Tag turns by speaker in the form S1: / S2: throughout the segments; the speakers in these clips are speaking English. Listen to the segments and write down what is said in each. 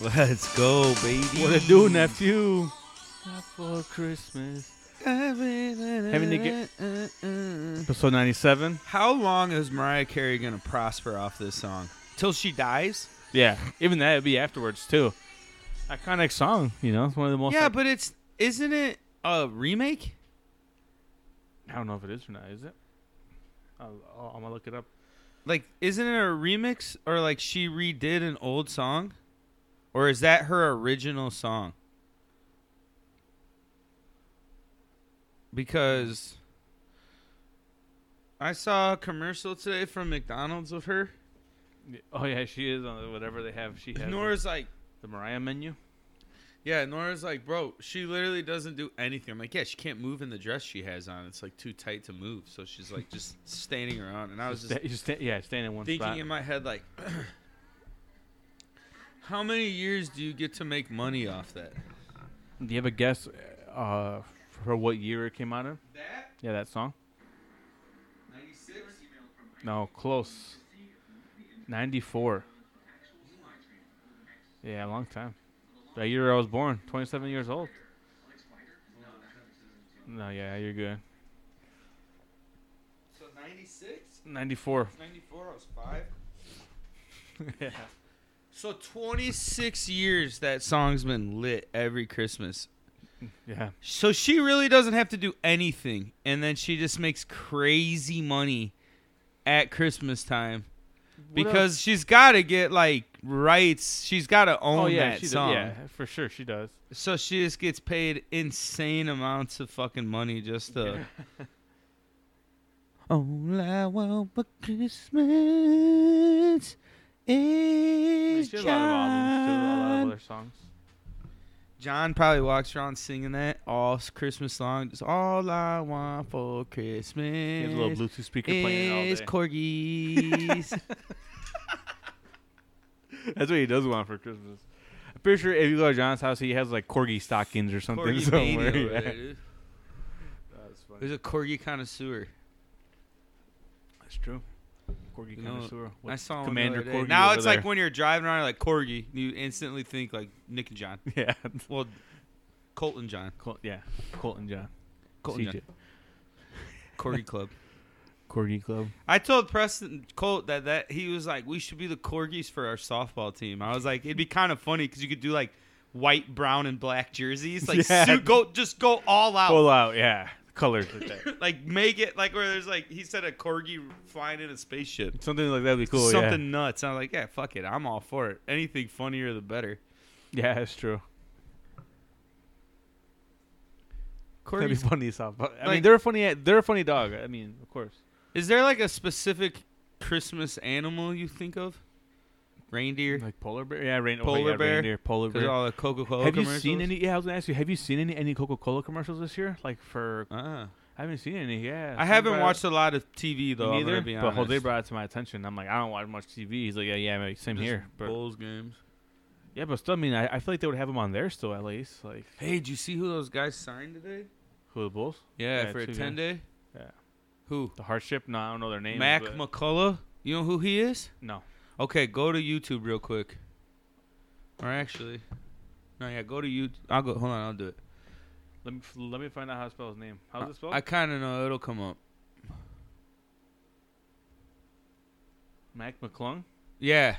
S1: Let's go, baby.
S2: What a do, nephew?
S1: Not for Christmas.
S2: Having to
S1: get.
S2: Episode 97?
S3: How long is Mariah Carey gonna prosper off this song? Till she dies?
S2: Yeah. Even that would be afterwards, too. Iconic song, you know? It's one of the most.
S3: yeah, but it's isn't it a remake?
S2: I don't know if it is or not, is it? I'll, I'll, I'm going to look it up.
S3: Like, isn't it a remix or like she redid an old song? Or is that her original song? Because I saw a commercial today from McDonald's of her.
S2: Yeah. Oh, yeah, she is on whatever they have. She has
S3: Nora's like,
S2: the Mariah menu.
S3: yeah, Nora's like, bro, she literally doesn't do anything. I'm like, yeah, she can't move in the dress she has on. It's like too tight to move. So she's like just standing around. And I was just
S2: Sta- you sta- yeah, stand in one
S3: thinking
S2: spot.
S3: in my head like how many years do you get to make money off that
S2: Do you have a guess uh, for what year it came out of?
S3: that
S2: Yeah, that song?
S3: 96
S2: No, close. 94. Yeah, a long time. The year I was born, 27 years old. No, yeah, you're good.
S3: so 96
S2: 94.
S3: 94 i was 5
S2: yeah.
S3: so 26 years that song's been lit every christmas
S2: Yeah.
S3: so she really doesn't have to do anything and then she just makes crazy money at christmas time because she's got to get like rights she's got to own
S2: oh yeah,
S3: that
S2: she does-
S3: song
S2: yeah, for sure she does.
S3: So she just gets paid insane amounts of fucking money just to. All I want for Christmas
S2: I mean,
S3: is
S2: she has a lot of albums, too, a lot of
S3: John.
S2: other songs.
S3: John probably walks around singing that all s- Christmas long. Just all I want for
S2: He has a little
S3: Christmas
S2: Bluetooth speaker playing all
S3: is
S2: day.
S3: corgis.
S2: That's what he does want for Christmas. I'm pretty sure if you go to John's house, he has like corgi stockings or something
S3: corgi mania
S2: somewhere.
S3: over
S2: yeah.
S3: there, dude.
S2: That's funny.
S3: There's a corgi connoisseur.
S2: That's true. Corgi
S3: You know,
S2: connoisseur.
S3: I
S2: What's
S3: saw one the
S2: Commander
S3: other day.
S2: Corgi.
S3: Now
S2: over
S3: it's like
S2: there?
S3: when you're driving around like corgi, you instantly think like Nick and John.
S2: yeah.
S3: Well, Colton John,
S2: Col- yeah, Colton John.
S3: Colton
S2: CJ.
S3: John, Corgi Club.
S2: Corgi Club.
S3: I told Preston Colt that that he was like, we should be the corgis for our softball team. I was like, it'd be kind of funny because you could do like white, brown, and black jerseys, like
S2: Yeah.
S3: suit, go just go all out.
S2: Full out, yeah. Colors like that.
S3: like make it like where there's like he said a corgi flying in a spaceship,
S2: Something like that would be cool,
S3: something nuts. I'm like, yeah, fuck it, I'm all for it. Anything funnier the better.
S2: yeah. Yeah, that's true. That'd be
S3: Corgis
S2: funny as hell. But, I mean,
S3: Like-
S2: they're a funny, they're a funny dog. I mean, of course.
S3: Is there like a specific Christmas animal you think of? Reindeer.
S2: Like polar bear, yeah, rain, oh,
S3: Polar
S2: yeah,
S3: bear?
S2: reindeer, polar
S3: Because
S2: bear.
S3: all the Coca Cola
S2: have you
S3: commercials.
S2: seen any? Yeah, I was gonna ask you. Have you seen any any Coca Cola commercials this year? Like for
S3: Ah.
S2: I haven't seen any. Yeah,
S3: I haven't watched a lot of TV though. I'm
S2: either.
S3: gonna be
S2: but
S3: honest.
S2: Jose brought it to my attention. I'm like, I don't watch much TV. He's like, yeah, yeah, maybe same
S3: Just
S2: here. But
S3: Bulls games.
S2: yeah, but still, I mean, I, I feel like they would have him on there still at least. Like
S3: Hey, did you see who those guys signed today?
S2: who the Bulls?
S3: Yeah,
S2: Yeah,
S3: for a
S2: two
S3: ten day.
S2: Yeah.
S3: Who?
S2: The hardship? No, I don't know their name.
S3: Mac McCullough. You know who he is?
S2: no.
S3: Okay, go to YouTube real quick. Or actually, no, yeah, go to you. I'll go. Hold on, I'll do it.
S2: Let me let me find out how to spell his name. How's it spelled?
S3: Uh, I kind of know it'll come up.
S2: Mac McClung.
S3: Yeah.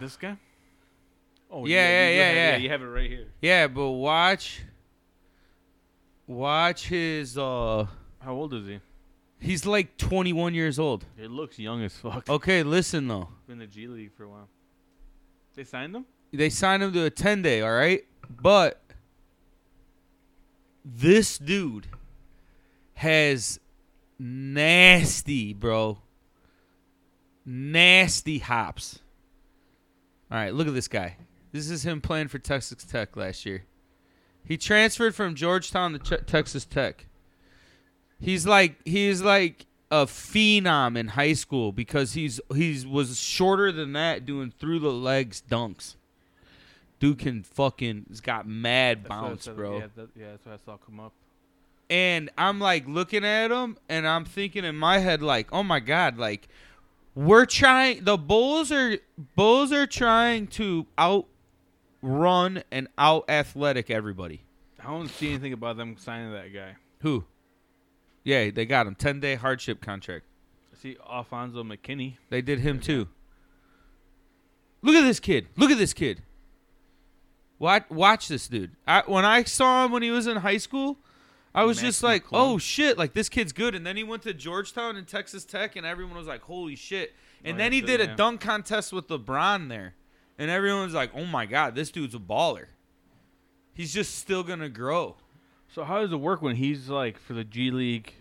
S2: This guy. Oh
S3: Yeah, yeah,
S2: you do
S3: yeah,
S2: have-
S3: yeah.
S2: You have it right here.
S3: Yeah, but watch watch his uh
S2: How old is he?
S3: he's like 21 years old.
S2: He looks young as fuck.
S3: Okay, listen though.
S2: Been in the G League for a while. They signed him.
S3: They signed him to a 10 day, all right? But this dude has nasty, bro. Nasty hops. All right, look at this guy. This is him playing for Texas Tech last year. He transferred from Georgetown to Ch- Texas Tech. He's like he's like a phenom in high school because he's he's was shorter than that doing through the legs dunks. Dude can fucking has got mad
S2: That's what I
S3: bounce,
S2: said-
S3: bro.
S2: Yeah, that, yeah, that's what I saw come up.
S3: And I'm like looking at him and I'm thinking in my head like, "Oh my god, like We're trying. The Bulls are Bulls are trying to outrun and out athletic everybody.
S2: I don't see anything about them signing that guy.
S3: Who? Yeah, they got him. Ten day hardship contract.
S2: I see Alfonso McKinney.
S3: They did him too. Look at this kid. Look at this kid. Watch, watch this dude. I, when I saw him when he was in high school, I was
S2: Max
S3: just like,
S2: McClung.
S3: "Oh shit!" Like this kid's good. And then he went to Georgetown and Texas Tech, and everyone was like, "Holy shit!" And
S2: Oh,
S3: then he
S2: yeah, so-
S3: did a
S2: yeah.
S3: dunk contest with LeBron there, and everyone was like, "Oh my god, this dude's a baller." He's just still gonna grow.
S2: So how does it work when he's like for the G League,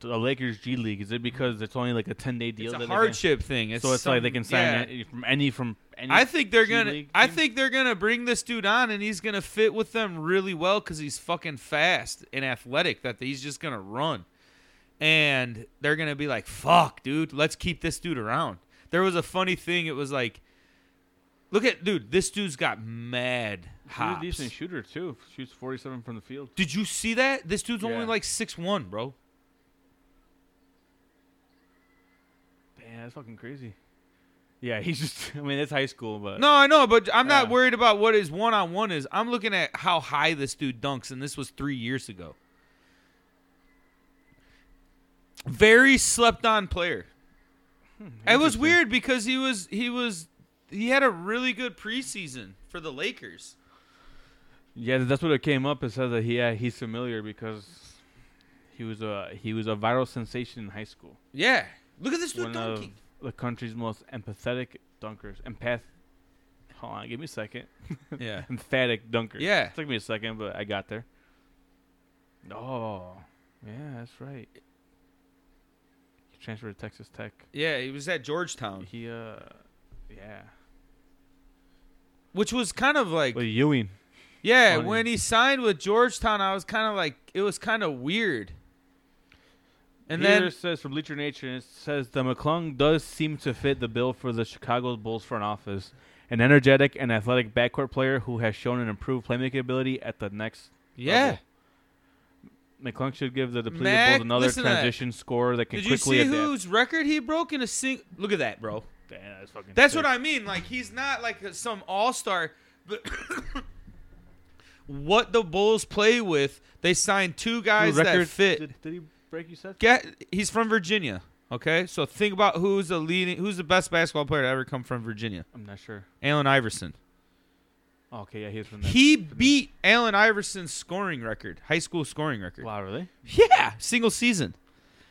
S2: to the Lakers G League? Is it because it's only like a ten day deal?
S3: It's a
S2: that they can-
S3: hardship thing. It's
S2: so it's like they
S3: some-
S2: can sign
S3: yeah.
S2: any, from any from any.
S3: I think they're
S2: G
S3: gonna.
S2: League
S3: I
S2: team?
S3: think they're gonna bring this dude on, and he's gonna fit with them really well because he's fucking fast and athletic. That he's just gonna run, and they're gonna be like, "Fuck, dude, let's keep this dude around." There was a funny thing. It was like, look at dude. This dude's got mad
S2: He's a
S3: hops.
S2: decent shooter too. Shoots forty seven from the field.
S3: Did you see that? This dude's only
S2: Yeah.
S3: like six one, bro.
S2: Damn, that's fucking crazy. Yeah, he's just. I mean, it's high school, but
S3: No, I know, but I'm not
S2: Yeah.
S3: worried about what his one on one is. I'm looking at how high this dude dunks, and this was three years ago. Very slept on player.
S2: Hmm,
S3: it was weird because he was he was he had a really good preseason for the Lakers.
S2: Yeah, that's what it came up. It says that he yeah, he's familiar because he was a he was a viral sensation in high school.
S3: Yeah, look at this dude
S2: One of
S3: dunking.
S2: the country's most empathetic dunkers. Empath. Hold on, give me a second.
S3: yeah,
S2: Emphatic dunker.
S3: Yeah.
S2: It took me a second, but I got there. Oh, yeah, that's right. He transferred to Texas Tech.
S3: yeah, he was at Georgetown,
S2: He uh, yeah.
S3: which was kind of like
S2: Well, Ewing.
S3: yeah.
S2: funny.
S3: When he signed with Georgetown, I was kind of like it was kind of weird. And
S2: Here
S3: then
S2: it says from Bleacher Nature, it says the McClung does seem to fit the bill for the Chicago Bulls front office, an energetic and athletic backcourt player who has shown an improved playmaking ability at the next.
S3: yeah.
S2: level. McClung should give the depleted
S3: Mac,
S2: Bulls another
S3: listen to that.
S2: transition scorer that can
S3: Did you
S2: quickly
S3: see
S2: adapt.
S3: whose record he broke in a single? Look at that, bro.
S2: Damn, that's fucking
S3: That's
S2: sick.
S3: what I mean. Like he's not like a- some all star, but what the Bulls play with, they signed two guys
S2: Dude,
S3: that
S2: record-
S3: fit.
S2: Did, did he break you said?
S3: Get he's from Virginia. Okay, so think about who's the leading, who's the best basketball player to ever come from Virginia.
S2: I'm not sure.
S3: Allen Iverson.
S2: Oh, okay, yeah, he's from that.
S3: He beat Allen Iverson's scoring record, high school scoring record.
S2: Wow, really?
S3: Yeah, single season.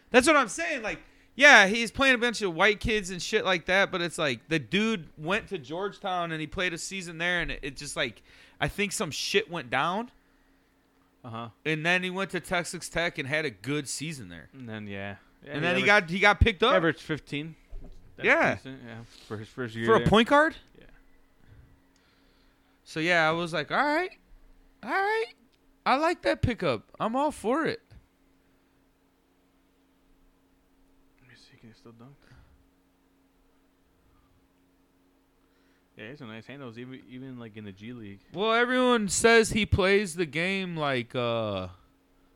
S3: That's what I'm saying. Like, yeah, he's playing a bunch of white kids and shit like that, but it's like the dude went to Georgetown and he played a season there, and it, it just like I think some shit went down,
S2: Uh huh.
S3: and then he went to Texas Tech and had a good season there,
S2: And then yeah. Yeah,
S3: and then he got
S2: averaged-
S3: he got picked up
S2: averaged 15. That's
S3: Yeah.
S2: decent, yeah, for his first year
S3: for a
S2: there.
S3: point guard.
S2: Yeah.
S3: So yeah, I was like, all right, all right, I like that pickup. I'm all for it.
S2: Let me see, can he still dunk? Yeah, he has some nice handles, even even like in the G League.
S3: Well, everyone says he plays the game like uh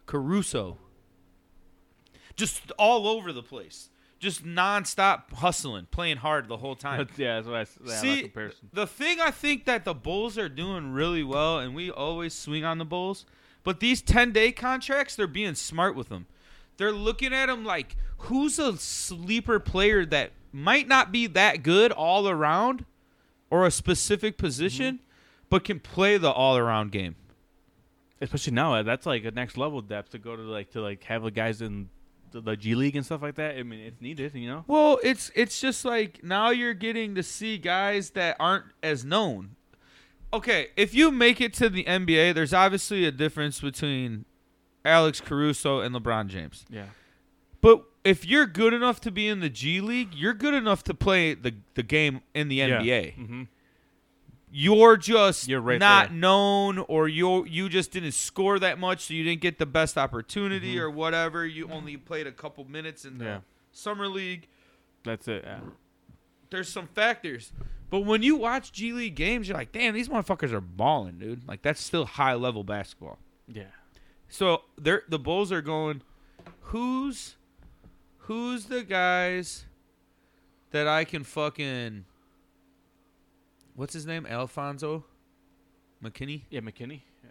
S3: Caruso. Just all over the place. Just nonstop hustling, playing hard the whole time.
S2: But yeah, that's why I s- yeah, I like
S3: See,
S2: comparison.
S3: the thing I think that the Bulls are doing really well, and we always swing on the Bulls, but these 10 day contracts, they're being smart with them. They're looking at them like, who's a sleeper player that might not be that good all around or a specific
S2: Mm-hmm.
S3: position, but can play the all around game?
S2: Especially now, uh, that's like a next level depth to go to like to like have the guys in the, the G League and stuff like that. I mean, it's needed, you know.
S3: Well, it's it's just like now you're getting to see guys that aren't as known. Okay, if you make it to the NBA, there's obviously a difference between Alex Caruso and LeBron James.
S2: Yeah.
S3: But if you're good enough to be in the G League, you're good enough to play the the game in the NBA.
S2: Mm-hmm.
S3: You're just
S2: You're right
S3: not
S2: there.
S3: known or you you just didn't score that much so you didn't get the best opportunity or whatever. You only played a couple minutes in the
S2: Mm-hmm. Yeah.
S3: summer league.
S2: That's it. Yeah.
S3: there's some factors. But when you watch G League games, you're like, damn, these motherfuckers are balling, dude. Like that's still high level basketball.
S2: Yeah.
S3: So they're the Bulls are going, who's who's the guys that I can fucking. What's his name? Alfonso McKinney?
S2: Yeah, McKinney. Yeah.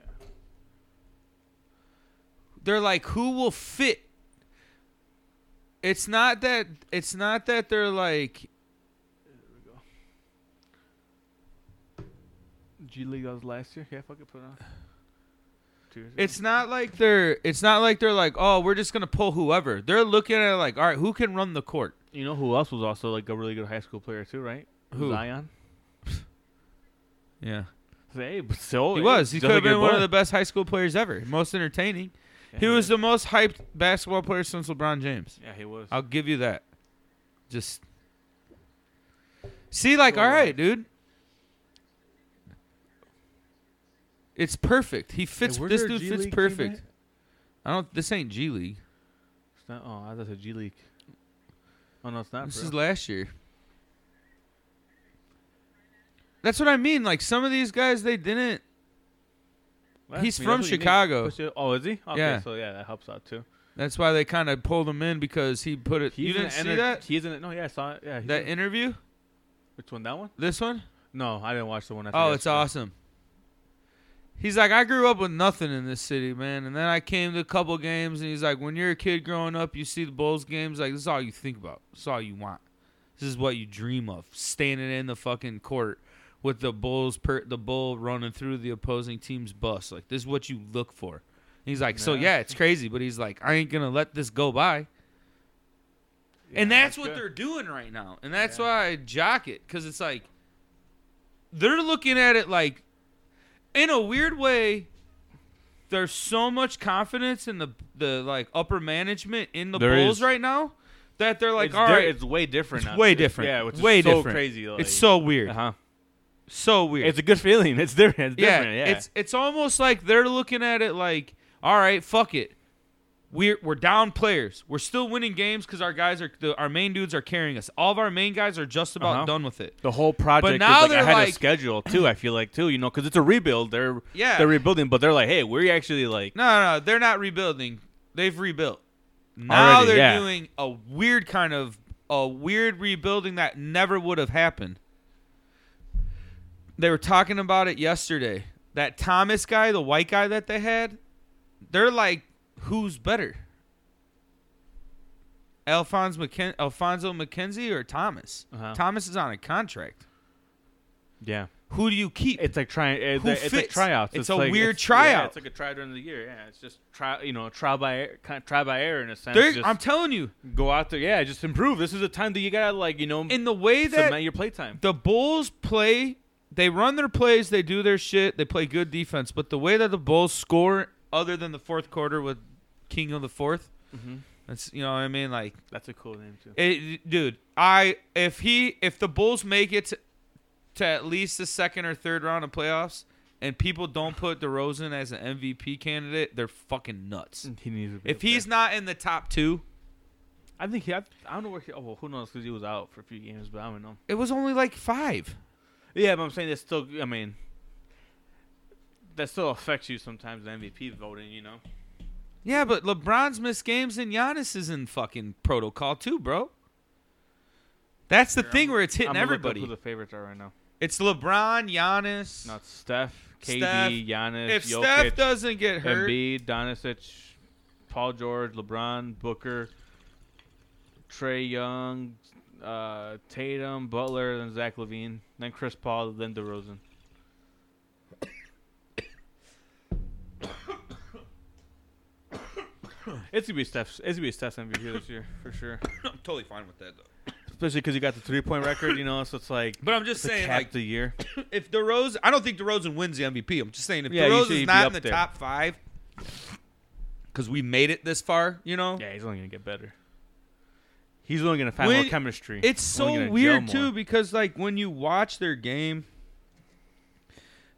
S3: they're like who will fit it's not that it's not that they're like
S2: G League that was last year. Yeah, fuck it, put it on. Two years ago.
S3: it's not like they're it's not like they're like oh we're just gonna pull whoever they're looking at it like all right who can run the court
S2: you know who else was also like a really good high school player too, right?
S3: Who?
S2: Zion.
S3: yeah
S2: Hey, but still
S3: he was he
S2: just
S3: could have
S2: like your
S3: been one
S2: boy.
S3: of the best high school players ever most entertaining
S2: Yeah,
S3: he was the most hyped basketball player since LeBron James
S2: Yeah, he was.
S3: I'll give you that just see like
S2: So,
S3: all
S2: uh,
S3: right dude it's perfect he fits
S2: where's
S3: this
S2: their
S3: dude
S2: G
S3: fits
S2: League team
S3: perfect
S2: at?
S3: I don't. This ain't G League.
S2: It's not, oh, I thought it was G League. Oh no, it's not.
S3: This
S2: bro.
S3: is last year. That's what I mean. Like some of these guys, they didn't.
S2: Well,
S3: he's
S2: I
S3: from
S2: that's what you need.
S3: Chicago.
S2: Push it- Oh, is he? Okay,
S3: Yeah.
S2: so yeah, that helps out too.
S3: That's why they kind of pulled him in because he put it. you
S2: He's in
S3: didn't
S2: the
S3: see
S2: enter-
S3: that?
S2: He's in it. No, yeah, I saw it. Yeah, he's
S3: That
S2: in-
S3: interview?
S2: which one? That one?
S3: This one?
S2: No, I didn't watch the one. after
S3: Oh, it's
S2: yesterday.
S3: awesome. He's like, I grew up with nothing in this city, man, and then I came to a couple games, and he's like, when you're a kid growing up, you see the Bulls games, like this is all you think about, this is all you want, this is what you dream of, standing in the fucking court with the Bulls, per- the bull running through the opposing team's bus, like this is what you look for. And he's like, so
S2: Yeah.
S3: yeah, it's crazy, but he's like, I ain't gonna let this go by
S2: Yeah,
S3: and that's what
S2: good.
S3: they're doing right now. And that's
S2: Yeah.
S3: why I jock it because it's like they're looking at it like, in a weird way, there's so much confidence in the the like upper management in the
S2: There
S3: Bulls
S2: is.
S3: right now that they're like,
S2: it's
S3: all
S2: di-
S3: right,
S2: it's way different.
S3: it's
S2: now.
S3: way different.
S2: Yeah, which is
S3: Way
S2: so
S3: different.
S2: crazy. Like,
S3: it's so weird,
S2: Uh-huh.
S3: so weird.
S2: It's a good feeling. It's different. It's
S3: yeah,
S2: different. Yeah.
S3: it's it's almost like they're looking at it like, all right, fuck it. We're, we're down players. We're still winning games because our guys are the, our main dudes are carrying us. All of our main guys are just about
S2: Uh-huh.
S3: done with it.
S2: the whole project
S3: now
S2: is like
S3: they're
S2: ahead
S3: like-
S2: of schedule too. I feel like too, you know, because it's a rebuild. They're
S3: Yeah.
S2: they're rebuilding, but they're like, hey, we're actually like
S3: No, no, they're not rebuilding. They've rebuilt. Now
S2: Already,
S3: they're
S2: yeah.
S3: doing a weird kind of a weird rebuilding that never would have happened. They were talking about it yesterday. That Thomas guy, the white guy that they had, they're like, who's better? Alphonse McKen- Alfonso McKenzie or Thomas?
S2: Uh-huh.
S3: Thomas is on a contract.
S2: yeah.
S3: Who do you keep?
S2: It's like trying. It's,
S3: Who
S2: like- it's like
S3: fits?
S2: tryouts.
S3: It's a weird
S2: it's-
S3: tryout.
S2: Yeah, it's like a try during the year. Yeah, it's just try. You know, trial by error, kind of trial by error in a sense.
S3: They're-
S2: just
S3: I'm telling you,
S2: go out there. Yeah, just improve. This is a time that you gotta like you know
S3: in the way that
S2: cement your playtime.
S3: the Bulls play, they run their plays, they do their shit, they play good defense. But the way that the Bulls score, other than the fourth quarter with King of the Fourth,
S2: Mhm.
S3: that's you know what I mean. Like,
S2: That's a cool name too.
S3: it, dude, I if he if the Bulls make it to, to at least the second or third round of playoffs, and people don't put DeRozan as an MVP candidate, they're fucking nuts.
S2: He needs to be
S3: If
S2: up there.
S3: he's not in the top two,
S2: I think he. I, I don't know where he. Oh, well, who knows? Because he was out for a few games, but I don't know.
S3: it was only like five.
S2: Yeah, but I'm saying that's still. I mean, that still affects you sometimes. The MVP voting, you know.
S3: Yeah, but LeBron's missed games and Giannis is in fucking protocol too, bro. That's the
S2: Here,
S3: thing
S2: I'm-
S3: where it's hitting
S2: I'm gonna look up Who
S3: everybody.
S2: the favorites are right now?
S3: It's LeBron, Giannis.
S2: Not Steph, KD,
S3: Steph.
S2: Giannis,
S3: if
S2: Jokic,
S3: Steph doesn't get hurt,
S2: Embiid, Doncic, Paul George, LeBron, Booker, Trey Young, uh, Tatum, Butler, then Zach Levine, then Chris Paul, then DeRozan. it's gonna be Steph's. It's gonna be Steph's MVP this year for sure,
S3: I'm totally fine with that though.
S2: especially because he got the three point record. You know, so it's like
S3: But I'm just
S2: to
S3: saying,
S2: cap
S3: like,
S2: the year.
S3: if DeRozan, I don't think DeRozan wins the MVP. I'm just saying, if
S2: Yeah, you should
S3: DeRozan's
S2: be
S3: not
S2: up
S3: in the
S2: there.
S3: top five, because we made it this far, you know,
S2: Yeah, he's only gonna get better. He's only gonna find
S3: When-
S2: more chemistry.
S3: It's
S2: Only gonna
S3: so
S2: gel
S3: weird
S2: more.
S3: too because like when you watch their game,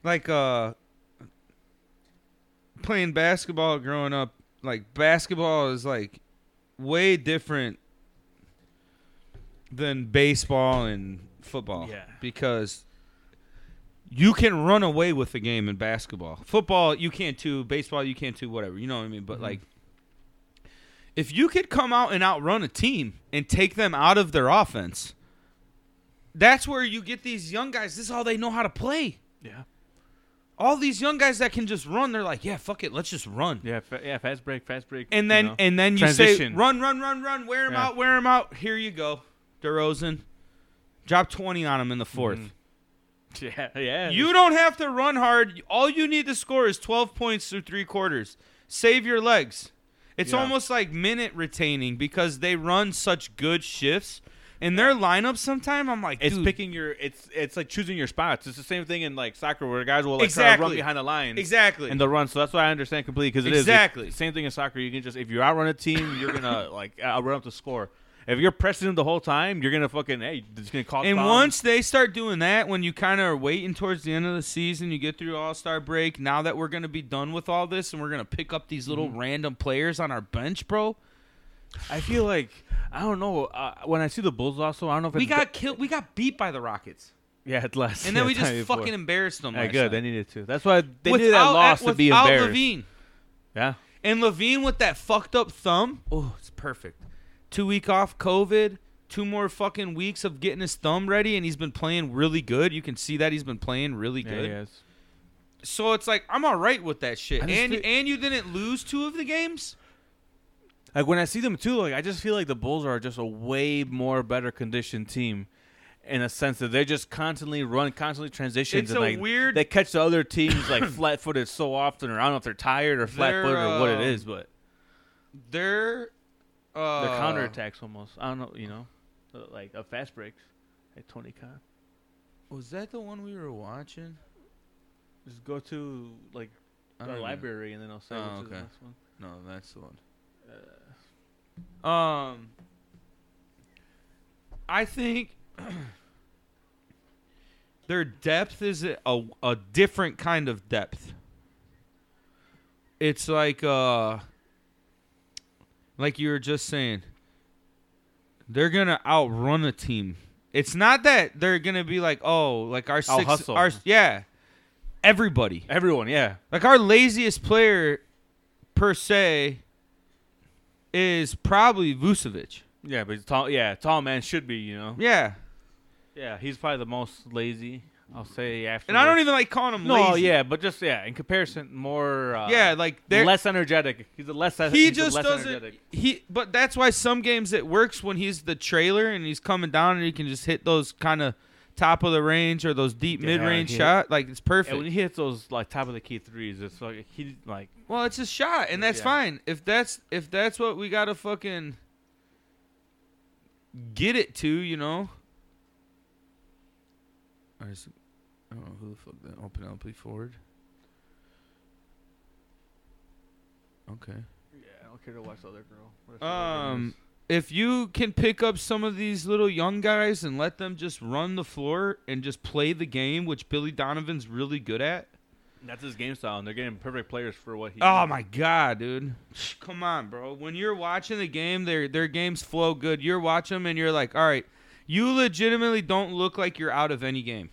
S3: like uh, playing basketball growing up, like basketball is like way different than baseball and football.
S2: Yeah.
S3: because. You can run away with the game in basketball. Football, you can too. Baseball, you can too. Whatever. You know what I mean? But,
S2: Mhm.
S3: like, if you could come out and outrun a team and take them out of their offense, That's where you get these young guys. This is all they know how to play.
S2: Yeah.
S3: All these young guys that can just run, they're like, yeah, fuck it, let's just run.
S2: Yeah. Fa- yeah. Fast break. Fast break.
S3: And then
S2: you know.
S3: and then you
S2: Transition.
S3: say, run, run, run, run, wear him
S2: Yeah.
S3: out, wear him out. Here you go, DeRozan. Drop twenty on him in the 4th
S2: Mhm. yeah. Yeah.
S3: You don't have to run hard. All you need to score is 12 points through three quarters. Save your legs. It's
S2: Yeah.
S3: almost like minute retaining because they run such good shifts. In their lineup, sometime I'm like,
S2: It's
S3: dude,
S2: picking your. It's it's like choosing your spots. It's the same thing in like soccer where guys will like try to
S3: Exactly.
S2: run behind the lines.
S3: exactly.
S2: And the run, so that's why I understand completely because it is
S3: Exactly.
S2: it's same thing in soccer. You can just if you outrun a team, you're gonna like uh, outrun up the score. If you're pressing them the whole time, you're gonna fucking hey, it's gonna cause.
S3: and
S2: fouls.
S3: once they start doing that, when you kind of are waiting towards the end of the season, you get through All Star break. Now that we're gonna be done with all this, and we're gonna pick up these little
S2: Mm-hmm.
S3: random players on our bench, bro.
S2: I feel like I don't know uh, when I see the Bulls also. I don't know if
S3: We
S2: it's
S3: got killed. We got beat by the Rockets,
S2: yeah, it's less.
S3: and then
S2: yeah,
S3: we
S2: time
S3: just
S2: before.
S3: fucking embarrassed them.
S2: Yeah,
S3: last
S2: good.
S3: night.
S2: They needed to. That's why they needed
S3: Without
S2: that loss
S3: Ed-
S2: to be
S3: without
S2: embarrassed.
S3: Levine.
S2: Yeah,
S3: And Levine with that fucked up thumb. Oh, it's perfect. Two week off COVID. Two more fucking weeks of getting his thumb ready, and he's been playing really good. You can see that he's been playing really
S2: yeah,
S3: good.
S2: yeah. it's-
S3: So it's like I'm all right with that shit.
S2: I
S3: And
S2: just feel-
S3: and you didn't lose two of the games.
S2: Like when I see them too, like I just feel like the Bulls are just a way more better conditioned team, in a sense that they just constantly run, constantly transitions.
S3: It's
S2: and
S3: a
S2: like,
S3: weird-
S2: They catch the other teams like flat footed so often, or I don't know if they're tired or flat footed or what it
S3: They're,
S2: is, but
S3: They're uh,
S2: their counterattacks almost. I don't know, you know, uh, like a fast breaks, like Tony Khan.
S3: Was that the one we were watching?
S2: Just go to like
S3: I
S2: the
S3: don't even-
S2: library and then I'll say
S3: Oh,
S2: which is the
S3: okay.
S2: next one.
S3: No, that's the one. Um, I think their depth is a, a, a different kind of depth. It's like uh, like you were just saying, they're gonna outrun a team. It's not that they're gonna be like, oh, like our
S2: I'll
S3: six,
S2: hustle.
S3: our yeah, everybody.
S2: Everyone, yeah,
S3: Like our laziest player per se is probably Vucevic.
S2: yeah, but tall, yeah, tall man should be, you know,
S3: Yeah.
S2: yeah, he's probably the most lazy. I'll say after.
S3: And I don't even like calling him
S2: No,
S3: lazy.
S2: yeah, but just yeah, in comparison, more uh,
S3: Yeah, like they're
S2: less energetic. He's a less
S3: he
S2: he's a
S3: just
S2: less
S3: doesn't
S2: energetic.
S3: he but that's why some games it works when he's the trailer and he's coming down and he can just hit those kind of top of the range or those deep
S2: Yeah,
S3: mid-range
S2: he-
S3: shot like it's perfect.
S2: And when he hits those like top of the key threes, it's like he like
S3: Well, it's a shot, and that's
S2: Yeah.
S3: fine. If that's if that's what we gotta fucking get it to, you know. I just I don't know who the fuck that open LP Ford. Okay.
S2: yeah, I don't care to watch the other girl.
S3: Um if you can pick up some of these little young guys and let them just run the floor and just play the game, which Billy Donovan's really good at.
S2: that's his game style, and they're getting perfect players for what he.
S3: Oh my god, dude! Come on, bro. When you're watching the game, their their games flow good. You're watching them, and you're like, all right, you legitimately don't look like you're out of any game.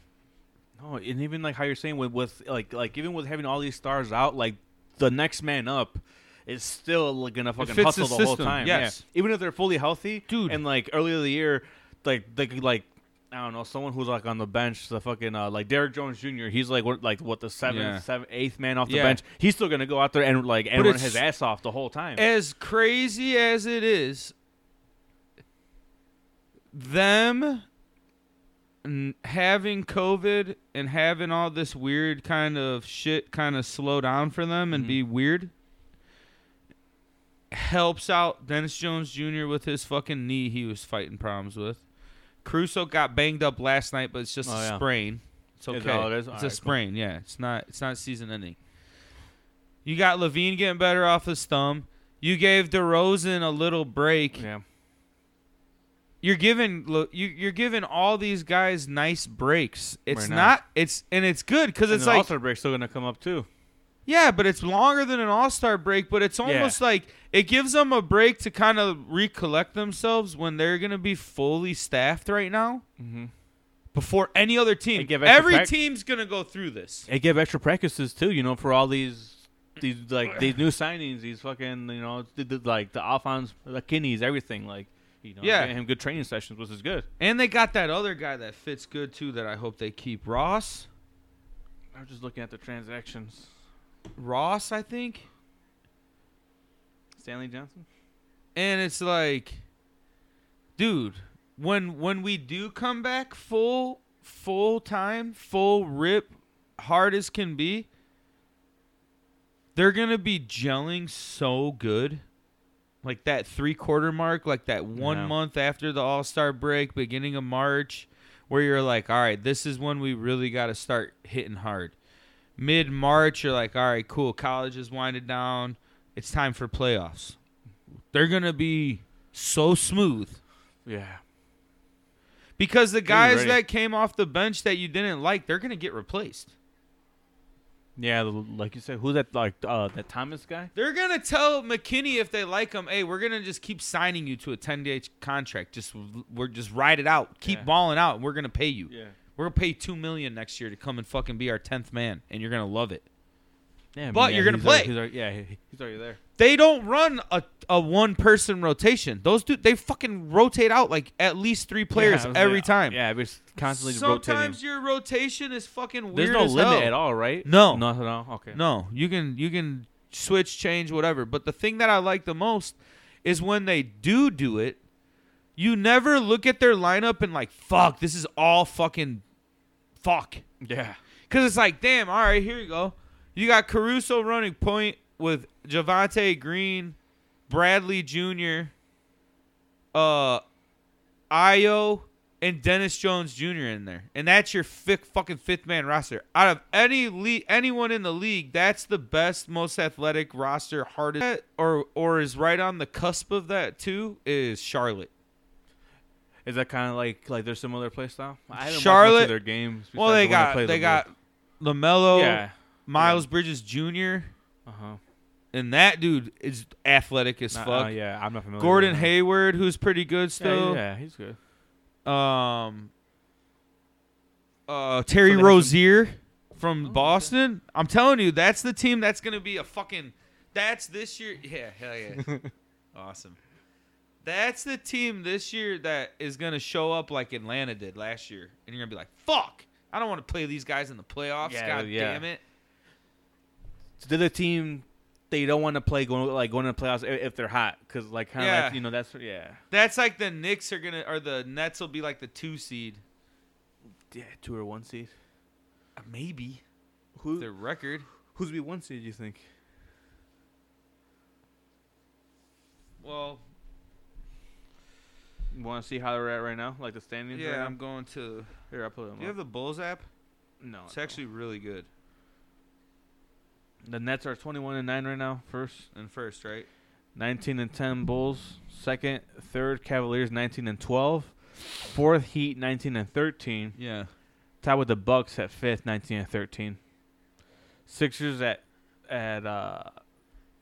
S2: No, and even like how you're saying with with like like even with having all these stars out, like the next man up is still gonna fucking
S3: fits
S2: hustle
S3: the
S2: the, whole
S3: system,
S2: time.
S3: yes.
S2: Yeah. Even if they're fully healthy,
S3: Dude.
S2: And like earlier in the year, like like like. I don't know someone who's like on the bench, the fucking uh, like Derrick Jones Jr. He's like what, like what the seventh,
S3: Yeah.
S2: seventh, eighth man off the
S3: Yeah.
S2: bench. He's still gonna go out there and like and run
S3: it's-
S2: his ass off the whole time.
S3: As crazy as it is, them n- having COVID and having all this weird kind of shit kind of slow down for them and
S2: Mhm.
S3: be weird helps out Dennis Jones Jr. with his fucking knee he was fighting problems with. Crusoe got banged up last night, but it's just
S2: Oh,
S3: a
S2: yeah.
S3: sprain. It's okay.
S2: Is that all it is?
S3: It's
S2: All
S3: a
S2: right, cool.
S3: sprain, yeah. It's not it's not season ending. You got Levine getting better off his thumb. You gave DeRozan a little break.
S2: yeah,
S3: You're giving lo- you you're giving all these guys nice breaks. It's
S2: Right now.
S3: not it's and it's good cuz
S2: and
S3: it's
S2: the
S3: like
S2: All Star break's still gonna come up too.
S3: yeah, but it's longer than an All Star break. But it's
S2: Yeah.
S3: almost like it gives them a break to kind of recollect themselves when they're going to be fully staffed right now
S2: Mm-hmm.
S3: before any other team.
S2: And give extra
S3: Every
S2: prac-
S3: team's going to go through this.
S2: They give extra practices too, you know, for all these these like these new signings, these fucking you know, th- th- like the Alphonse, the Kinneys, everything. Like You know,
S3: Yeah.
S2: getting him good training sessions, which is good.
S3: And they got that other guy that fits good too that I hope they keep. Ross?
S2: I was just looking at the transactions.
S3: Ross, I think.
S2: Stanley Johnson.
S3: And it's like dude, when when we do come back full full time, full rip, hard as can be, they're going to be gelling so good. Like that 3 quarter mark, like that 1
S2: Yeah.
S3: month after the All-Star break, beginning of March, where you're like, "All right, this is when we really got to start hitting hard." mid March, you're like, all right, cool. College is winded down. It's time for playoffs. They're going to be so smooth
S2: Yeah.
S3: because the guys
S2: ready.
S3: that came off the bench that you didn't like, they're going to get replaced.
S2: Yeah, the, like you said, who's that? Like uh, that Thomas guy?
S3: They're going to tell McKinney if they like him, hey, we're going to just keep signing you to a 10 day contract. Just we're just ride it out. Keep
S2: Yeah.
S3: balling out. And we're going to pay you.
S2: Yeah.
S3: We're going to pay 2 million next year to come and fucking be our 10th man and you're going to love it.
S2: Yeah,
S3: But
S2: yeah,
S3: you're gonna
S2: he's already-
S3: play.
S2: he's already- yeah, he- he's already there.
S3: they don't run a, a one person rotation. Those dude they fucking rotate out like at least three players
S2: Yeah, I was
S3: every
S2: like,
S3: time.
S2: Yeah, it's constantly
S3: Sometimes
S2: rotating.
S3: your rotation is fucking weird.
S2: There's no
S3: as
S2: limit
S3: hell.
S2: at all, right?
S3: No.
S2: no, no. Okay.
S3: No, you can you can switch, change, whatever. But the thing that I like the most is when they do do it. You never look at their lineup and like, fuck, this is all fucking fuck.
S2: Yeah.
S3: Because it's like, damn, all right, here you go. You got Caruso running point with Javante Green, Bradley Jr., uh, Io, and Dennis Jones Jr. in there. And that's your fifth, fucking fifth man roster. Out of any le- anyone in the league, that's the best, most athletic roster, hardest, or, or is right on the cusp of that, too, is Charlotte.
S2: Is that kind of like like their similar play style? I haven't watched much of
S3: Charlotte-
S2: their games.
S3: Well,
S2: besides
S3: they
S2: the one
S3: got
S2: played
S3: they
S2: the
S3: got
S2: Wolves.
S3: LaMelo,
S2: yeah.
S3: Miles Bridges Jr.,
S2: Uh huh.
S3: and that dude is athletic as fuck.
S2: oh, uh, yeah, I'm not familiar.
S3: Gordon
S2: with him.
S3: Hayward, who's pretty good
S2: Yeah,
S3: still.
S2: yeah, he's good.
S3: Um, uh, Terry
S2: they have some-
S3: Rozier from Boston. I'm telling you, that's the team that's gonna be a fucking. That's this year. Yeah, hell yeah, awesome. That's the team this year that is gonna show up like Atlanta did last year, and you're gonna be like, "Fuck, I don't want to play these guys in the playoffs.
S2: Yeah,
S3: God
S2: yeah.
S3: damn it."
S2: So they're the team they don't want to play going like going to the playoffs i- if they're hot because like kind of
S3: Yeah.
S2: like you know that's yeah
S3: That's like the Knicks are gonna, or the Nets will be like the two seed,
S2: yeah two or one seed.
S3: maybe
S2: Who
S3: their record.
S2: who's be one seed? You think?
S3: Well,
S2: You want to see how they're at right now? Like the standings? right
S3: yeah,
S2: now?
S3: I'm going to.
S2: Here, I'll put them
S3: Do you have
S2: up.
S3: the Bulls app?
S2: no, I
S3: It's
S2: don't.
S3: actually really good.
S2: the Nets are 21 and nine right now. First,
S3: And first, right?
S2: 19 and 10 Bulls. Second, third Cavaliers 19 and 12. Fourth Heat 19 and 13.
S3: Yeah.
S2: Tied with the Bucks at fifth 19 and 13. Sixers at at uh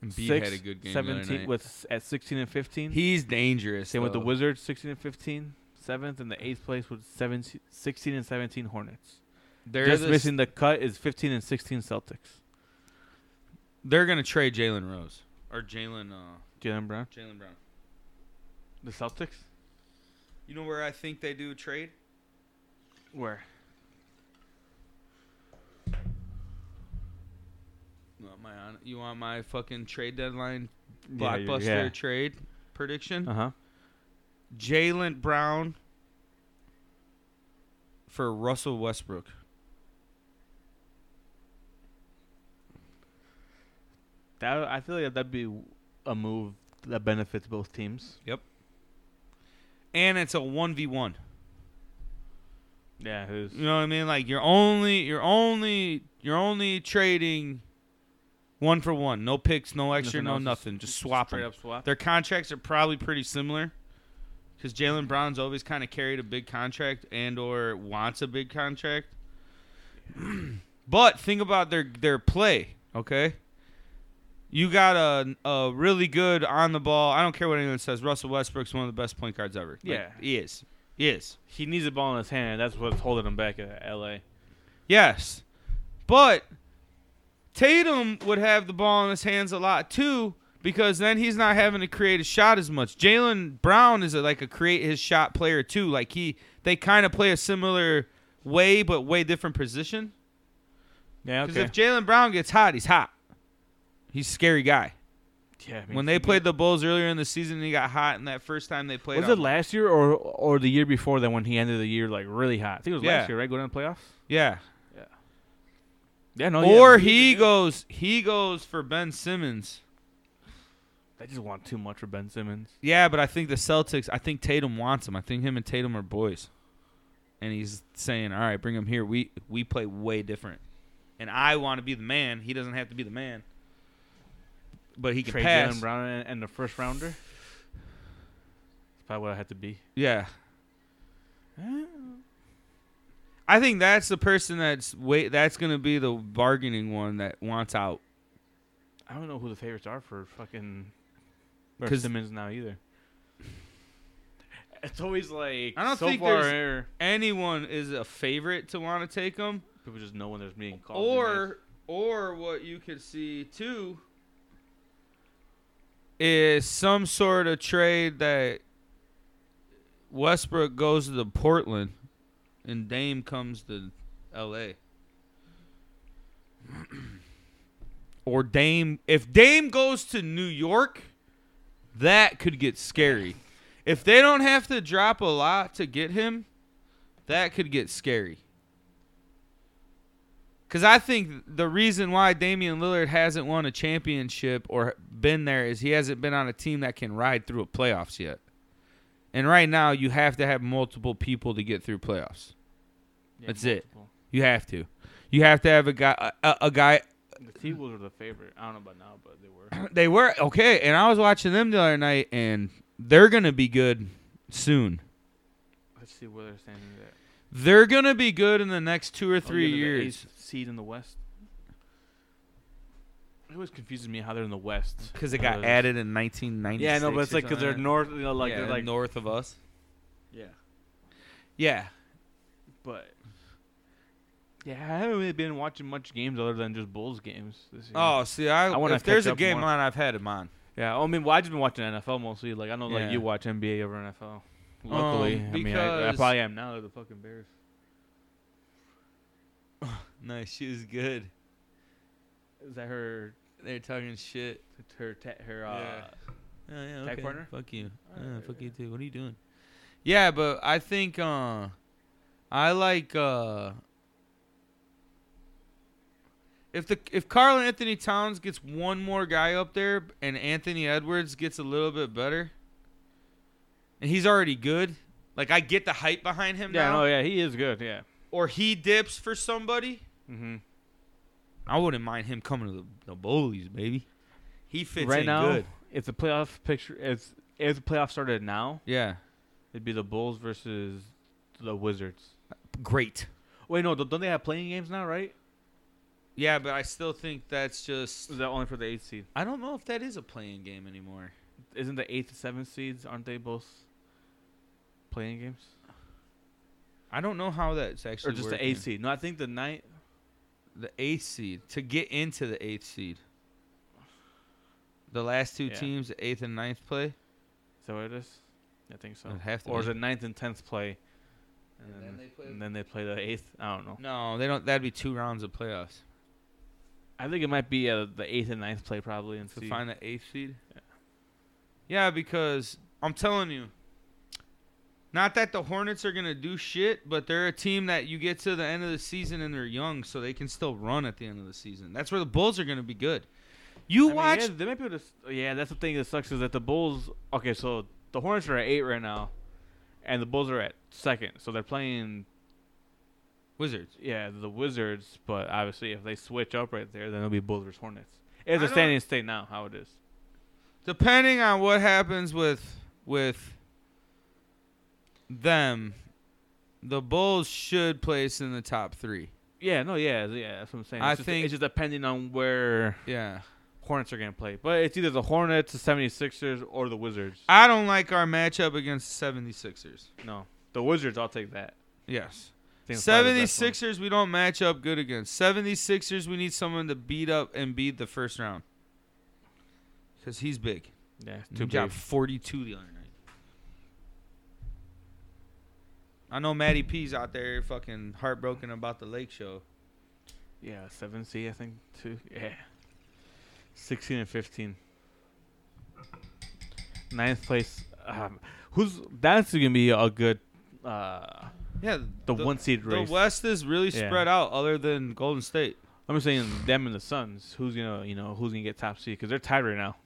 S3: Embiid
S2: six,
S3: had a good game the other
S2: 17
S3: night. Uh,
S2: with at 16 and 15.
S3: He's dangerous.
S2: Same with the
S3: though.
S2: Wizards 16 and 15. Seventh and the eighth place with 17, 16 and 17 Hornets.
S3: They're
S2: Just
S3: the-
S2: missing the cut is 15 and 16 Celtics.
S3: They're gonna trade Jalen Rose or Jalen uh,
S2: Jalen Brown.
S3: Jalen Brown.
S2: The Celtics?
S3: You know where I think they do a trade?
S2: Where?
S3: You want my hon- you want my fucking trade deadline
S2: Yeah, you-
S3: blockbuster
S2: yeah.
S3: trade prediction?
S2: Uh huh.
S3: Jalen Brown for Russell Westbrook.
S2: That I feel like that'd be a move that benefits both teams.
S3: And it's a one v one.
S2: Yeah, it
S3: You know what I mean? Like you're only you're only you're only trading one for one. No picks, no extra,
S2: Nothing
S3: no
S2: else.
S3: nothing. Just swap
S2: straight
S3: 'em.
S2: up swap.
S3: Their contracts are probably pretty similar because Jalen Brown's always kind of carried a big contract and or wants a big contract. but think about their their play, okay? You got a a really good on the ball. I don't care what anyone says. Russell Westbrook's one of the best point guards ever. Like,
S2: Yeah.
S3: he is. He is.
S2: He needs a ball in his hand. That's what's holding him back at L.A.
S3: Yes. But Tatum would have the ball in his hands a lot too because then he's not having to create a shot as much. Jalen Brown is a, like a create his shot player too. Like he, they kind of play a similar way, but way different position.
S2: Yeah,
S3: Because
S2: okay.
S3: if Jalen Brown gets hot, he's hot. He's a scary guy.
S2: yeah, I mean,
S3: When
S2: he
S3: they
S2: can-
S3: played the Bulls earlier in the season, and he got hot. And that first time they played,
S2: was
S3: on-
S2: it last year or or the year before that when he ended the year like really hot? I think it was
S3: Yeah.
S2: last year, right? Going to the playoffs.
S3: yeah.
S2: Oh, Yeah, no.
S3: or
S2: yeah,
S3: he goes, he goes for Ben Simmons.
S2: I just want too much for Ben Simmons.
S3: Yeah, but I think the Celtics. I think Tatum wants him. I think him and Tatum are boys, and he's saying, "All right, bring him here. We we play way different, and I want to be the man. He doesn't have to be the man, but he can
S2: Trade
S3: pass.
S2: Jalen Brown and, and the first rounder. That's probably what I had to be.
S3: Yeah,
S2: Eh,
S3: I think that's the person that's wait. That's gonna be the bargaining one that wants out.
S2: I don't know who the favorites are for fucking for
S3: 'Cause-
S2: Simmons now either. It's always like
S3: I don't
S2: so
S3: think
S2: far
S3: there's-
S2: here,
S3: Anyone is a favorite to want to take him,
S2: people just know when there's being called.
S3: or or what you could see too is some sort of trade that Westbrook goes to Portland and Dame comes to LA. or Dame if Dame goes to New York, that could get scary. If they don't have to drop a lot to get him, that could get scary. Because I think the reason why Damian Lillard hasn't won a championship or been there is he hasn't been on a team that can ride through a playoffs yet. And right now, you have to have multiple people to get through playoffs. that's it. You have to. You have to have a guy. A, a guy.
S2: it. The T Wolves were the favorite. I don't know about now, but they were.
S3: They were okay, and I was watching them the other night, and they're gonna be good soon.
S2: Let's see where they're standing there.
S3: They're gonna be good in the next two or
S2: Oh,
S3: three
S2: yeah, they're the
S3: years.
S2: eighth seed in the West. It always confuses me how they're in the West
S3: Because it got
S2: Uh,
S3: added in 1996.
S2: Yeah, no, but it's like because they're
S3: north,
S2: north. You know, like
S3: like,
S2: they're like
S3: north of us.
S2: yeah,
S3: Yeah,
S2: but yeah, I haven't really been watching much games other than just Bulls games this year.
S3: Oh, see, I,
S2: I wanna
S3: if there's
S2: catch
S3: a
S2: up
S3: game
S2: more.
S3: on, I've had him on.
S2: yeah. I mean, well, I just been watching NFL mostly. Like I know, like
S3: Yeah.
S2: you watch NBA over NFL. Luckily, I mean, I, I
S3: because-
S2: probably am now. They're the fucking Bears.
S3: Nice, she was good.
S2: Is that her?
S3: They're talking shit.
S2: Her? ta- Her? Uh,
S3: Yeah. Oh, yeah,
S2: Tag partner?
S3: Fuck you.
S2: Alright,
S3: Yeah,
S2: there
S3: fuck
S2: we
S3: you too. What are you doing? Yeah, but I think uh, I like uh, if the if Carl Anthony Towns gets one more guy up there and Anthony Edwards gets a little bit better, and he's already good. Like I get the hype behind him
S2: Yeah.
S3: now,
S2: No. Yeah. He is good. Yeah.
S3: or he dips for somebody.
S2: Mm-hmm.
S3: I wouldn't mind him coming to the, the Bowlies, baby. He fits
S2: right
S3: in
S2: now,
S3: good.
S2: if the playoff picture, if if the playoff started now,
S3: Yeah,
S2: it'd be the Bulls versus the Wizards.
S3: great.
S2: Wait, no, don't don't they have playing games now? Right?
S3: Yeah, but I still think that's just.
S2: Is that only for the eighth seed?
S3: I don't know if that is a playing game anymore.
S2: Isn't the eighth and seventh seeds? Aren't they both playing games?
S3: I don't know how that's
S2: Or
S3: actually.
S2: just the
S3: working.
S2: eighth seed? No, I think the ninth.
S3: The eighth seed to get into the eighth seed. The last two
S2: Yeah.
S3: teams, the eighth and ninth play.
S2: Is that what it is? I think so.
S3: It'd have to
S2: or is
S3: be.
S2: it ninth and tenth play?
S3: And
S2: And, then,
S3: then they play-
S2: and then they play the eighth. I don't know.
S3: No, they don't. That'd be two rounds of playoffs
S2: I think it might be uh, the eighth and ninth play probably. And
S3: to
S2: see.
S3: find the eighth seed. Yeah, because I'm telling you, not that the Hornets are gonna do shit, but they're a team that you get to the end of the season and they're young, so they can still run at the end of the season. That's where the Bulls are gonna be good. You
S2: I mean,
S3: watch,
S2: yeah, they might be able to. s- Yeah, that's the thing that sucks is that the Bulls. Okay, so the Hornets are at eight right now, and the Bulls are at second. So they're playing.
S3: Wizards.
S2: Yeah, the Wizards. But obviously, if they switch up right there, then it'll be Bulls versus Hornets. It's
S3: I
S2: a
S3: don't-
S2: standing state now. How it is.
S3: Depending on what happens with with them, the Bulls should place in the top three.
S2: Yeah. No. Yeah. Yeah. That's what I'm saying.
S3: I
S2: It's just-
S3: think-
S2: it's just depending on where
S3: Yeah,
S2: Hornets are gonna play. But it's either the Hornets, the 76ers, or the Wizards.
S3: I don't like our matchup against the 76ers.
S2: No, the Wizards. I'll take that.
S3: Yes.
S2: I think it's probably the best one.
S3: 76ers we don't match up good against. 76ers we need someone to beat up and beat the first round. because he's big.
S2: Yeah, it's
S3: he
S2: too big.
S3: dropped 42 the other night. I know Matty P's out there fucking heartbroken about the Lake Show.
S2: Yeah, seven C I think too. Yeah, sixteen and fifteen. Ninth place. Um, who's that's gonna be a good uh,
S3: Yeah,
S2: the, one seed
S3: The
S2: race.
S3: West is really
S2: Yeah.
S3: spread out, other than Golden State.
S2: I'm just saying them and the Suns. Who's gonna you know who's gonna get top seed because they're tied right now.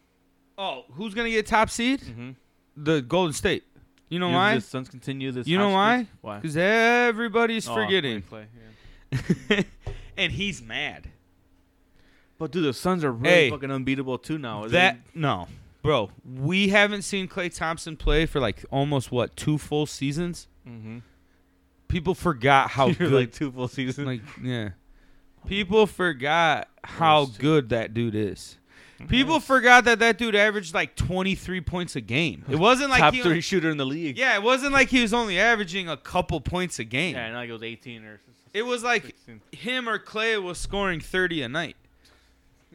S3: Oh, who's gonna get top seed?
S2: Mm-hmm.
S3: The Golden State. You know
S2: You
S3: why?
S2: The Suns continue this.
S3: You know
S2: hot streak? Why?
S3: Because everybody's
S2: Oh, when
S3: forgetting.
S2: they play, yeah.
S3: and he's mad.
S2: But dude, the Suns are really
S3: Hey,
S2: fucking unbeatable too now.
S3: That no, bro. We haven't seen Clay Thompson play for like almost what two full seasons.
S2: mm-hmm.
S3: People forgot how good.
S2: like
S3: Like,
S2: two full seasons.
S3: yeah, people forgot how
S2: Those two.
S3: good that dude is.
S2: Mm-hmm.
S3: People forgot that that dude averaged like 23 points a game. It wasn't like
S2: top
S3: he
S2: three
S3: only-
S2: shooter in the league.
S3: yeah, it wasn't like he was only averaging a couple points a game.
S2: Yeah, and like it was 18 or.
S3: It was like
S2: 16.
S3: him or Clay was scoring 30 a night.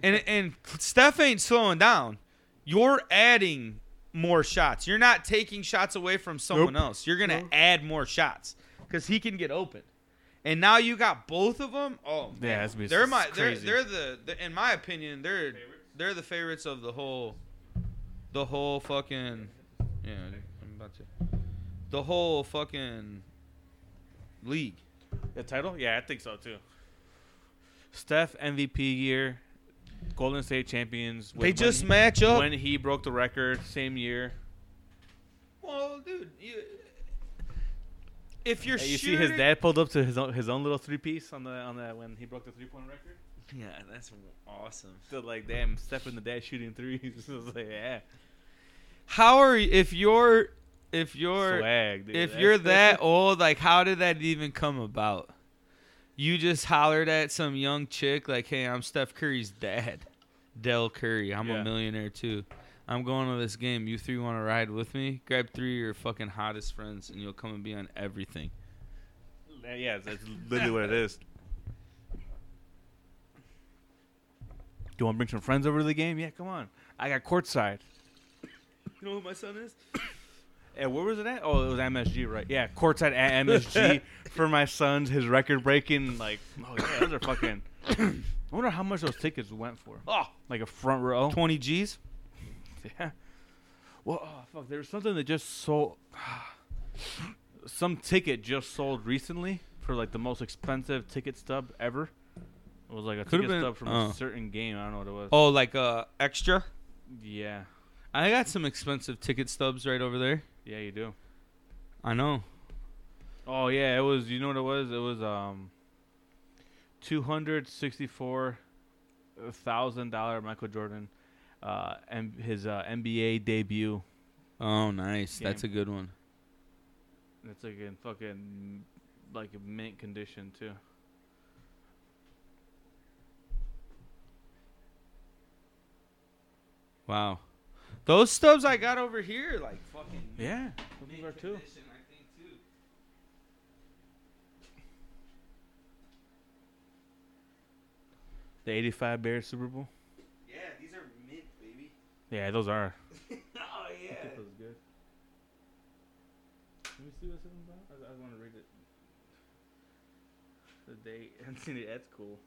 S3: And and Steph ain't slowing down. You're adding more shots. You're not taking shots away from someone
S2: Nope.
S3: else. You're going to
S2: Nope.
S3: add more shots cuz he can get open. And now you got both of them. Oh, man.
S2: Yeah, that's be-
S3: they're
S2: it's
S3: my they're,
S2: crazy.
S3: they're the, the in my opinion, they're they're the favorites of the whole the whole fucking yeah, I'm about to the whole fucking league.
S2: The title? Yeah, I think so too. Steph MVP year, Golden State champions. with
S3: They
S2: when
S3: just
S2: he-
S3: match up.
S2: when he broke the record same year.
S3: Well, dude, you, if you're
S2: Hey, you see
S3: shooting,
S2: his dad pulled up to his own his own little three piece on the on the when he broke the three point record.
S3: Yeah, that's awesome.
S2: So like, damn, Steph and the dad shooting threes. I was like, yeah,
S3: How are you, if you're if you're
S2: swag. Dude,
S3: if
S2: That's-
S3: you're that old? Like, how did that even come about? You just hollered at some young chick like, "Hey, I'm Steph Curry's dad, Dell Curry. I'm
S2: Yeah.
S3: a millionaire too. I'm going to this game. You three want to ride with me? Grab three of your fucking hottest friends, and you'll come and be on everything."
S2: Uh, yeah, that's literally what it is. Do you want to bring some friends over to the game? Yeah, come on. I got courtside.
S3: You know who my son is?
S2: And where was it at? Oh, it was MSG, right? Yeah, courtside at MSG for my son's his record breaking. Like, oh yeah, those are fucking. I wonder how much those tickets went for.
S3: Oh,
S2: Like a front row.
S3: twenty G's.
S2: Yeah. Well, oh, fuck. There was something that just sold. Some ticket just sold recently for like the most expensive ticket stub ever. It was like a
S3: Could've
S2: ticket
S3: been-
S2: stub from
S3: oh.
S2: a certain game. I don't know what it was.
S3: Oh, like uh, extra.
S2: Yeah,
S3: I got some expensive ticket stubs right over there.
S2: yeah, you do.
S3: I know.
S2: Oh yeah, it was. You know what it was? It was um, two hundred sixty-four thousand dollar Michael Jordan, uh, and his uh, NBA debut.
S3: Oh, nice. That's a
S2: Game.
S3: good one.
S2: It's like in fucking like mint condition too.
S3: Wow. Those stubs I got over here, like fucking.
S2: Yeah,
S3: mint
S2: those are too.
S3: condition, I think, too.
S2: The eighty-five Bears Super Bowl.
S3: Yeah, these are mint, baby.
S2: Yeah, those are.
S3: Oh yeah.
S2: good. Let me see what's in the I, I want to read it. The date. I haven't seen it. That's cool.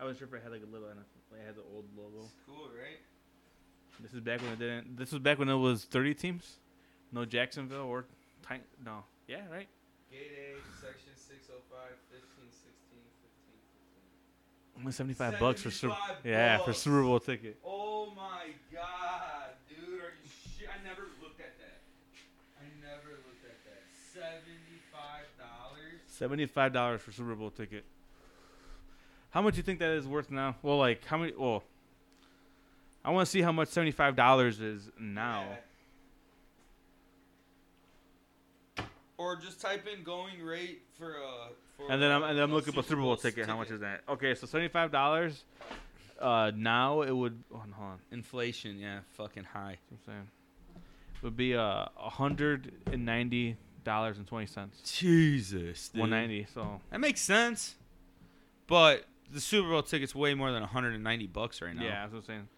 S2: I was sure if it had like a little NFL. It had the old logo.
S3: It's cool, right?
S2: This is back when it didn't. This was back when it was 30 teams, no Jacksonville or Titan. No, yeah, right.
S3: Gate A, section 605, 15, 16, 15.
S2: Only 75 bucks for Super.
S3: 75
S2: Yeah, for
S3: bucks.
S2: Super Bowl ticket.
S3: Oh my god, dude, are you shit? I never looked at that. I never looked at that. Seventy-five dollars.
S2: 75 dollars for Super Bowl ticket. How much do you think that is worth now? Well, like how many? Well, I want to see how much 75 dollars is now.
S3: Or just type in going rate for a. For
S2: And then I'm
S3: a-
S2: and then I'm
S3: a
S2: looking up a Super Bowl ticket. How much is that? Okay, so 75 dollars. Uh, now it would. Oh, hold on.
S3: Inflation, yeah, fucking high.
S2: That's what I'm saying would be uh 190 dollars and 20 cents.
S3: Jesus,
S2: 190. So
S3: That makes sense, but the Super Bowl ticket's way more than 190 bucks right now.
S2: yeah, that's what I'm saying.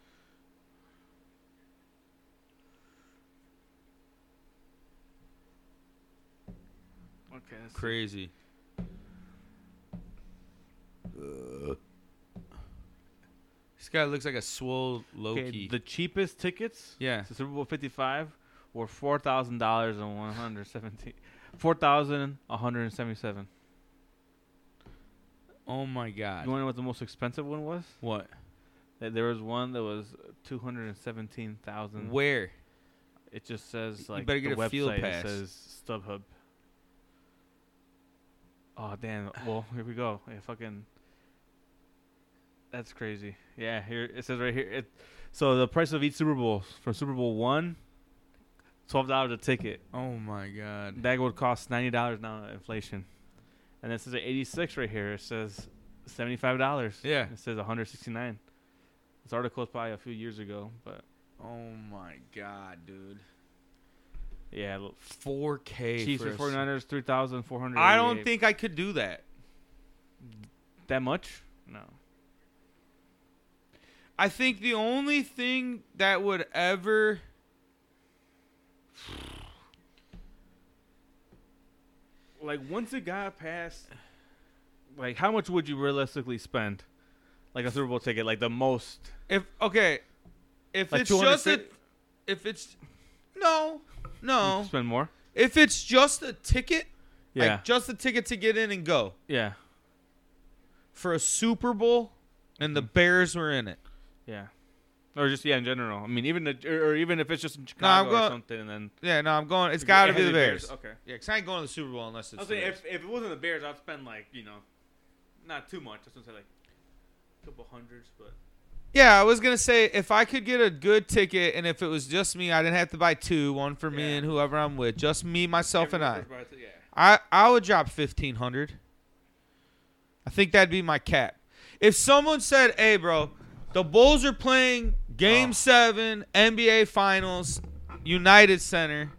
S2: Okay. let's see.
S3: Crazy. This guy looks like a swole
S2: Okay,
S3: Loki.
S2: the cheapest tickets
S3: yeah.
S2: to Super Bowl 55 were four thousand dollars and one hundred seventeen, four thousand one hundred seventy-seven.
S3: Oh my god.
S2: You want to know what the most expensive one was?
S3: What?
S2: Th- There was one that was two hundred and seventeen thousand.
S3: Where?
S2: It just says
S3: You
S2: like
S3: better
S2: the
S3: get a
S2: website
S3: field
S2: it
S3: pass.
S2: says StubHub. Oh damn! Well, here we go. Yeah, fucking. That's crazy. Yeah, here it says right here. It, so the price of each Super Bowl from Super Bowl one, twelve dollars a ticket.
S3: Oh my god.
S2: That would cost ninety dollars now at inflation. And this is at eighty six right here. It says seventy five dollars.
S3: Yeah.
S2: It says one hundred sixty nine. This article was probably a few years ago, but
S3: Oh my god, dude.
S2: yeah. l-
S3: 4K.
S2: Chiefs
S3: for
S2: or
S3: a s-
S2: 49ers, 3,400.
S3: I don't think I could do that.
S2: that much. No.
S3: I think the only thing that would ever.
S2: Like once it got past, like how much would you realistically spend, like a Super Bowl ticket, like the most?
S3: If okay, if
S2: Like
S3: it's just a,
S2: 250
S3: if it's no, no.
S2: Spend more.
S3: If it's just a ticket,
S2: Yeah.
S3: like just a ticket to get in and go
S2: yeah.
S3: for a Super Bowl, and
S2: Mm-hmm.
S3: the Bears were in it.
S2: Yeah. Or just yeah in general. I mean, even the, or, or even if it's just in Chicago or
S3: going-
S2: something, and then
S3: Yeah, no, I'm going. It's got to
S2: It
S3: be
S2: has
S3: the Bears. Yeah, 'cause
S2: Okay.
S3: Yeah, because I ain't going to the Super Bowl unless
S2: I
S3: it's.
S2: was
S3: The
S2: saying
S3: Bears.
S2: if, if it wasn't the Bears, I'd spend like you know, not too much. I was gonna say like a couple hundreds, but
S3: yeah, I was gonna say if I could get a good ticket, and if it was just me, I didn't have to buy two, one for me
S2: Yeah.
S3: and whoever I'm with, just me, myself, and I.
S2: Everyone says, Yeah.
S3: I I would drop fifteen hundred. I think that'd be my cap. If someone said, "Hey, bro, the Bulls are playing Game
S2: Oh.
S3: Seven NBA Finals, United Center,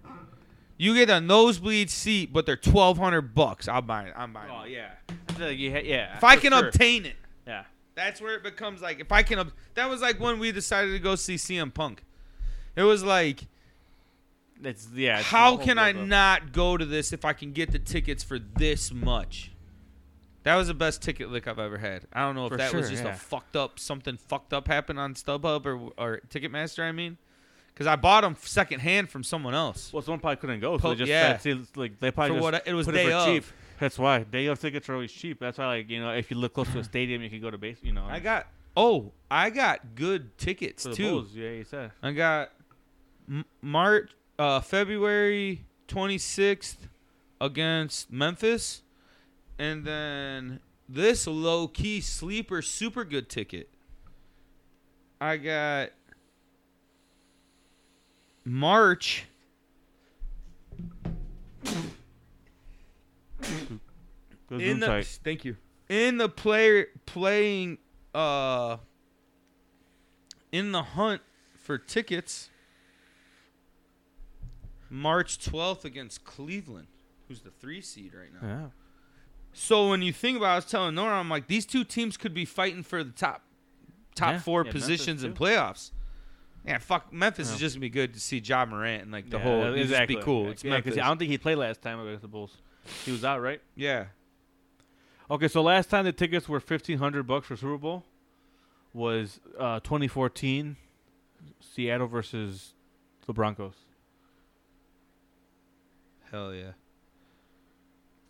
S3: you get a nosebleed seat, but they're twelve hundred bucks," I'll buy it. I'm buying.
S2: Oh
S3: it.
S2: yeah. I feel like you ha- yeah.
S3: If I
S2: for
S3: can
S2: sure.
S3: obtain it,
S2: Yeah.
S3: that's where it becomes like if I can. Ob- that was like when we decided to go see CM Punk. It was like
S2: It's yeah. it's
S3: how
S2: a whole
S3: can I
S2: buildup.
S3: not go to this if I can get the tickets for this much? That was the best ticket lick I've ever had. I don't know if
S2: For
S3: that was
S2: sure,
S3: just
S2: yeah.
S3: a fucked up something fucked up happened on StubHub or or Ticketmaster. I mean, because I bought them secondhand from someone else.
S2: Well, someone probably couldn't go, so
S3: Po-
S2: they just
S3: yeah.
S2: that's it, like they probably
S3: For
S2: just
S3: what- it was
S2: put
S3: day
S2: it for
S3: of.
S2: cheap. That's why day of tickets are always cheap. That's why like you know if you live close to a stadium, you can go to base. You know.
S3: I got oh I got good tickets
S2: for the
S3: too.
S2: Bulls. Yeah, you said.
S3: I got M- March, uh, February 26th against Memphis, and then this low key sleeper super good ticket. I got March.
S2: Go
S3: in
S2: Zoom
S3: the
S2: site.
S3: thank you in the player playing uh in the hunt for tickets March 12th against Cleveland who's the 3 seed right now.
S2: Yeah.
S3: So when you think about it, I was telling Nora I'm like these two teams could be fighting for the top top
S2: Yeah,
S3: 4
S2: yeah, Memphis
S3: positions in
S2: too.
S3: playoffs. Yeah, fuck Memphis
S2: Yeah.
S3: is just gonna be good to see Ja Morant and like the
S2: Yeah,
S3: whole it'd just
S2: exactly.
S3: be cool.
S2: Yeah,
S3: It's
S2: yeah, 'cause
S3: Memphis.
S2: I don't think he played last time against the Bulls. He was out, right?
S3: yeah.
S2: Okay, so last time the tickets were fifteen hundred bucks for Super Bowl was uh, twenty fourteen, Seattle versus the Broncos.
S3: Hell yeah.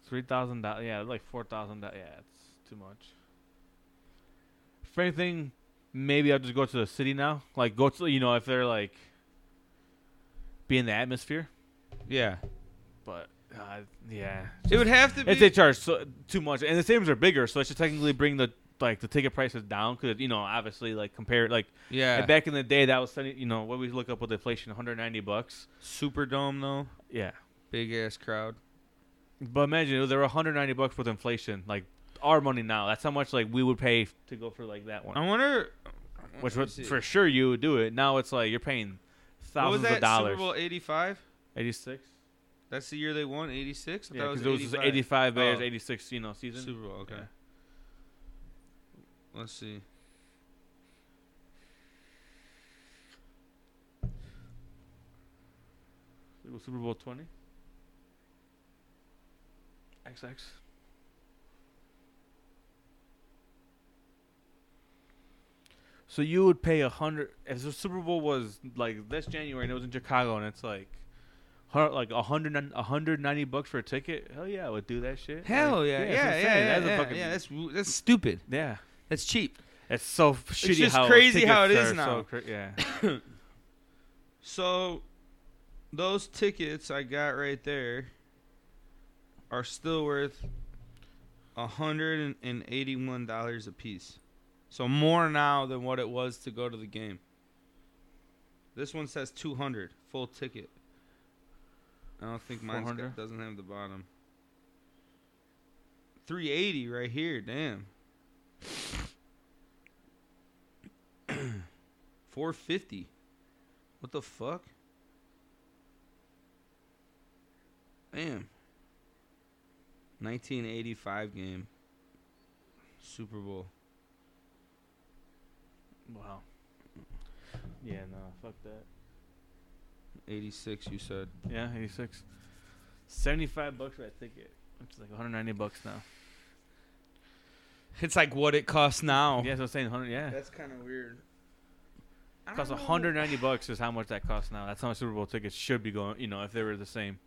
S2: Three thousand dollars, yeah, like four thousand dollars. Yeah, it's too much. If anything, maybe I'll just go to the city now. Like go to you know if they're like be in the atmosphere,
S3: Yeah.
S2: but uh, yeah,
S3: It would have to be
S2: if they charge so, too much, and the stadiums are bigger, so it should technically bring the like the ticket prices down because you know obviously like compare like
S3: Yeah.
S2: and back in the day that was 70, you know what we look up with inflation 190 bucks.
S3: Superdome though,
S2: Yeah,
S3: big ass crowd.
S2: But imagine they were 190 bucks with inflation, like our money now. That's how much like we would pay f- to go for like that one.
S3: I wonder. let me
S2: Which would,
S3: Uh, see.
S2: for sure you would do it. Now it's like you're paying
S3: what was
S2: thousands
S3: that
S2: of dollars.
S3: Super Bowl '85?
S2: 86.
S3: That's the year they won '86.
S2: Yeah, because it was 85, Bears, 86, you know, season.
S3: Oh. Super Bowl. Okay.
S2: Yeah.
S3: Let's see.
S2: It was Super Bowl 20. XX. So you would pay a hundred if the Super Bowl was like this January and it was in Chicago and it's like, hun- like a hundred and- a hundred ninety bucks for a ticket. Hell yeah, I would do that shit.
S3: Hell
S2: Like,
S3: yeah, yeah,
S2: that's what
S3: yeah,
S2: I'm
S3: yeah,
S2: saying.
S3: yeah,
S2: That's a fucking-
S3: yeah, That's that's stupid.
S2: yeah.
S3: That's cheap.
S2: It's so f- shitty.
S3: It's just
S2: how
S3: crazy how
S2: tickets
S3: it is
S2: are
S3: now.
S2: So cra- yeah.
S3: So, those tickets I got right there are still worth hundred and eighty-one dollars a piece. So more now than what it was to go to the game. This one says two hundred full ticket. I don't think mine
S2: 400?
S3: doesn't have the bottom. Three eighty right here. Damn. Four fifty. What the fuck? Damn. 1985 game. Super Bowl.
S2: Wow. Yeah, no, fuck that.
S3: 86, you said.
S2: Yeah, 86. 75 bucks for that ticket. Which is like 190 bucks now.
S3: It's like what it costs now.
S2: Yeah, so I'm saying 100. Yeah.
S3: That's kind of weird. I
S2: Costs
S3: don't know.
S2: 190 bucks is how much that costs now. That's how much Super Bowl tickets should be going, you know, if they were the same.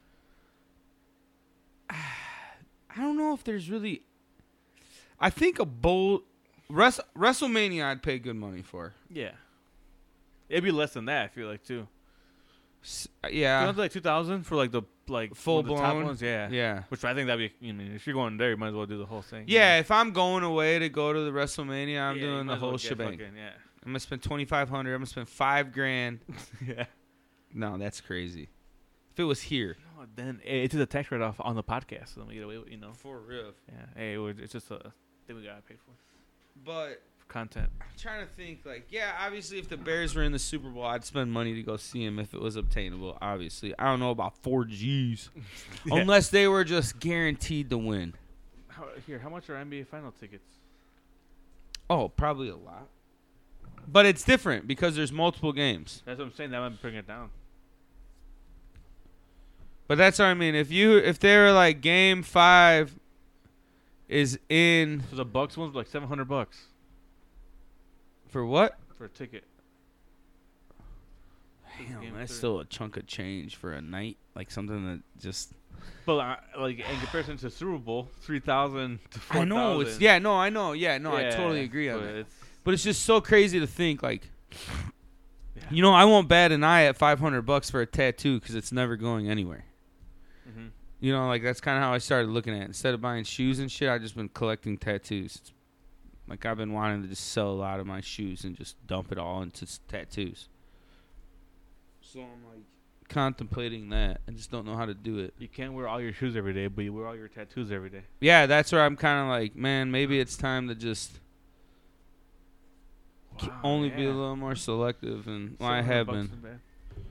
S3: I don't know if there's really. I think a bowl. Wres- WrestleMania, I'd pay good money for.
S2: Yeah. It'd be less than that, I feel like, too.
S3: S-
S2: You
S3: yeah.
S2: know, like 2000 for like the like
S3: Full
S2: one of the top
S3: blown?
S2: ones, yeah.
S3: yeah.
S2: Which I think that'd be, you know, if you're going there, you might as well do the whole thing. you
S3: Yeah,
S2: know?
S3: if I'm going away to go to the WrestleMania, I'm
S2: Yeah, you
S3: doing
S2: might
S3: the
S2: as well
S3: whole
S2: get
S3: shebang.
S2: fucking- yeah.
S3: I'm gonna spend twenty five hundred. I'm gonna spend five grand.
S2: yeah.
S3: No, that's crazy. If it was here,
S2: No, then it- it's a tax write off on the podcast. So then we get away, with- you know.
S3: for real.
S2: Yeah. Hey, we're- it's just a thing we gotta pay for.
S3: But
S2: for content.
S3: I'm trying to think. Like, yeah, obviously, if the Bears were in the Super Bowl, I'd spend money to go see them if it was obtainable. Obviously, I don't know about four Gs,
S2: Yeah.
S3: unless they were just guaranteed to win.
S2: How, here, how much are NBA final tickets?
S3: Oh, probably a lot. But it's different because there's multiple games.
S2: That's what I'm saying. That might bring it down.
S3: But that's what I mean. If you if they were like game five is in
S2: So the Bucks ones were like 700 bucks
S3: for what?
S2: for a ticket. This
S3: Damn,
S2: game
S3: that's
S2: three.
S3: still a chunk of change for a night, like something that just.
S2: But uh, like in comparison to Super Bowl, 3,000 to 4,000.
S3: I know it's yeah, no, I know, yeah, no, I totally
S2: Yeah,
S3: agree on
S2: but
S3: that.
S2: It's,
S3: But it's just so crazy to think, like,
S2: Yeah.
S3: you know, I won't bat an eye at five hundred bucks for a tattoo because it's never going anywhere.
S2: mhm.
S3: You know, like that's kind of how I started looking at. it. Instead of buying shoes and shit, I've just been collecting tattoos. It's, like I've been wanting to just sell a lot of my shoes and just dump it all into s- tattoos. So I'm like contemplating that. I just don't know how to do it.
S2: You can't wear all your shoes every day, but you wear all your tattoos every day.
S3: yeah, that's where I'm kind of like, man, maybe it's time to just k-
S2: Wow,
S3: only be a
S2: yeah.
S3: little more selective, and well, I
S2: 700
S3: have
S2: bucks
S3: been.
S2: in bed.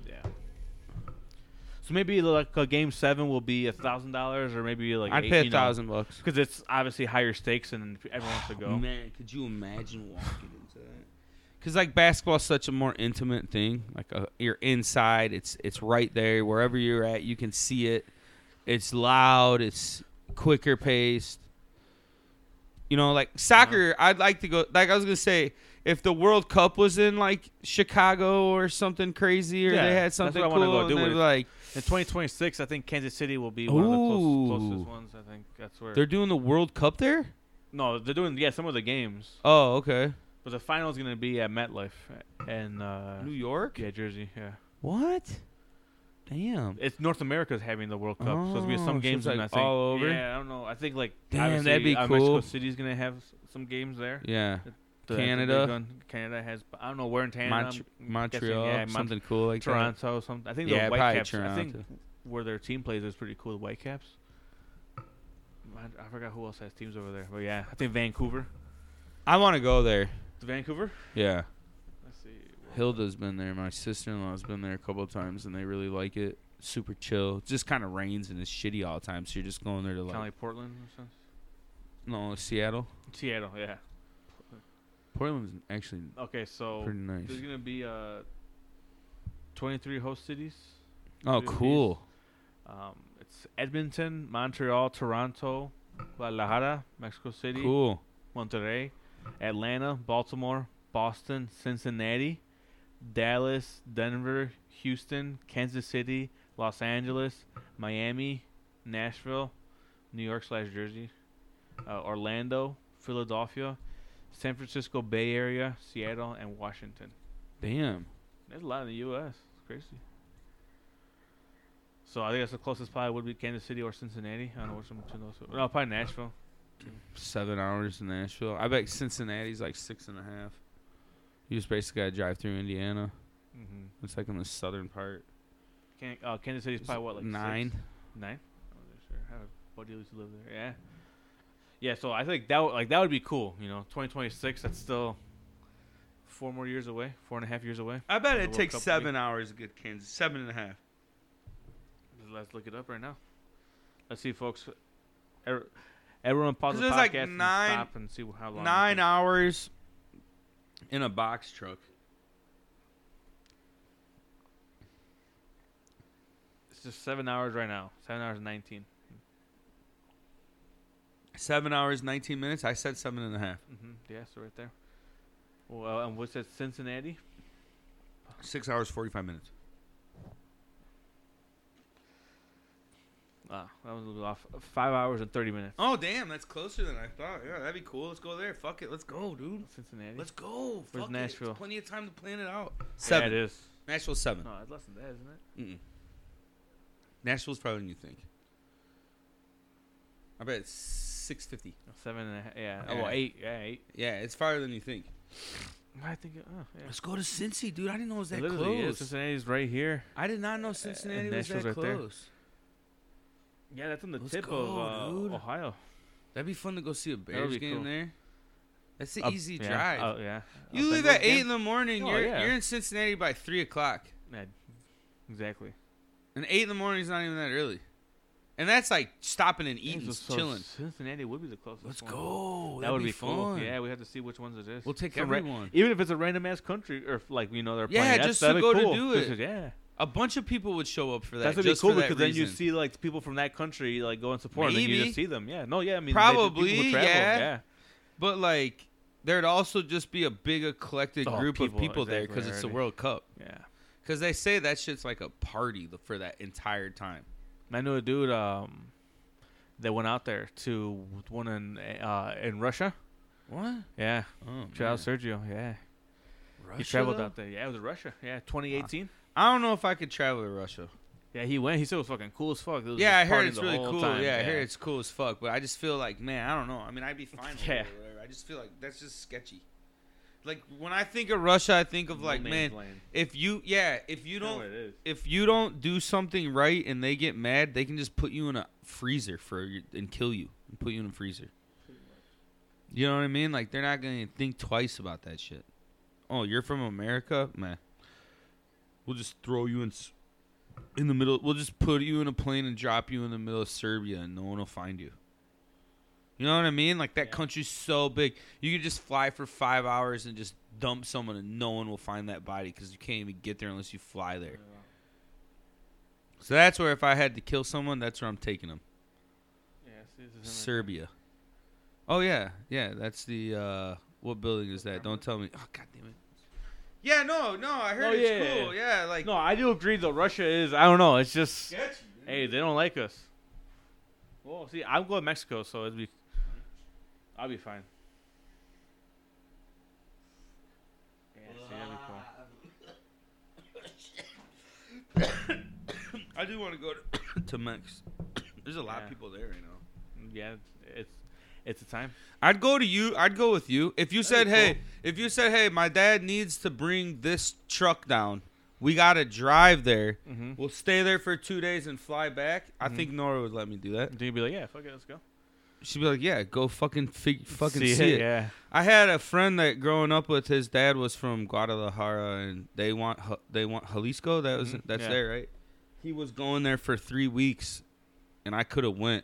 S2: Yeah. So maybe like a game seven will be a thousand dollars, or maybe like
S3: I'd
S2: eight,
S3: pay
S2: you
S3: a
S2: know,
S3: thousand bucks.
S2: because it's obviously higher stakes and everyone wants to go.
S3: Man, could you imagine walking into that? Because like basketball's such a more intimate thing. Like uh, you're inside, it's it's right there. Wherever you're at, you can see it. It's loud. It's quicker paced. You know, like soccer.
S2: Uh-huh.
S3: I'd like to go. Like I was gonna say, if the World Cup was in like Chicago or something crazy, or
S2: Yeah,
S3: they had
S2: that's what
S3: something
S2: I
S3: cool,
S2: wanna go
S3: and
S2: do
S3: they'd
S2: it.
S3: be like
S2: In 2026, I think Kansas City will be one of the
S3: Ooh.
S2: close, closest ones. I think that's where.
S3: they're doing the World Cup there.
S2: no, they're doing yeah some of the games,
S3: Oh, okay.
S2: but the final's gonna be at MetLife and uh,
S3: New York.
S2: yeah Jersey. Yeah,
S3: What? Damn.
S2: it's North America's having the World Cup, so it's gonna be some
S3: Oh, so it's,
S2: games and
S3: like,
S2: I think
S3: all over?
S2: Yeah, I don't know. I think like
S3: Damn,
S2: obviously,
S3: that'd be
S2: uh,
S3: cool.
S2: Mexico City's gonna have s- some games there.
S3: Yeah.
S2: So I think they're
S3: Canada.
S2: gonna- Canada has. I don't know where in Canada.
S3: Mont-
S2: I'm
S3: Montreal,
S2: yeah, Mont-
S3: something cool like that.
S2: Toronto, something. I think
S3: Yeah,
S2: the
S3: probably
S2: Whitecaps. I
S3: Toronto.
S2: think where their team plays is pretty cool. The Whitecaps. I, I forgot who else has teams over there, but yeah, I think Vancouver.
S3: I want to go there.
S2: Vancouver.
S3: Yeah,
S2: Let's see.
S3: Hilda's been there. My sister-in-law's been there a couple of times, and they really like it. Super chill. It just kind of rains and it's shitty all the time, so you're just going there to like
S2: Kind of like Portland or something.
S3: no Seattle.
S2: Seattle, yeah.
S3: Portland's actually
S2: Okay, so
S3: pretty nice.
S2: there's gonna be uh, 23 host cities.
S3: Oh,
S2: good piece.
S3: cool.
S2: Um, it's Edmonton, Montreal, Toronto, Guadalajara, Mexico City,
S3: Cool.
S2: Monterrey, Atlanta, Baltimore, Boston, Cincinnati, Dallas, Denver, Houston, Kansas City, Los Angeles, Miami, Nashville, New York slash Jersey, uh, Orlando, Philadelphia, San Francisco Bay Area, Seattle, and Washington.
S3: Damn.
S2: There's a lot in the U.S. It's crazy. So I think that's the closest probably would be Kansas City or Cincinnati. I don't know which one between those. two. No, probably Nashville.
S3: Seven hours in Nashville. I bet Cincinnati's like six and a half. You just basically gotta drive through Indiana.
S2: Mm-hmm.
S3: It's like in the southern part.
S2: Can, uh, Kansas City's
S3: Is
S2: probably
S3: it
S2: what like
S3: nine?
S2: six? Nine. Oh, they're sure. How buddy used to live there. Yeah. Yeah. So I think that would, like that would be cool. You know, 2026. That's still four more years away. Four and a half years away.
S3: I bet
S2: it takes seven
S3: hours to get Kansas. Seven and a half.
S2: Let's look it up right now. Let's see, folks. Er- Everyone
S3: 'Cause
S2: pause the podcast
S3: there's, like,
S2: and
S3: nine-
S2: stop and see how long. it
S3: Nine
S2: takes.
S3: hours in a box truck.
S2: It's just seven hours right now. Seven hours and 19.
S3: Seven hours, nineteen minutes. I said seven and a half.
S2: Mm-hmm. Yeah, so right there. Well, and what's that? Cincinnati.
S3: Six hours, forty-five minutes.
S2: Ah, that was a little off. Five hours and 30 minutes.
S3: Oh damn, that's closer than I thought. Yeah, that'd be cool. Let's go there. Fuck it, let's go, dude.
S2: Cincinnati.
S3: Let's go.
S2: Where's
S3: Fuck It.
S2: Nashville?
S3: It's plenty of time to plan it out.
S2: yeah, Oh.
S3: Seven.
S2: it is.
S3: Nashville's seven.
S2: No, it's less than that, isn't it?
S3: Mm-mm. Nashville's probably than you think. I bet it's six fifty.
S2: Seven and a half. Yeah.
S3: Yeah.
S2: Oh, well, eight. Yeah, eight.
S3: Yeah, it's farther than you think.
S2: I think. it- Oh, yeah.
S3: Let's go to Cincy, dude. I didn't know it was
S2: It
S3: that
S2: literally is.
S3: close.
S2: Cincinnati's right here.
S3: I did not know Cincinnati
S2: and
S3: was that
S2: Nashville's Uh, right there.
S3: close.
S2: Yeah, that's on the
S3: Let's
S2: tip
S3: go,
S2: of
S3: dude.
S2: uh, Ohio.
S3: That'd be fun to go see a Bears
S2: be
S3: game
S2: cool.
S3: there. That's an
S2: Up-
S3: easy
S2: yeah,
S3: drive.
S2: Oh yeah.
S3: you
S2: Up
S3: leave
S2: Bengals
S3: at eight
S2: game?
S3: in the morning.
S2: Oh,
S3: you're
S2: yeah.
S3: you're in Cincinnati by three o'clock.
S2: Yeah, exactly.
S3: And eight in the morning is not even that early. And that's like stopping and
S2: Yeah,
S3: eating,
S2: so- so
S3: chilling.
S2: Cincinnati would be the closest.
S3: Let's
S2: one.
S3: go.
S2: That would be, cool. Yeah, we have to see which ones it is.
S3: We'll take
S2: Some ra-
S3: everyone.
S2: even if it's a random ass country or if, like you know they're
S3: Yeah,
S2: playing.
S3: just
S2: that's, that'd
S3: to go
S2: be
S3: to
S2: cool.
S3: do
S2: Just
S3: it.
S2: 'cause- yeah,
S3: A bunch of people would show up for that.
S2: that's gonna be
S3: just
S2: cool
S3: for that
S2: because then you
S3: reason.
S2: see like people from that country like go and support, and then you
S3: Maybe.
S2: just see them. Yeah, no, yeah, I mean they-
S3: Probably,
S2: people travel.
S3: yeah.
S2: yeah.
S3: But like, there'd also just be a big eclectic
S2: Oh,
S3: group
S2: people,
S3: of people there
S2: exactly,
S3: because it's the
S2: already.
S3: World Cup.
S2: yeah.
S3: Because they say that shit's like a party th- for that entire time.
S2: And I knew a dude um, that went out there to one in uh, in Russia.
S3: What?
S2: Yeah,
S3: Oh,
S2: shout out
S3: man.
S2: Sergio. Yeah, he
S3: Russia,
S2: traveled
S3: though?
S2: out there. Yeah, it was Russia. Yeah, 2018.
S3: I don't know if I could travel to Russia.
S2: Yeah, he went. He said it was fucking cool as fuck. It was
S3: Yeah, I
S2: just
S3: heard
S2: partying
S3: it's
S2: the
S3: really
S2: whole
S3: cool.
S2: time.
S3: Yeah, I hear it's cool as fuck. But I just feel like, man, I don't know. I mean, I'd be fine. with it
S2: Yeah.
S3: Or whatever. I just feel like that's just sketchy. Like when I think of Russia, I think of
S2: No
S3: like, man,
S2: man's land.
S3: if you, yeah, if you
S2: Kinda
S3: don't,
S2: what it is.
S3: if you don't do something right and they get mad, they can just put you in a freezer for your- and kill you and put you in a freezer. You know what I mean? Like they're not gonna think twice about that shit. Oh, you're from America, man. We'll just throw you in s- in the middle. We'll just put you in a plane and drop you in the middle of Serbia, and no one will find you. You know what I mean? Like that
S2: Yeah.
S3: country's so big, you could just fly for five hours and just dump someone, and no one will find that body because you can't even get there unless you fly there. So that's where if I had to kill someone, that's where I'm taking them.
S2: Yeah, see, this is him right
S3: Serbia. Oh yeah, yeah. That's the uh what building is that? Don't tell me. Oh god damn it. Yeah, no, no. I heard
S2: Oh,
S3: it's
S2: yeah,
S3: cool. Yeah, like
S2: there. No, I do agree though. Russia is. I don't know. It's just.
S3: sketchy.
S2: Hey, they don't like us. Well, see, I'm going to Mexico, so it'd be. I'll be fine. Yeah, see, that'd be cool.
S3: I do want to go to, to Mex. There's a lot
S2: Yeah.
S3: of people there right now.
S2: Yeah, it's it's the time.
S3: I'd go to you. I'd go with you. If you
S2: That'd
S3: said,
S2: be
S3: "Hey,"
S2: cool.
S3: if you said, "Hey, my dad needs to bring this truck down. We gotta drive there.
S2: Mm-hmm.
S3: We'll stay there for two days and fly back." I
S2: Mhm.
S3: think Nora would let me do that.
S2: Do you be like, yeah, fuck it, let's go.
S3: She'd be like, "Yeah, go fucking fig- fucking see, it."
S2: Yeah.
S3: I had a friend that growing up with his dad was from Guadalajara, and they want Ja- they want Jalisco. That was
S2: Mhm,
S3: that's
S2: yeah.
S3: there, right? He was going there for three weeks, and I could have went,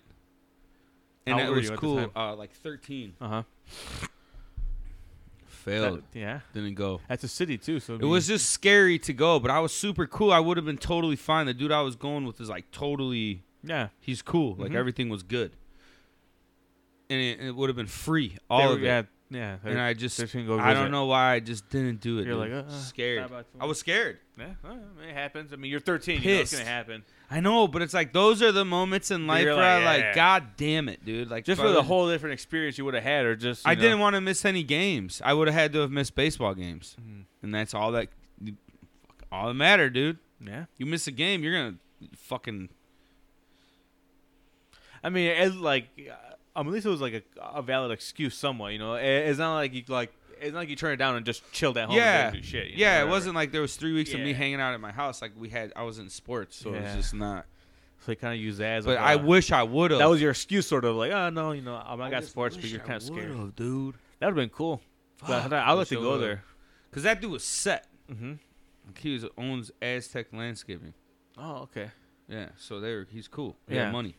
S3: and
S2: How
S3: that
S2: old were
S3: was Uh,
S2: you at the
S3: cool.
S2: time?
S3: Uh, like thirteen.
S2: Uh huh.
S3: failed.
S2: Uh-huh. yeah,
S3: Didn't go.
S2: that's a city too. So I
S3: It
S2: mean,
S3: was just scary to go, but I was super cool. I would have been totally fine. The dude I was going with is like totally.
S2: yeah.
S3: He's cool. Like
S2: Mhm.
S3: everything was good. And it, it would have been free. All
S2: They
S3: of
S2: were-
S3: it.
S2: Yeah, yeah.
S3: and I just.
S2: they're just gonna go
S3: I don't
S2: visit.
S3: know why I just didn't do it.
S2: You're
S3: dude.
S2: like, uh, uh,
S3: scared.
S2: bye bye
S3: I was scared.
S2: Yeah, well, it happens. I mean, you're 13. You know it's
S3: Pissed.
S2: gonna happen.
S3: I know, but it's like those are the moments in life
S2: You're
S3: where
S2: like,
S3: I like,
S2: yeah.
S3: God damn it, dude! Like,
S2: Just
S3: if I
S2: for the
S3: would've-
S2: whole different experience you would have had, or just
S3: I didn't want to miss any games. I would have had to have missed baseball games,
S2: Mhm.
S3: and that's all that, fuck, all that mattered, dude.
S2: Yeah,
S3: You miss a game, you're gonna fucking
S2: I mean, it, like, uh, um, at least it was like a, a valid excuse, somewhat. You know, it, it's not like you like. It's not like you turn it down and just chilled at home.
S3: yeah,
S2: and didn't do shit. you know,
S3: yeah.
S2: whatever.
S3: it wasn't like there was three weeks of me
S2: Yeah.
S3: hanging out at my house. Like we had, I was in sports, so it was
S2: Yeah.
S3: just not.
S2: So they kind of used that as.
S3: But
S2: like
S3: I
S2: a-
S3: wish I would have.
S2: That was your excuse, sort of like, oh no, you know, I, I got sports, but you're kind of scared.
S3: dude.
S2: That would have been cool. But
S3: Fuck,
S2: I- I'd like
S3: wish
S2: to
S3: I
S2: go
S3: would've.
S2: there.
S3: Cause that dude was set.
S2: Mm-hmm.
S3: Like, he was, owns Aztec Landscaping.
S2: Oh, okay.
S3: Yeah, so there he's cool. He yeah,
S2: Yeah.
S3: had money.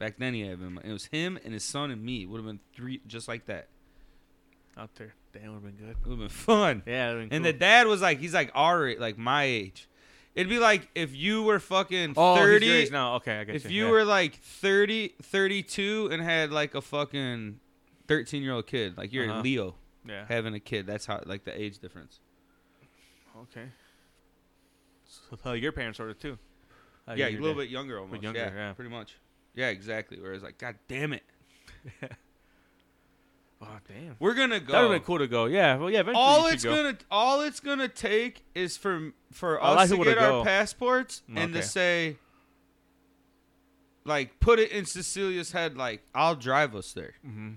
S3: Back then he had him. It was him and his son and me. Would have been three just like that.
S2: Out there, damn, would have been good.
S3: It would have been fun.
S2: Yeah, would've been
S3: And
S2: cool.
S3: the dad was like, he's like our age, like my age. It'd be like if you were fucking
S2: oh, he's your
S3: 30.
S2: age now. Okay, I get
S3: if
S2: you.
S3: you
S2: yeah.
S3: were like 30, 32 and had like a fucking 13 year old kid, like you're
S2: Uh-huh.
S3: a Leo
S2: yeah,
S3: having a kid. That's how, like the age difference.
S2: okay. So uh, your parents ordered too. Uh,
S3: yeah, a
S2: your
S3: little
S2: dad.
S3: bit younger almost.
S2: younger,
S3: yeah,
S2: yeah.
S3: pretty much. Yeah, exactly. Where it's like, God damn it.
S2: Oh damn.
S3: We're going to go.
S2: That would have been cool to go. Yeah. Well, yeah. Eventually
S3: all
S2: you should
S3: it's
S2: go.
S3: gonna all it's gonna take is for for
S2: A lot of
S3: us to
S2: people to
S3: get our
S2: go.
S3: passports
S2: Mm,
S3: and to
S2: okay.
S3: say like put it in Cecilia's head like I'll drive us there.
S2: Mhm.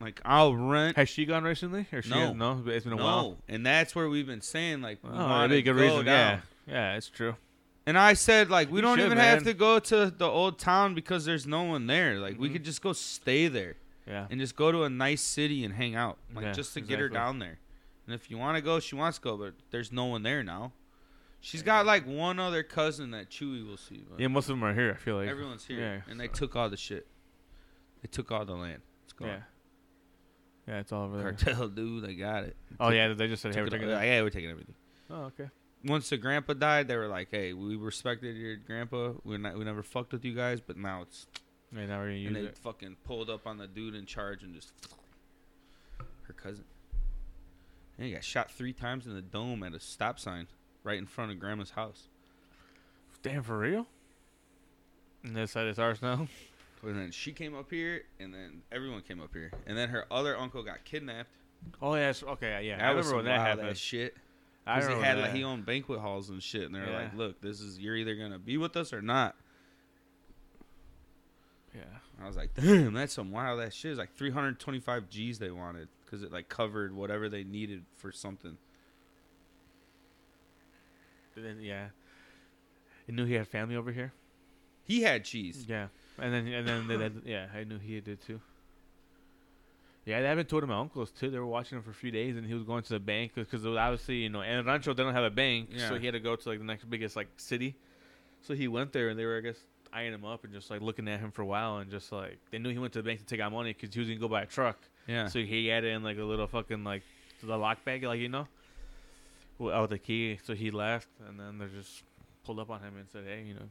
S3: Like I'll rent
S2: Has she gone recently? Or she
S3: No.
S2: has- no, it's been a while.
S3: No. And that's where we've been saying like we
S2: Oh,
S3: want
S2: that'd be
S3: to
S2: a good
S3: go
S2: reason.
S3: down.
S2: Yeah, yeah, it's true.
S3: And I said like we
S2: You
S3: don't
S2: should,
S3: even have
S2: man.
S3: to go to the old town because there's no one there. Like we
S2: Mhm.
S3: could just go stay there
S2: Yeah,
S3: and just go to a nice city and hang out. Like
S2: Yeah,
S3: just to get her
S2: exactly.
S3: down there. And if you want to go, she wants to go, but there's no one there now. She's got like one other cousin that Chewy will see. But
S2: yeah. Most of them are here. I feel like
S3: everyone's here,
S2: yeah,
S3: and they took all the shit. They took all the land. It's
S2: Yeah,
S3: gone.
S2: yeah, it's all over there.
S3: Cartel, dude, they got it.
S2: Oh yeah, they just said hey,
S3: Took
S2: we're
S3: it
S2: taking
S3: all-
S2: that.
S3: yeah, we're taking everything.
S2: Oh okay.
S3: Once the grandpa died, they were like, "Hey, we respected your grandpa. We not, we never fucked with you guys, but now it's."
S2: Yeah, now we're gonna use
S3: and they
S2: it.
S3: fucking pulled up on the dude in charge and just her cousin. And he got shot three times in the dome at a stop sign right in front of grandma's house.
S2: Damn, for real? And they said it's ours now.
S3: And then she came up here, and then everyone came up here, and then her other uncle got kidnapped.
S2: Oh yeah, it's, okay, yeah.
S3: That
S2: I
S3: was
S2: remember
S3: some
S2: when that
S3: wild
S2: happened.
S3: ass shit.
S2: I
S3: 'Cause
S2: remember
S3: they had
S2: that.
S3: like he owned banquet halls and shit, and they're like,
S2: Yeah.
S3: "Look, this is you're either gonna be with us or not."
S2: yeah.
S3: I was like, "Damn, that's some wild ass shit." It's like 325 G's they wanted because it like covered whatever they needed for something.
S2: And then, yeah. I knew he had family over here.
S3: He had cheese.
S2: Yeah, and then and then they, they- yeah, I knew he did too. Yeah, they haven't told him my uncles too. They were watching him for a few days, and he was going to the bank because obviously you know, and Rancho they don't have a bank, so
S3: Yeah.
S2: he had to go to like the next biggest like city. So he went there, and they were I guess eyeing him up and just like looking at him for a while, and just like they knew he went to the bank to take out money because he was gonna go buy a truck.
S3: Yeah.
S2: So he had it in like a little fucking like the lock bag, like you know, without the key. So he left, and then they just pulled up on him and said, "Hey, you know."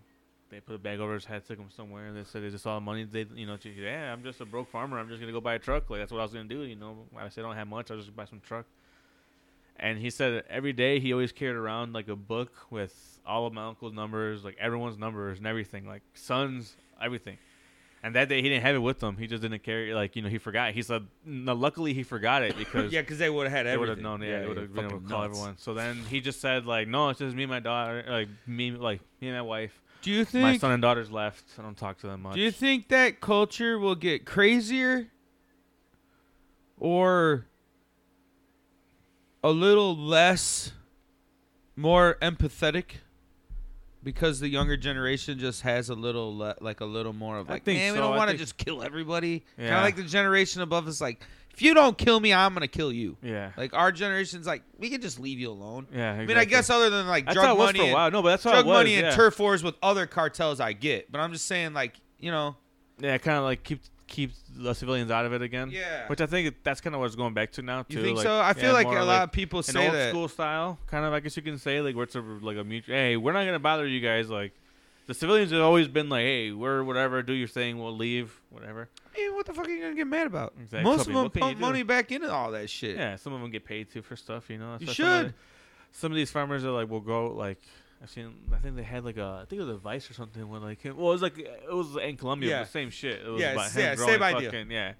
S2: They put a bag over his head, took him somewhere, and they said it's just all the money. They, you know, just, yeah, I'm just a broke farmer. I'm just gonna go buy a truck. Like that's what I was gonna do. You know, I said I don't have much. I'll just buy some truck. And he said every day he always carried around like a book with all of my uncle's numbers, like everyone's numbers and everything, like sons, everything. And that day he didn't have it with him. He just didn't carry like you know he forgot. He said no, luckily he forgot it because
S3: Yeah, because they would have had
S2: they would
S3: everything.
S2: have known. Yeah, they would have been able
S3: fucking
S2: to call
S3: nuts.
S2: everyone. So then he just said like no, it's just me and my daughter, like me, like me and my wife.
S3: Do you
S2: My
S3: think?
S2: son and daughter's left. I don't talk to them much.
S3: Do you think that culture will get crazier, or a little less, more empathetic? Because the younger generation just has a little, le- like a little more of
S2: I
S3: like,
S2: think
S3: man, we
S2: so.
S3: don't
S2: I
S3: want to
S2: think-
S3: just kill everybody. Kind
S2: Yeah.
S3: of like the generation above us, like, if you don't kill me, I'm gonna kill you.
S2: yeah.
S3: Like our generation's like, we can just leave you alone.
S2: yeah.
S3: I mean, I guess other than like
S2: that's
S3: drug
S2: how it was
S3: money
S2: for a
S3: and-
S2: while. No, but that's how
S3: drug
S2: it was.
S3: money
S2: yeah.
S3: and turf wars with other cartels I get, but I'm just saying like you know
S2: Yeah, kind of like keep keep the civilians out of it again.
S3: Yeah.
S2: Which I think that's kind of what it's going back to now too.
S3: You think
S2: like,
S3: so? I feel
S2: yeah,
S3: like a
S2: more
S3: lot of people
S2: an
S3: say
S2: old
S3: that.
S2: school style, kind of. I guess you can say like where it's a, like a mutual. Hey, we're not gonna bother you guys. Like the civilians have always been like, hey, we're whatever, do your thing, we'll leave, whatever.
S3: Hey, what the fuck are you gonna get mad about?
S2: Exactly.
S3: Most
S2: I
S3: of
S2: mean,
S3: them
S2: what can you
S3: pump
S2: do?
S3: money back into all that shit.
S2: Yeah, some of them get paid too for stuff, you know.
S3: You
S2: That's why Some of,
S3: should.
S2: the- some of these farmers are like, we'll go like. I've seen. I think they had like a. I think it was a vice or something. When like, well, it was like it was in Colombia.
S3: Yeah.
S2: The same shit. It was
S3: Yeah,
S2: about
S3: s-
S2: him
S3: yeah,
S2: growing
S3: same idea.
S2: Fucking, yeah,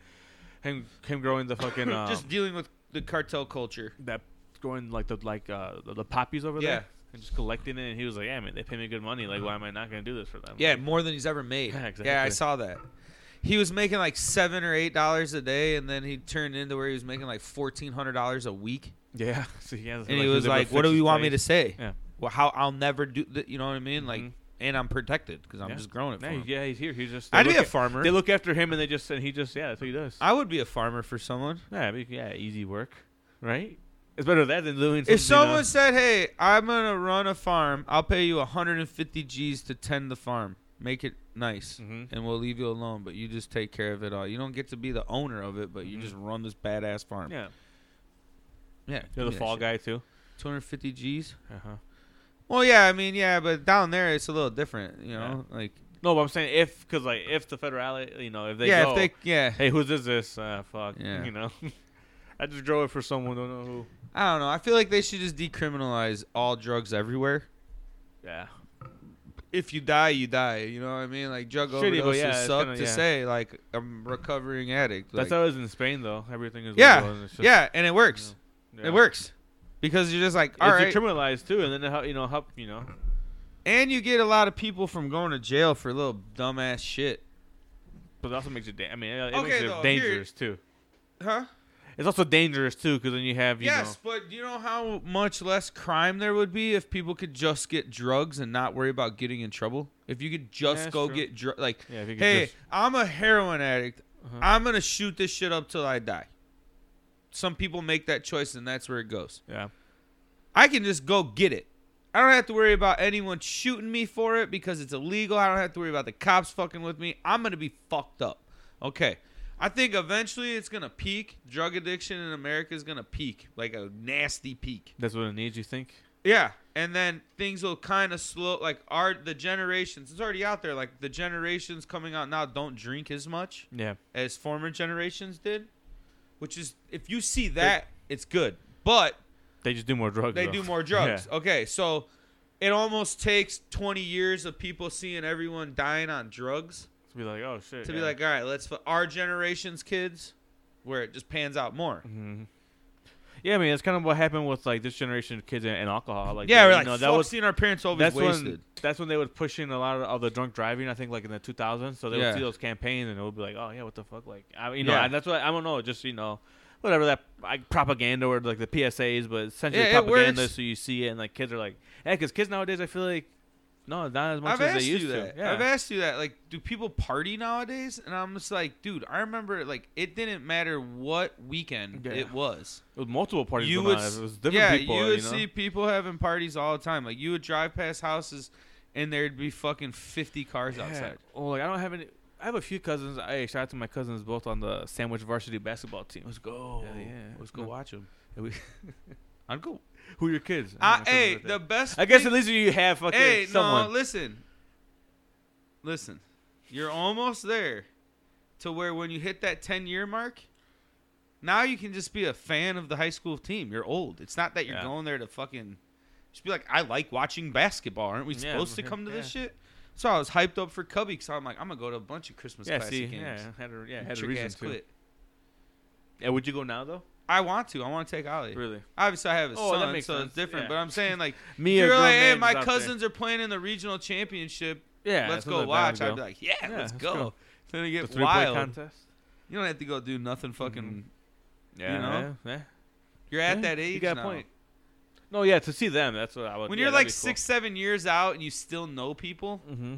S2: him him growing the fucking um,
S3: Just dealing with the cartel culture.
S2: that growing like the like uh the, the poppies over
S3: Yeah. Uh-huh.
S2: there and just collecting it. And he was like, "Yeah, man, they pay me good money. Like, why am I not gonna do this for them?"
S3: Yeah, more than he's ever made.
S2: Yeah,
S3: Yeah, I
S2: exactly.
S3: saw that. He was making like seven or eight dollars a day, and then he turned into where he was making like fourteen hundred dollars a week.
S2: yeah. So he has,
S3: And he was like, "What do you want me to say?
S2: Yeah.
S3: Well, how I'll never do. Th- you know what I mean? Like,
S2: Mhm.
S3: and I'm protected because I'm
S2: Yeah.
S3: just growing it for
S2: Yeah,
S3: him.
S2: he- yeah, he's here. He's just. they
S3: I'd be
S2: look
S3: a
S2: at-
S3: farmer.
S2: They look after him, and they just and he just yeah, that's what he does.
S3: I would be a farmer for someone.
S2: yeah, but, yeah, easy work, right? It's better that than doing.
S3: If
S2: something, you know-
S3: someone said, "Hey, I'm gonna run a farm. I'll pay you 150 G's to tend the farm. Make it nice,
S2: Mhm.
S3: and we'll leave you alone. But you just take care of it all. You don't get to be the owner of it, but you
S2: Mhm.
S3: just run this badass farm.
S2: yeah,
S3: yeah.
S2: you're the fall guy too.
S3: 250 G's.
S2: Uh huh.
S3: Well, yeah. I mean, yeah, but down there it's a little different. You know, like
S2: No, but I'm saying if because like if the federality, you know, if they
S3: yeah, if
S2: go,
S3: they yeah.
S2: hey, who is this? Uh, fuck,
S3: Yeah.
S2: you know, I just drove it for someone don't know who.
S3: I don't know. I feel like they should just decriminalize all drugs everywhere.
S2: Yeah.
S3: if you die, you die. You know what I mean? Like drug
S2: Shitty, but
S3: overdoses
S2: yeah, it's
S3: suck
S2: kinda-
S3: to
S2: yeah.
S3: say. Like I'm recovering addict.
S2: That's
S3: like-
S2: how it is in Spain, though. Everything is
S3: yeah,
S2: legal and it's just-
S3: yeah, and it works.
S2: yeah.
S3: It works because you're just like
S2: It's
S3: all right,
S2: decriminalized too, and then it help, you know help you know.
S3: and you get a lot of people from going to jail for little dumbass shit.
S2: But it also makes it. Da- I mean, it, it
S3: Okay,
S2: makes it
S3: though, here-
S2: dangerous too.
S3: Huh?
S2: It's also dangerous too because then you have you
S3: yes,
S2: know.
S3: but you know how much less crime there would be if people could just get drugs and not worry about getting in trouble. If you could just
S2: that's
S3: go
S2: true.
S3: get drugs, like,
S2: Yeah, if you could
S3: hey,
S2: just-
S3: I'm a heroin addict.
S2: Uh-huh.
S3: I'm gonna shoot this shit up till I die. Some people make that choice, and that's where it goes.
S2: Yeah.
S3: I can just go get it. I don't have to worry about anyone shooting me for it because it's illegal. I don't have to worry about the cops fucking with me. I'm going to be fucked up. Okay. I think eventually it's going to peak. Drug addiction in America is going to peak, like a nasty peak.
S2: That's what it needs. You think?
S3: Yeah. And then things will kind of slow like our the generations. It's already out there like the generations coming out now don't drink as much
S2: Yeah.
S3: as former generations did, which is if you see that, it's good. But
S2: They just do more drugs.
S3: they
S2: though.
S3: do more drugs. Okay, so it almost takes 20 years of people seeing everyone dying on drugs
S2: Yeah. To be like, oh shit.
S3: to be like, all right, let's for our generation's kids, where it just pans out more.
S2: hmm Yeah, I mean, that's kind of what happened with like this generation of kids and, and alcohol. Like,
S3: yeah,
S2: they-
S3: we're
S2: you
S3: like,
S2: know,
S3: fuck,
S2: that was
S3: seeing our parents always
S2: that's
S3: wasted.
S2: when that's when they were pushing a lot of, of the drunk driving. I think like in the 2000s, so they
S3: Yeah.
S2: would see those campaigns and it would be like, oh yeah, what the fuck, like I, you know,
S3: Yeah.
S2: and that's what I don't know, just you know, whatever that like propaganda or like the PSAs, but essentially
S3: Yeah, it
S2: propaganda.
S3: works.
S2: So you see it and like kids are like, yeah, because kids nowadays I feel like no, not as much
S3: I've
S2: as
S3: asked
S2: they used
S3: you
S2: to.
S3: that.
S2: Yeah,
S3: I've asked you that. Like, do people party nowadays? And I'm just like, dude, I remember like it didn't matter what weekend
S2: Yeah.
S3: it was.
S2: with multiple parties
S3: you
S2: going
S3: would,
S2: on.
S3: s-
S2: It was different
S3: yeah,
S2: people.
S3: you
S2: You,
S3: would
S2: know?
S3: see people having parties all the time. Like you would drive past houses, and there'd be fucking 50 cars
S2: Yeah.
S3: outside.
S2: Well, like I don't have any. I have a few cousins. I shout out to my cousins both on the sandwich varsity basketball team.
S3: Let's go.
S2: Yeah, yeah.
S3: Let's go
S2: No.
S3: watch them.
S2: Yeah, we-
S3: I'd go.
S2: Who are your kids? I
S3: I,
S2: have my cousins
S3: hey,
S2: like that.
S3: the best.
S2: I guess
S3: thing-
S2: at least you have fucking
S3: hey,
S2: someone.
S3: no, listen, listen. You're almost there, to where when you hit that 10 year mark, now you can just be a fan of the high school team. You're old. It's not that you're
S2: Yeah.
S3: going there to fucking. Just be like, I like watching basketball. Aren't we
S2: Yeah,
S3: supposed to
S2: yeah,
S3: come to this
S2: yeah.
S3: shit? So I was hyped up for Cubby because I'm like, I'm gonna go to a bunch of Christmas
S2: yeah,
S3: classic
S2: see,
S3: games.
S2: yeah, had a, yeah,
S3: And
S2: had a
S3: trick
S2: reason
S3: ass
S2: to.
S3: quit.
S2: Yeah, would you go now though?
S3: I want to. I want to take Ollie.
S2: Really?
S3: Obviously, I have a
S2: Oh, that
S3: son,
S2: makes
S3: so
S2: sense.
S3: it's different.
S2: Yeah.
S3: But I'm saying like,
S2: Me,
S3: you're
S2: a grown
S3: like, hey,
S2: man
S3: my
S2: is out
S3: cousins are playing in the regional championship.
S2: There. Yeah,
S3: let's
S2: that's what
S3: go
S2: that
S3: watch. I'd
S2: would
S3: be
S2: go.
S3: like, yeah,
S2: Yeah,
S3: let's
S2: let's
S3: go.
S2: go.
S3: Then you
S2: The
S3: get
S2: three-point
S3: wild.
S2: contest.
S3: You don't have to go do nothing. Fucking,
S2: Yeah,
S3: know?
S2: yeah, yeah.
S3: you're at
S2: Yeah,
S3: that age.
S2: You got a
S3: now.
S2: point. No, yeah, to see them, that's what I would.
S3: When
S2: yeah,
S3: you're
S2: that'd
S3: like
S2: be
S3: six, seven years out and you still know people,
S2: cool. mm-hmm.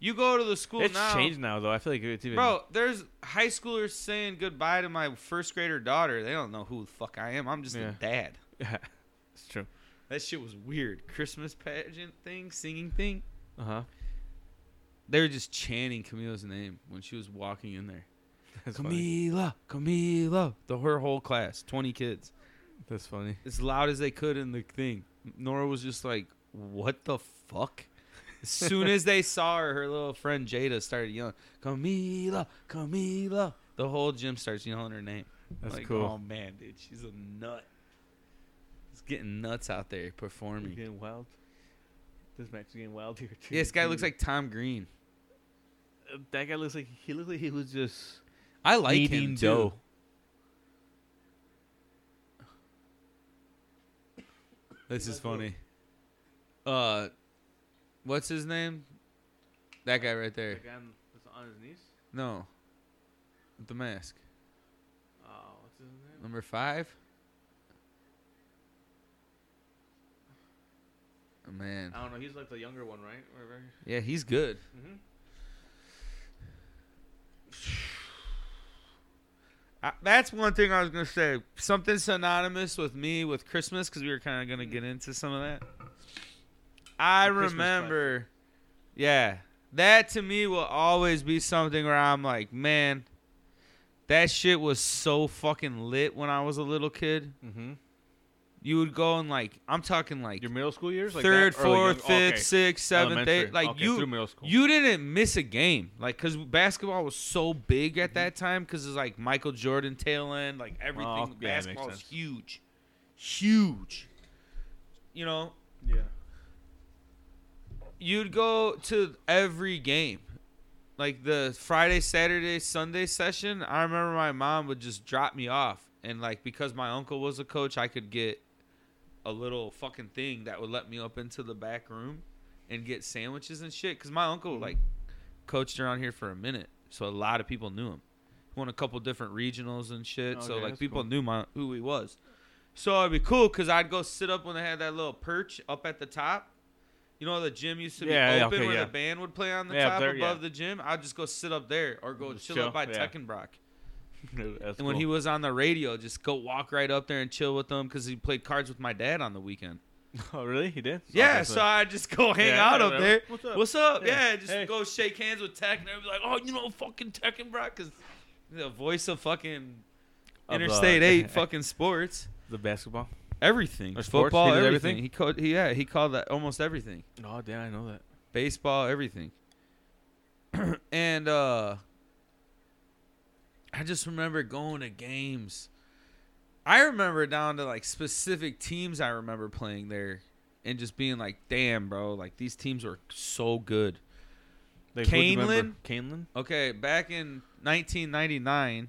S3: you go to the school
S2: it's
S3: now.
S2: changed now though. I feel like it's even.
S3: Bro, there's high schoolers saying goodbye to my first grader daughter. They don't know who the fuck I am. I'm just
S2: Yeah.
S3: a dad.
S2: Yeah, it's true.
S3: That shit was weird. Christmas pageant thing, singing thing.
S2: Uh huh.
S3: They were just chanting Camila's name when she was walking in there.
S2: That's funny.
S3: Camila, Camila. The her whole class, twenty kids,
S2: That's funny.
S3: as loud as they could in the thing. Nora was just like, "What the fuck?" As soon as they saw her, her little friend Jada started yelling, "Camila, Camila!" The whole gym starts yelling her name.
S2: That's
S3: Like,
S2: cool.
S3: Oh man, dude, she's a nut. She's getting nuts out there
S2: He's
S3: performing.
S2: getting wild. This match is getting wild here too.
S3: Yeah, this guy looks like Tom Green.
S2: Uh, that guy looks like he looked like he was just
S3: I like
S2: eating
S3: him
S2: dough.
S3: too. This is funny. Uh, what's his name? That guy right there.
S2: The guy on- that's on his knees.
S3: No, With the mask.
S2: Oh, what's his name?
S3: Number five. Oh, man,
S2: I don't know. He's like the younger one, right?
S3: yeah, he's good.
S2: Mm-hmm.
S3: I, that's one thing I was gonna say. Something synonymous with me with Christmas because we were kind of gonna get into some of that. I
S2: Mm. The Christmas
S3: remember, yeah, that to me will always be something where I'm like, man, that shit was so fucking lit when I was a little kid.
S2: Mm-hmm.
S3: You would go and like, I'm talking like
S2: Your middle school years, like
S3: third,
S2: that? Or, like,
S3: fourth,
S2: young- oh,
S3: fifth,
S2: okay.
S3: sixth, seventh,
S2: Elementary.
S3: eighth. Like
S2: Okay,
S3: you,
S2: through middle school.
S3: you didn't miss a game, like because basketball was so big at that time. Because it's like Michael Jordan tail end, like everything.
S2: Mm-hmm. Oh, yeah, that makes
S3: basketball was
S2: sense.
S3: huge, huge. You know,
S2: yeah.
S3: you'd go to every game, like the Friday, Saturday, Sunday session. I remember my mom would just drop me off, and like because my uncle was a coach, I could get a little fucking thing that would let me up into the back room and get sandwiches and shit. Because my uncle like coached around here for a minute, so a lot of people knew him. Won a couple different regionals and shit, so
S2: Oh, Okay,
S3: like
S2: that's
S3: people
S2: cool.
S3: knew my who he was. So it'd be cool because I'd go sit up when they had that little perch up at the top. You know the gym used to be
S2: Yeah, yeah,
S3: open
S2: okay,
S3: where
S2: yeah.
S3: the band would play on the
S2: Yeah, up
S3: top
S2: there,
S3: above
S2: yeah.
S3: the gym. I'd just go sit up there or go
S2: Just
S3: chill,
S2: chill,
S3: up by
S2: yeah.
S3: Teckenbrock.
S2: That's
S3: And when
S2: cool.
S3: he was on the radio, just go walk right up there and chill with them because he played cards with my dad on the weekend.
S2: oh really, he did.
S3: Yeah,
S2: Okay,
S3: so I just go hang
S2: Yeah,
S3: out up
S2: whatever.
S3: there.
S2: What's up?
S3: What's up?
S2: Yeah.
S3: Yeah, just
S2: Hey.
S3: go shake hands with Tech, and they'll be like, "Oh, you know, fucking Tech and Brock," because the voice of fucking
S2: Of, uh,
S3: Interstate Eight, fucking sports,
S2: the basketball.
S3: everything,
S2: Or sports,
S3: football,
S2: he did
S3: everything.
S2: everything?
S3: He called, he, yeah, he called that almost everything,
S2: Oh damn, I know that.
S3: baseball, everything. and uh I just remember going to games. I remember down to like specific teams I remember playing there and just being like, damn, bro, like these teams were so good.
S2: Like, who do you remember?
S3: Canelin?
S2: Canelin.
S3: Okay, back in 1999,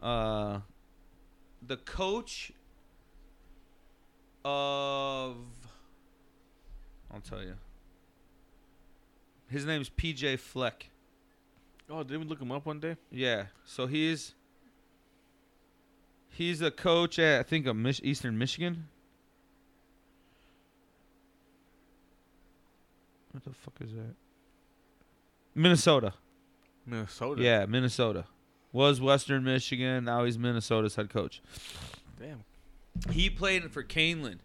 S3: uh, the coach of I'll tell you, his name's PJ Fleck.
S2: Oh, did we look him up one day?
S3: Yeah, so he's he's a coach at I think of Mich- Eastern Michigan. What the fuck is that? Minnesota.
S2: Minnesota.
S3: Yeah, Minnesota. Was Western Michigan. Now he's Minnesota's head coach.
S2: Damn.
S3: He played for Canelan,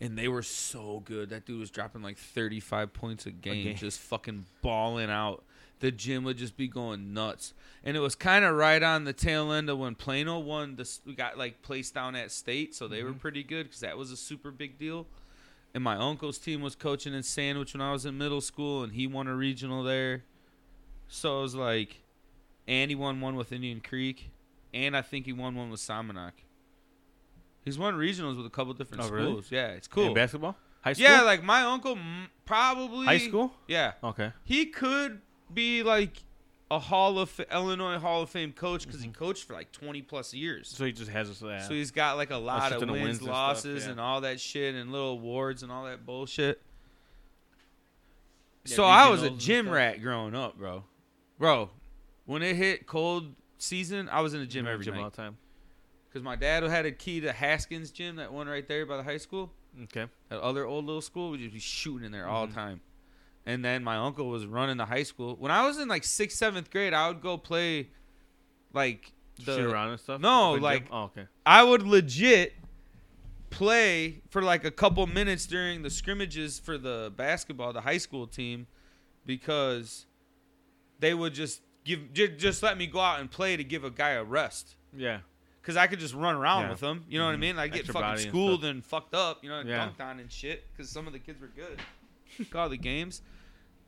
S3: and they were so good. That dude was dropping like 35 points a game,
S2: game.
S3: just fucking balling out. The gym would just be going nuts, and it was kind of right on the tail end of when Plano won. This we got like placed down at state, so they were
S2: Mhm.
S3: pretty good because that was a super big deal. And my uncle's team was coaching in Sandwich when I was in middle school, and he won a regional there. So it was like, and he won one with Indian Creek, and I think he won one with Salmonac. He's won regionals with a couple different
S2: Oh, really?
S3: schools. Yeah, it's cool.
S2: In basketball. High school.
S3: yeah, like my uncle m- probably
S2: High school.
S3: Yeah,
S2: Okay.
S3: he could be like a Hall of Illinois Hall of Fame coach because
S2: Mm-hmm.
S3: he coached for like twenty plus years.
S2: So he just has us. Uh,
S3: So he's got like a lot
S2: shit
S3: of
S2: ton of
S3: wins,
S2: wins and stuff,
S3: losses,
S2: yeah.
S3: and all that shit, and little awards and all that bullshit.
S2: Yeah,
S3: so I was
S2: regionals
S3: a
S2: and
S3: gym
S2: stuff.
S3: rat growing up, bro. Bro, when it hit cold season, I was in the gym
S2: Remember
S3: every
S2: gym all
S3: night
S2: the time.
S3: because my dad had a key to Haskins Gym, that one right there by the high school
S2: Okay.
S3: that other old little school, we'd just be shooting in there all the
S2: Mhm.
S3: time. And then my uncle was running the high school. When I was in like sixth, seventh grade, I would go play like the
S2: Shit around and stuff.
S3: No,
S2: Open gym?
S3: like-
S2: Oh, okay.
S3: I would legit play for like a couple minutes during the scrimmages for the basketball, the high school team, because they would just give ju- just let me go out and play to give a guy a rest
S2: Yeah.
S3: because I could just run around
S2: Yeah.
S3: with them. You know what I
S2: Mhm.
S3: mean? I get
S2: Extra body
S3: fucking
S2: and
S3: schooled
S2: stuff.
S3: and fucked up. You know, and
S2: Yeah.
S3: dunked on and shit because some of the kids were good. Fuck all the games,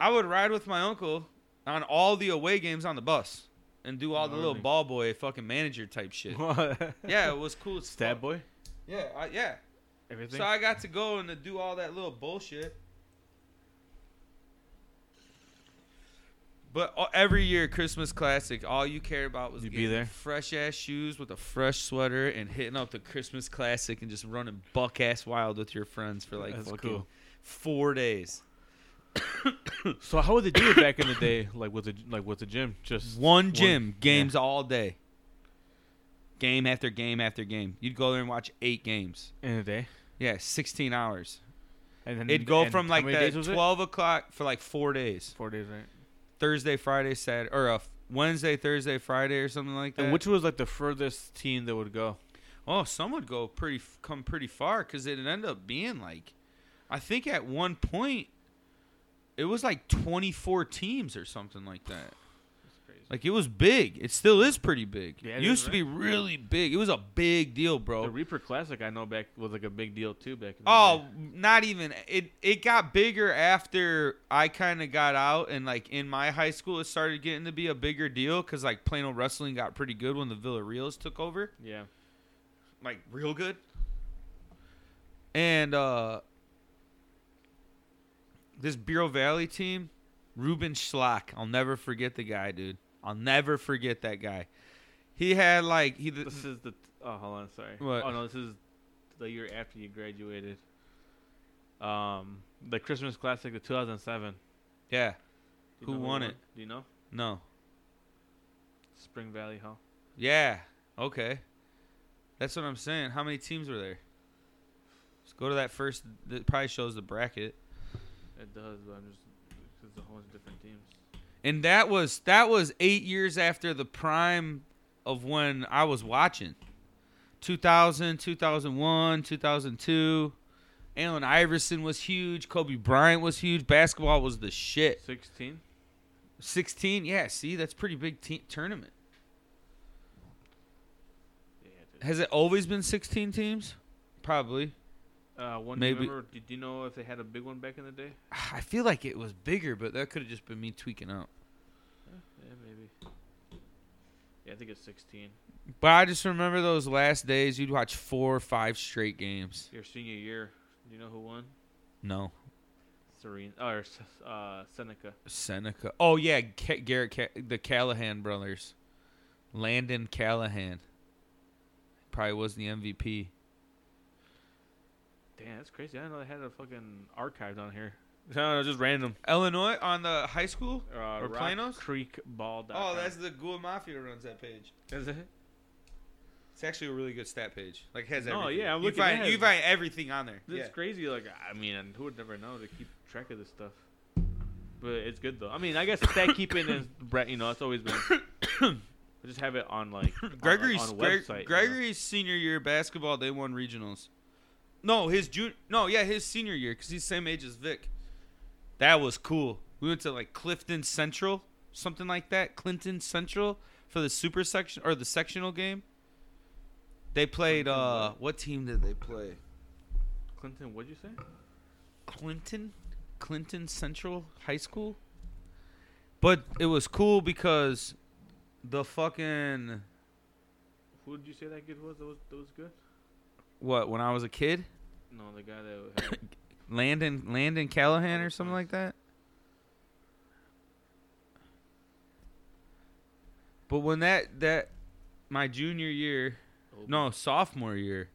S3: I would ride with my uncle on all the away games on the bus and do all
S2: Oh,
S3: the little
S2: really?
S3: ball boy fucking manager type shit. yeah, it was cool. as
S2: Stab
S3: fuck.
S2: boy.
S3: Yeah, I, yeah.
S2: Everything.
S3: So I got to go and to do all that little bullshit. But all, every year, Christmas classic, all you care about was
S2: You'd be
S3: getting
S2: there?
S3: fresh ass shoes with a fresh sweater and hitting up the Christmas classic and just running buck ass wild with your friends for like
S2: That's
S3: fucking
S2: cool.
S3: four days.
S2: So how would they do it back in the day? Like with the like with the gym, just
S3: One gym, games all day. Game after game after game. You'd go there and watch eight games.
S2: in a day,
S3: Yeah, 16 hours.
S2: and then
S3: It'd go
S2: and
S3: from
S2: how
S3: like
S2: many
S3: that
S2: days was it?
S3: 12 o'clock for like four days.
S2: four days, right?
S3: Thursday, Friday, Saturday, or uh, Wednesday, Thursday, Friday, or something like that.
S2: And which was like the furthest team that would go?
S3: oh, some would go pretty f- come pretty far because it'd end up being like, I think at one point, it was like 24 teams or something like that. Like it was big. It still is pretty big.
S2: Yeah,
S3: it
S2: it
S3: used
S2: is,
S3: to be really big. It was a big deal, bro.
S2: The Reaper Classic, I know back was like a big deal too back. In the
S3: Oh,
S2: day.
S3: not even it. It got bigger after I kind of got out, and like in my high school, it started getting to be a bigger deal because like Plano wrestling got pretty good when the Villareals took over,
S2: yeah,
S3: like real good. And uh this Bureau Valley team, Ruben Schlock, I'll never forget the guy, dude. I'll never forget that guy. He had like he
S2: this is the. Oh, hold on, sorry.
S3: What?
S2: Oh no, this is the year after you graduated. Um, the Christmas Classic, the 2007.
S3: yeah
S2: Do you
S3: Who
S2: know
S3: won it?
S2: Do you know?
S3: no
S2: Spring Valley Hall.
S3: Yeah. Okay. That's what I'm saying. How many teams were there? Let's go to that first. That probably shows the bracket.
S2: It does, but I'm just because a whole bunch of different teams.
S3: And that was that was eight years after the prime of when I was watching. 2000, 2001, 2002. Allen Iverson was huge. Kobe Bryant was huge. Basketball was the shit.
S2: 16.
S3: 16. Yeah. See, that's pretty big te- tournament.
S2: Yeah. dude.
S3: Has it always been 16 teams? Probably.
S2: Uh, one.
S3: Maybe-
S2: Maybe. Remember, did you know if they had a big one back in the day?
S3: I feel like it was bigger, but that could have just been me tweaking out.
S2: Yeah, maybe. Yeah, I think it's 16.
S3: But I just remember those last days. You'd watch four or five straight games.
S2: Your senior year. Do you know who won?
S3: No,
S2: Serena or S- uh, Seneca.
S3: Seneca. Oh yeah, Ca Garrett, Ca- the Callahan brothers, Landon Callahan. Probably was the MVP.
S2: Damn, that's crazy. I didn't know they had a fucking archive on here. No, just random.
S3: Illinois on the high school.
S2: Uh,
S3: Or
S2: Rock
S3: Plano's?
S2: Creek Ball.
S3: Oh, that's the Ghoul Mafia runs that page.
S2: is it.
S3: It's actually a really good stat page. Like it has
S2: Oh,
S3: everything.
S2: yeah, I'm
S3: you
S2: looking
S3: find
S2: at it.
S3: you find everything on there.
S2: It's
S3: Yeah.
S2: crazy. Like I mean, and who would never know to keep track of this stuff. But it's good though. I mean, I guess stat keeping is Brett. You know, it's always been. But just have it on like on, like,
S3: Gregory's
S2: on a
S3: Greg-
S2: website. you know?
S3: Gregory's senior year basketball, they won regionals. No, his junior. No, yeah, his senior year because he's same age as Vic. That was cool. We went to like Clifton Central, something like that. Clinton Central for the super section or the sectional game. They played.
S2: Clinton
S3: uh
S2: what?
S3: What team did they play?
S2: Clinton, what'd you say?
S3: Clinton, Clinton Central High School. But it was cool because the fucking
S2: Who did you say that kid was? That was, that was good.
S3: what when I was a kid.
S2: No, the guy that had,
S3: Landon Landon Callahan
S2: Other
S3: or something like
S2: points.
S3: that. But when that that my junior year, no, sophomore year,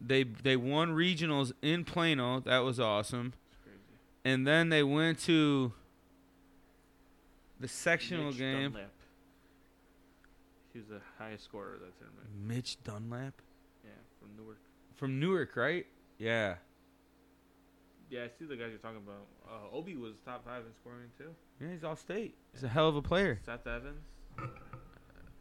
S3: they they won regionals in Plano. That was awesome.
S2: It's crazy.
S3: And then they went to the sectional
S2: Mitch
S3: game.
S2: Dunlap. He was the highest scorer of that tournament.
S3: Mitch Dunlap
S2: Yeah, from Newark.
S3: from Newark, right? Yeah.
S2: Yeah, I see the guys you're talking about. Uh, Obi was top five in scoring too.
S3: Yeah, he's all state. He's a hell of a player.
S2: Seth Evans.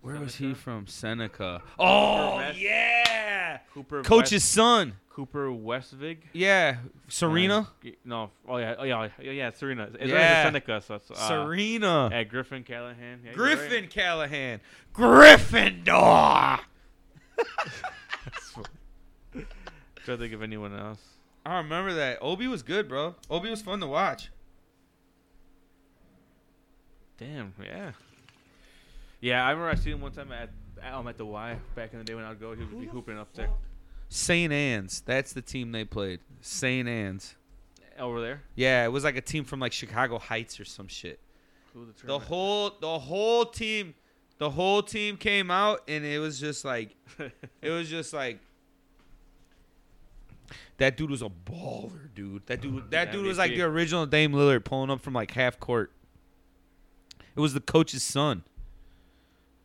S3: Where was he
S2: Seneca.
S3: from? Seneca.
S2: Or
S3: Oh
S2: Mass-
S3: yeah.
S2: yeah. Cooper
S3: Coach's
S2: West-
S3: son.
S2: Cooper Westvig.
S3: Yeah, Serena.
S2: And- no. Oh yeah. Oh yeah. Oh, yeah. Serena. It's it's
S3: Yeah.
S2: Not even Seneca. So it's, uh,
S3: Serena.
S2: Yeah, Griffin Callahan. Yeah, you're right.
S3: Griffin Callahan. Gryffindor.
S2: Try to think of anyone else.
S3: I remember that. Obi was good, bro. Obi was fun to watch.
S2: Damn. Yeah. Yeah, I remember I seen him one time at at- um, at the Y back in the day when I would go. He would be hooping up there
S3: St. Anne's. That's the team they played. St. Anne's.
S2: over there.
S3: Yeah, it was like a team from like Chicago Heights or some shit.
S2: Who the
S3: The
S2: tournament-
S3: whole the whole team the whole team came out and it was just like it was just like that dude was a baller, dude. That dude that dude was like the
S2: MVP.
S3: original Dame Lillard pulling up from like half court. It was the coach's son.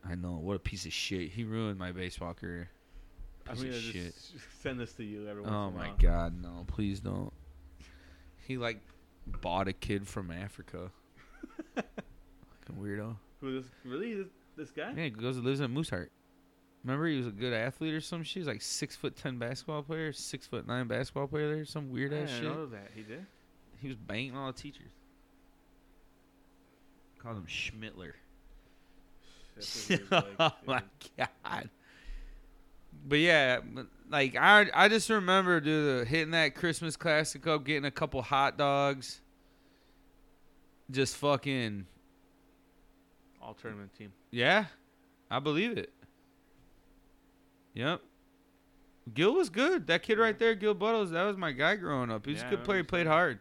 S3: I know, what a piece of shit. He ruined my baseball career.
S2: I
S3: piece
S2: mean,
S3: of
S2: I just send this to you every once
S3: Oh
S2: in a
S3: my
S2: while.
S3: god, no, please don't. He like bought a kid from Africa. Fucking weirdo.
S2: Who this? Really? This, this guy?
S3: Yeah, he goes and lives in Mooseheart. Remember, he was a good athlete or some shit. He's like six foot ten basketball player, six foot nine basketball player. There, some weird
S2: I
S3: ass
S2: didn't
S3: shit.
S2: know that he did.
S3: He was banging all the teachers. Called him Schmittler.
S2: That's what he was
S3: oh
S2: like,
S3: my
S2: dude.
S3: god. But yeah, but, like I I just remember dude hitting that Christmas classic up, getting a couple hot dogs. Just fucking
S2: All tournament team.
S3: yeah, I believe it. Yep. Gil was good. That kid right there, Gil Buttles, that was my guy growing up. He was
S2: Yeah,
S3: a
S2: I
S3: good player. He
S2: remember
S3: played hard.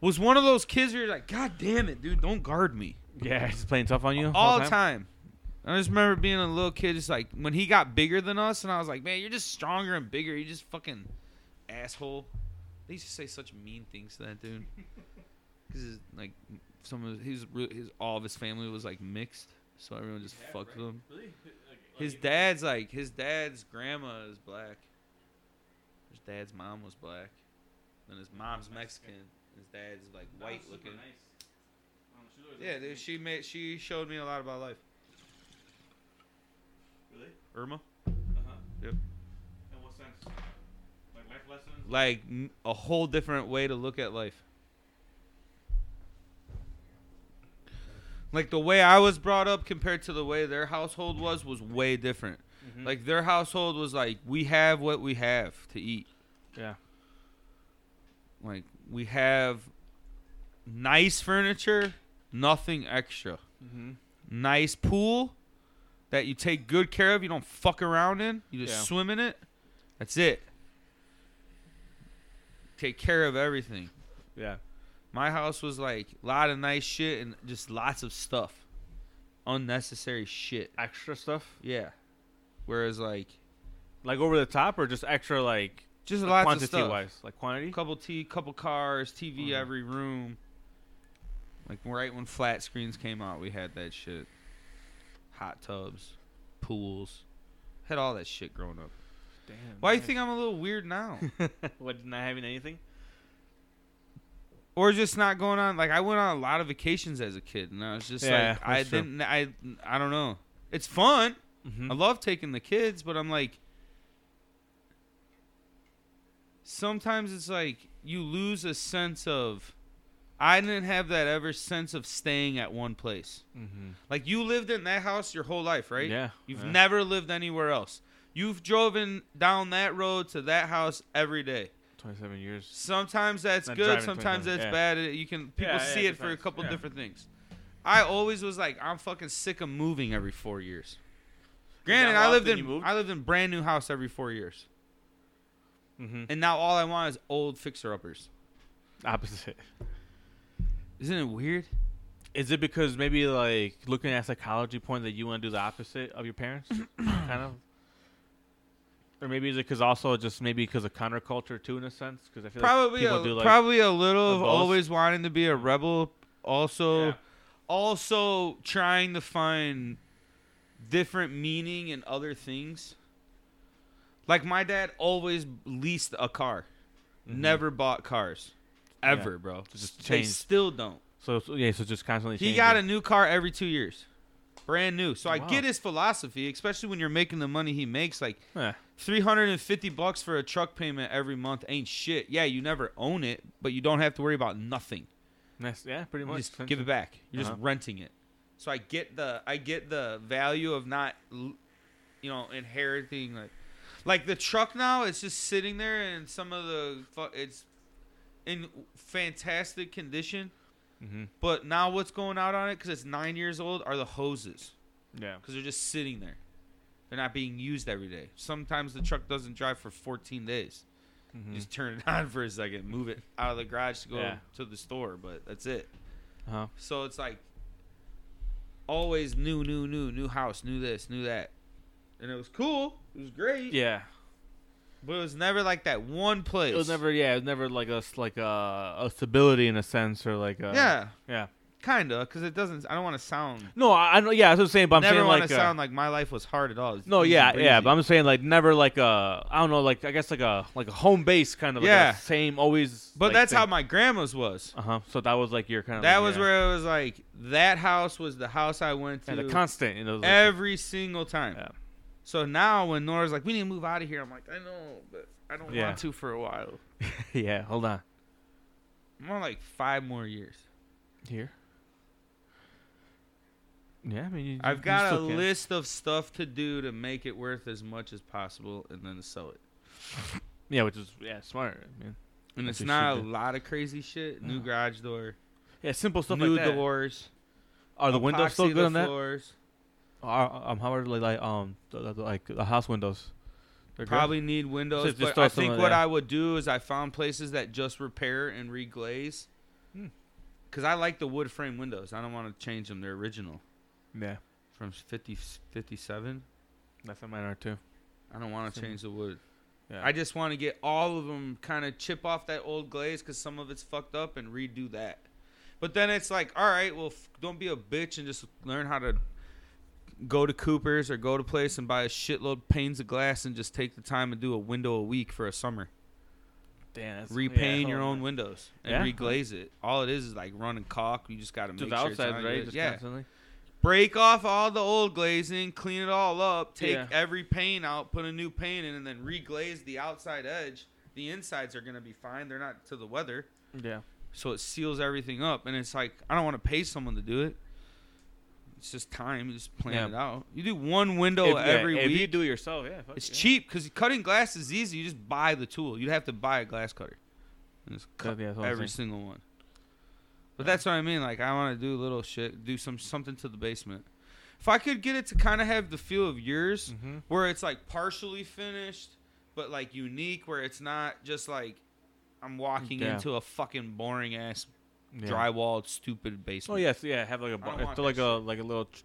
S3: Was one of those kids where you're like, God damn it, dude, don't guard me.
S2: Yeah, he's playing tough on you
S3: All time. I just remember being a little kid, just like when he got bigger than us, and I was like, man, you're just stronger and bigger. You just fucking asshole. They used to say such mean things to that dude. Because, like, some of his, re- his, all of his family was, like, mixed. So everyone just fucked with him.
S2: Really?
S3: His dad's like his dad's grandma is black. His dad's mom was black. Then his mom's Mexican. His dad's like white looking.
S2: Um,
S3: Yeah, dude, she made she showed me a lot about life.
S2: Really?
S3: Irma,
S2: Uh-huh.
S3: Yep.
S2: In what sense? Like life lessons?
S3: like n- a whole different way to look at life. Like the way I was brought up compared to the way their household was was way different. Like their household was like we have what we have to eat.
S2: yeah.
S3: Like we have nice furniture, nothing extra.
S2: Mm-hmm.
S3: Nice pool that you take good care of. You don't fuck around in. You just
S2: Yeah.
S3: swim in it. That's it. Take care of everything.
S2: Yeah.
S3: My house was like a lot of nice shit and just lots of stuff. Unnecessary shit.
S2: Extra stuff?
S3: Yeah. Whereas like
S2: Like over the top or just extra like
S3: just
S2: like,
S3: lots of
S2: quantity
S3: stuff.
S2: wise? Like quantity?
S3: couple t couple cars tv
S2: Mhm.
S3: every room like right when flat screens came out we had that shit hot tubs pools had all that shit growing up
S2: Damn.
S3: why do you think i'm a little weird now
S2: think what not having anything?
S3: or just not going on like i went on a lot of vacations as a kid and i was just
S2: Yeah,
S3: like i
S2: that's true.
S3: didn't i i don't know it's fun
S2: Mm-hmm.
S3: I love taking the kids, but I'm like, sometimes it's like you lose a sense of. I didn't have that ever sense of staying at one place.
S2: Mm-hmm.
S3: Like you lived in that house your whole life, right?
S2: Yeah.
S3: You've
S2: yeah.
S3: never lived anywhere else. You've driven down that road to that house every day.
S2: twenty seven years.
S3: Sometimes that's
S2: Not
S3: good,
S2: driving,
S3: sometimes that's
S2: 27,
S3: bad. It- You can people
S2: Yeah, yeah,
S3: see
S2: it
S3: it for a
S2: depends.
S3: couple
S2: Yeah.
S3: different things. I always was like, I'm fucking sick of moving every four years. Granted,
S2: how
S3: I lived in
S2: often you moved?
S3: I lived in brand new house every four years,
S2: Mm-hmm.
S3: and now all I want is old fixer uppers.
S2: Opposite.
S3: Isn't it weird?
S2: Is it because maybe like looking at psychology point that you want to do the opposite of your parents, kind of? Or maybe is it because also just maybe because of counterculture too in a sense? Because I feel
S3: Probably,
S2: like
S3: a,
S2: people do like
S3: probably a little of
S2: both.
S3: always wanting to be a rebel, also,
S2: Yeah.
S3: also trying to find different meaning in other things. Like my dad always leased a car.
S2: Mhm.
S3: never bought cars ever, bro.
S2: Just
S3: they
S2: changed.
S3: still don't.
S2: So, so- yeah, so just constantly.
S3: He got a
S2: changing.
S3: new car every two years, brand new. So I
S2: Wow.
S3: get his philosophy, especially when you're making the money he makes. Like
S2: Yeah.
S3: 350 bucks for a truck payment every month ain't shit. Yeah, you never own it, but you don't have to worry about nothing.
S2: That's, yeah, pretty
S3: You
S2: much.
S3: just give it back. You're
S2: Uh-huh.
S3: just renting it. So I get the I get the value of not l- you know inheriting like like the truck now it's just sitting there and some of the fu- it's in fantastic condition,
S2: Mm-hmm.
S3: but now what's going out on it cuz it's 9 years old are the hoses
S2: Yeah.
S3: because they're just sitting there. They're not being used every day. Sometimes the truck doesn't drive for 14 days.
S2: Mm-hmm.
S3: You just turn it on for a second, move it out of the garage to go
S2: Yeah.
S3: to the store, but that's it.
S2: uh-huh.
S3: So it's like always new, new, new, new house, new this, new that. And it was cool. It was great.
S2: Yeah.
S3: But it was never like that one place.
S2: It was never. Yeah, it was never like a s- like a, a stability in a sense or like. A,
S3: yeah,
S2: uh, Yeah.
S3: kinda, because it doesn't. I don't want to sound.
S2: No, I, I know. Yeah, that's what I'm saying. But I'm
S3: never
S2: saying
S3: want
S2: like.
S3: to
S2: uh,
S3: sound like my life was hard at all. It was
S2: no,
S3: easy
S2: yeah, yeah,
S3: breezy.
S2: but I'm saying like never like a I don't know like I guess like a like a home base kind of
S3: Yeah.
S2: like a same always.
S3: But that's how my grandma's was.
S2: Uh huh. So that was like your kind of
S3: That
S2: like,
S3: was
S2: yeah.
S3: where it was like that house was the house I went to
S2: yeah, the constant. You know, like,
S3: every single time.
S2: Yeah.
S3: So now when Nora's like, "We need to move out of here," I'm like, "I know, but I don't
S2: Yeah.
S3: want to for a while.
S2: yeah. Hold on.
S3: More like five more years.
S2: Here. Yeah, I mean you,
S3: I've
S2: you
S3: got a
S2: still can.
S3: list of stuff to do to make it worth as much as possible, and then to sell it.
S2: Yeah, which is yeah smart. Man.
S3: And
S2: That's
S3: it's
S2: what you
S3: not a
S2: should do.
S3: lot of crazy shit. New
S2: Uh.
S3: garage door,
S2: Yeah, simple stuff
S3: new
S2: like that.
S3: doors.
S2: Are the windows still
S3: epoxy
S2: good
S3: the
S2: on that?
S3: Floors.
S2: Are, um, how are like, like um the, the- the- like the house windows? They're good?
S3: Probably need windows,
S2: just
S3: but
S2: throw
S3: I
S2: some
S3: think
S2: of
S3: what
S2: that.
S3: I would do is I found places that just repair and reglaze.
S2: Hmm.
S3: Because I like the wood frame windows. I don't want to change them. They're original
S2: Yeah,
S3: from 50, 57.
S2: that's what mine are too.
S3: I don't want to
S2: Some-
S3: change the wood.
S2: Yeah.
S3: I just want to get all of them kind of chip off that old glaze because some of it's fucked up and redo that. But then it's like, all right, well, f- don't be a bitch and just learn how to go to Cooper's or go to place and buy a shitload panes of glass and just take the time and do a window a week for a summer.
S2: Damn, that's,
S3: Repaint your own windows and
S2: Yeah.
S3: reglaze it. All it is is like running caulk. You just got to make
S2: To
S3: sure
S2: the
S3: it's not
S2: outside, right?
S3: good.
S2: Just
S3: Yeah.
S2: constantly.
S3: Break off all the old glazing, clean it all up, take
S2: Yeah.
S3: every pane out, put a new pane in, and then reglaze the outside edge. The insides are gonna be fine. They're not to the weather,
S2: Yeah.
S3: so it seals everything up. And it's like I don't want to pay someone to do it. It's just time. You just plan
S2: Yeah.
S3: it out. You do one window
S2: if,
S3: every
S2: yeah, if
S3: week.
S2: you do it yourself, yeah, fuck
S3: it's
S2: yeah.
S3: cheap because cutting glass is easy. You just buy the tool. You'd have to buy a glass cutter and just cut
S2: yeah, that's what I'm
S3: every
S2: saying.
S3: single one. But that's what I mean. Like I want to do little shit, do some something to the basement. If I could get it to kind of have the feel of yours,
S2: Mhm.
S3: where it's like partially finished, but like unique, where it's not just like I'm walking
S2: Yeah.
S3: into a fucking boring ass
S2: Yeah.
S3: drywalled stupid
S2: Oh
S3: basement.
S2: yes, yeah. Have like a bar,
S3: don't want
S2: it's like
S3: that
S2: a like a little tr-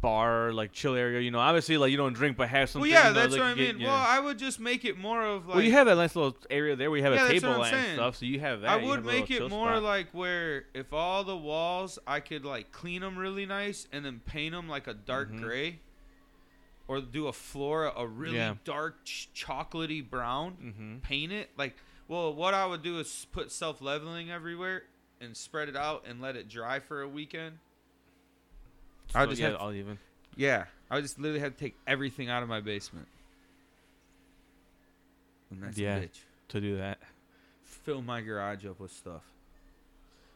S2: bar, like chill area. You know, obviously, like you don't drink, but have
S3: Well,
S2: something.
S3: yeah,
S2: you know,
S3: that's
S2: like,
S3: what I
S2: you
S3: mean.
S2: get- yeah.
S3: Well, I would just make it more of like.
S2: well, you have that nice little area there. where you have
S3: Yeah,
S2: a
S3: that's what
S2: table
S3: I'm
S2: and
S3: saying.
S2: stuff, so you have that.
S3: I
S2: you
S3: would
S2: have a little
S3: make it
S2: chill
S3: more
S2: spot.
S3: like where if all the walls I could like clean them really nice and then paint them like a dark
S2: Mhm.
S3: gray, or do a floor a really
S2: Yeah.
S3: dark ch- chocolatey brown.
S2: Mhm.
S3: Paint it like well, what I would do is put self leveling everywhere and spread it out and let it dry for a weekend. I would
S2: So,
S3: just
S2: yeah,
S3: have-
S2: all even.
S3: Yeah, I would just literally have to take everything out of my basement. And that's
S2: Yeah.
S3: a bitch.
S2: to do that.
S3: Fill my garage up with stuff.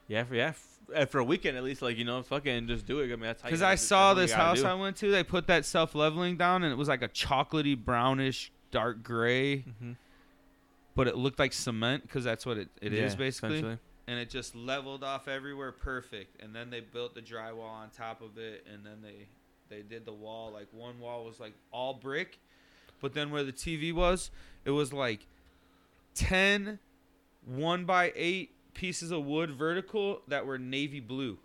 S2: Yeah, for yeah, f- uh, for a weekend at least, like you know, fucking just do it. I mean, that's how. you
S3: Because
S2: gotta
S3: I
S2: do-
S3: saw
S2: that's
S3: this
S2: what you gotta
S3: house
S2: do.
S3: I went to, they put that self leveling down, and it was like a chocolatey brownish dark gray,
S2: Mhm.
S3: but it looked like cement because that's what it, it is
S2: Yeah,
S3: basically.
S2: essentially.
S3: And it just leveled off everywhere perfect. And then they built the drywall on top of it, and then they they did the wall. Like one wall was like all brick, but then where the TV was, it was like 10 1 by 8 pieces of wood vertical that were navy blue.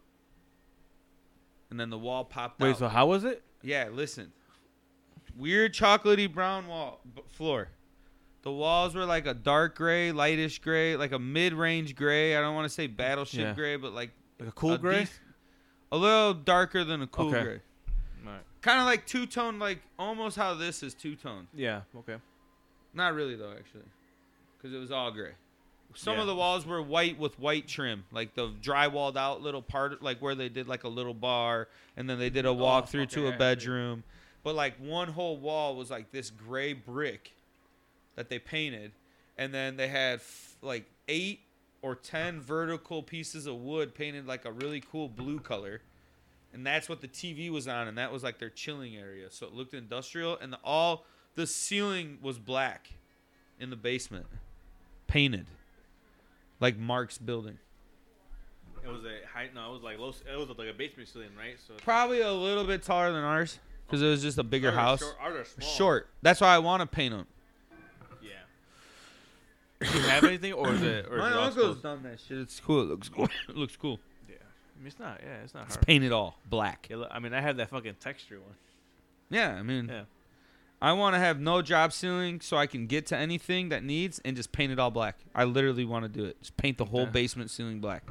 S3: And then the wall popped
S2: Wait,
S3: out.
S2: so how was it?
S3: Yeah, listen. Weird chocolatey brown wall b- floor. The walls were like a dark gray, lightish gray, like a mid-range gray. I don't want to say battleship
S2: Yeah.
S3: gray, but like
S2: Like a cool
S3: a
S2: gray.
S3: dec- a little darker than a cool
S2: Okay.
S3: gray.
S2: Alright.
S3: Kind of like two-tone, like almost how this is two-tone.
S2: Yeah. Okay.
S3: Not really though, actually, because it was all gray. Some
S2: Yeah.
S3: of the walls were white with white trim, like the drywalled out little part, like where they did like Oh, a little bar, and then they did a walk through
S2: okay,
S3: to
S2: I
S3: a
S2: see.
S3: bedroom, But like one whole wall was like this gray brick that they painted, and then they had f- like eight or ten vertical pieces of wood painted like a really cool blue color, and that's what the TV was on, and that was like their chilling area. So it looked industrial, and the, all the ceiling was black in the basement, painted like Mark's building.
S2: It was a high. No, it was like low. It was like a basement ceiling, right? So
S3: Probably a little bit taller than ours because it was just a bigger house. Short.
S2: Ours are small.
S3: That's why I want to paint them.
S2: Yeah. Do you have anything, or is it? Or is it all exposed?
S3: done that shit. It's cool. It looks cool. it looks cool.
S2: Yeah. I mean, it's not. Yeah, it's not
S3: It's
S2: hard.
S3: painted all black.
S2: Yeah, look, I mean, I have that fucking texture one.
S3: Yeah, I mean,
S2: Yeah.
S3: I want to have no drop ceiling so I can get to anything that needs and just paint it all black. I literally want to do it. Just paint the whole
S2: Okay.
S3: basement ceiling black.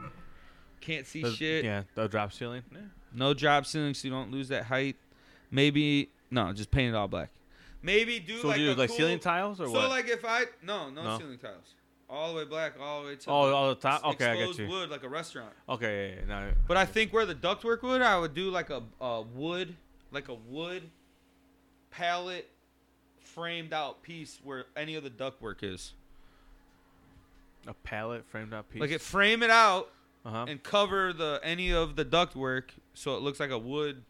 S3: Can't see
S2: The-
S3: shit.
S2: Yeah, the drop ceiling. Yeah.
S3: No drop ceiling, so you don't lose that height. Maybe no, just paint it all black. Maybe do
S2: So
S3: like
S2: do you
S3: a
S2: like
S3: cool,
S2: ceiling tiles or
S3: So
S2: what?
S3: like if I no, no
S2: No?
S3: ceiling tiles, all the way black, all the way to
S2: oh,
S3: the
S2: all the top.
S3: s-
S2: Okay, I got
S3: exposed
S2: you.
S3: wood like a restaurant.
S2: Okay, yeah, yeah, no,
S3: But I think where the ductwork would, I would do like a, a wood, like a wood pallet framed out piece where any of the ductwork is.
S2: a pallet framed up piece.
S3: Like it frame it out
S2: uh-huh.
S3: and cover the any of the ductwork so it looks like a wood.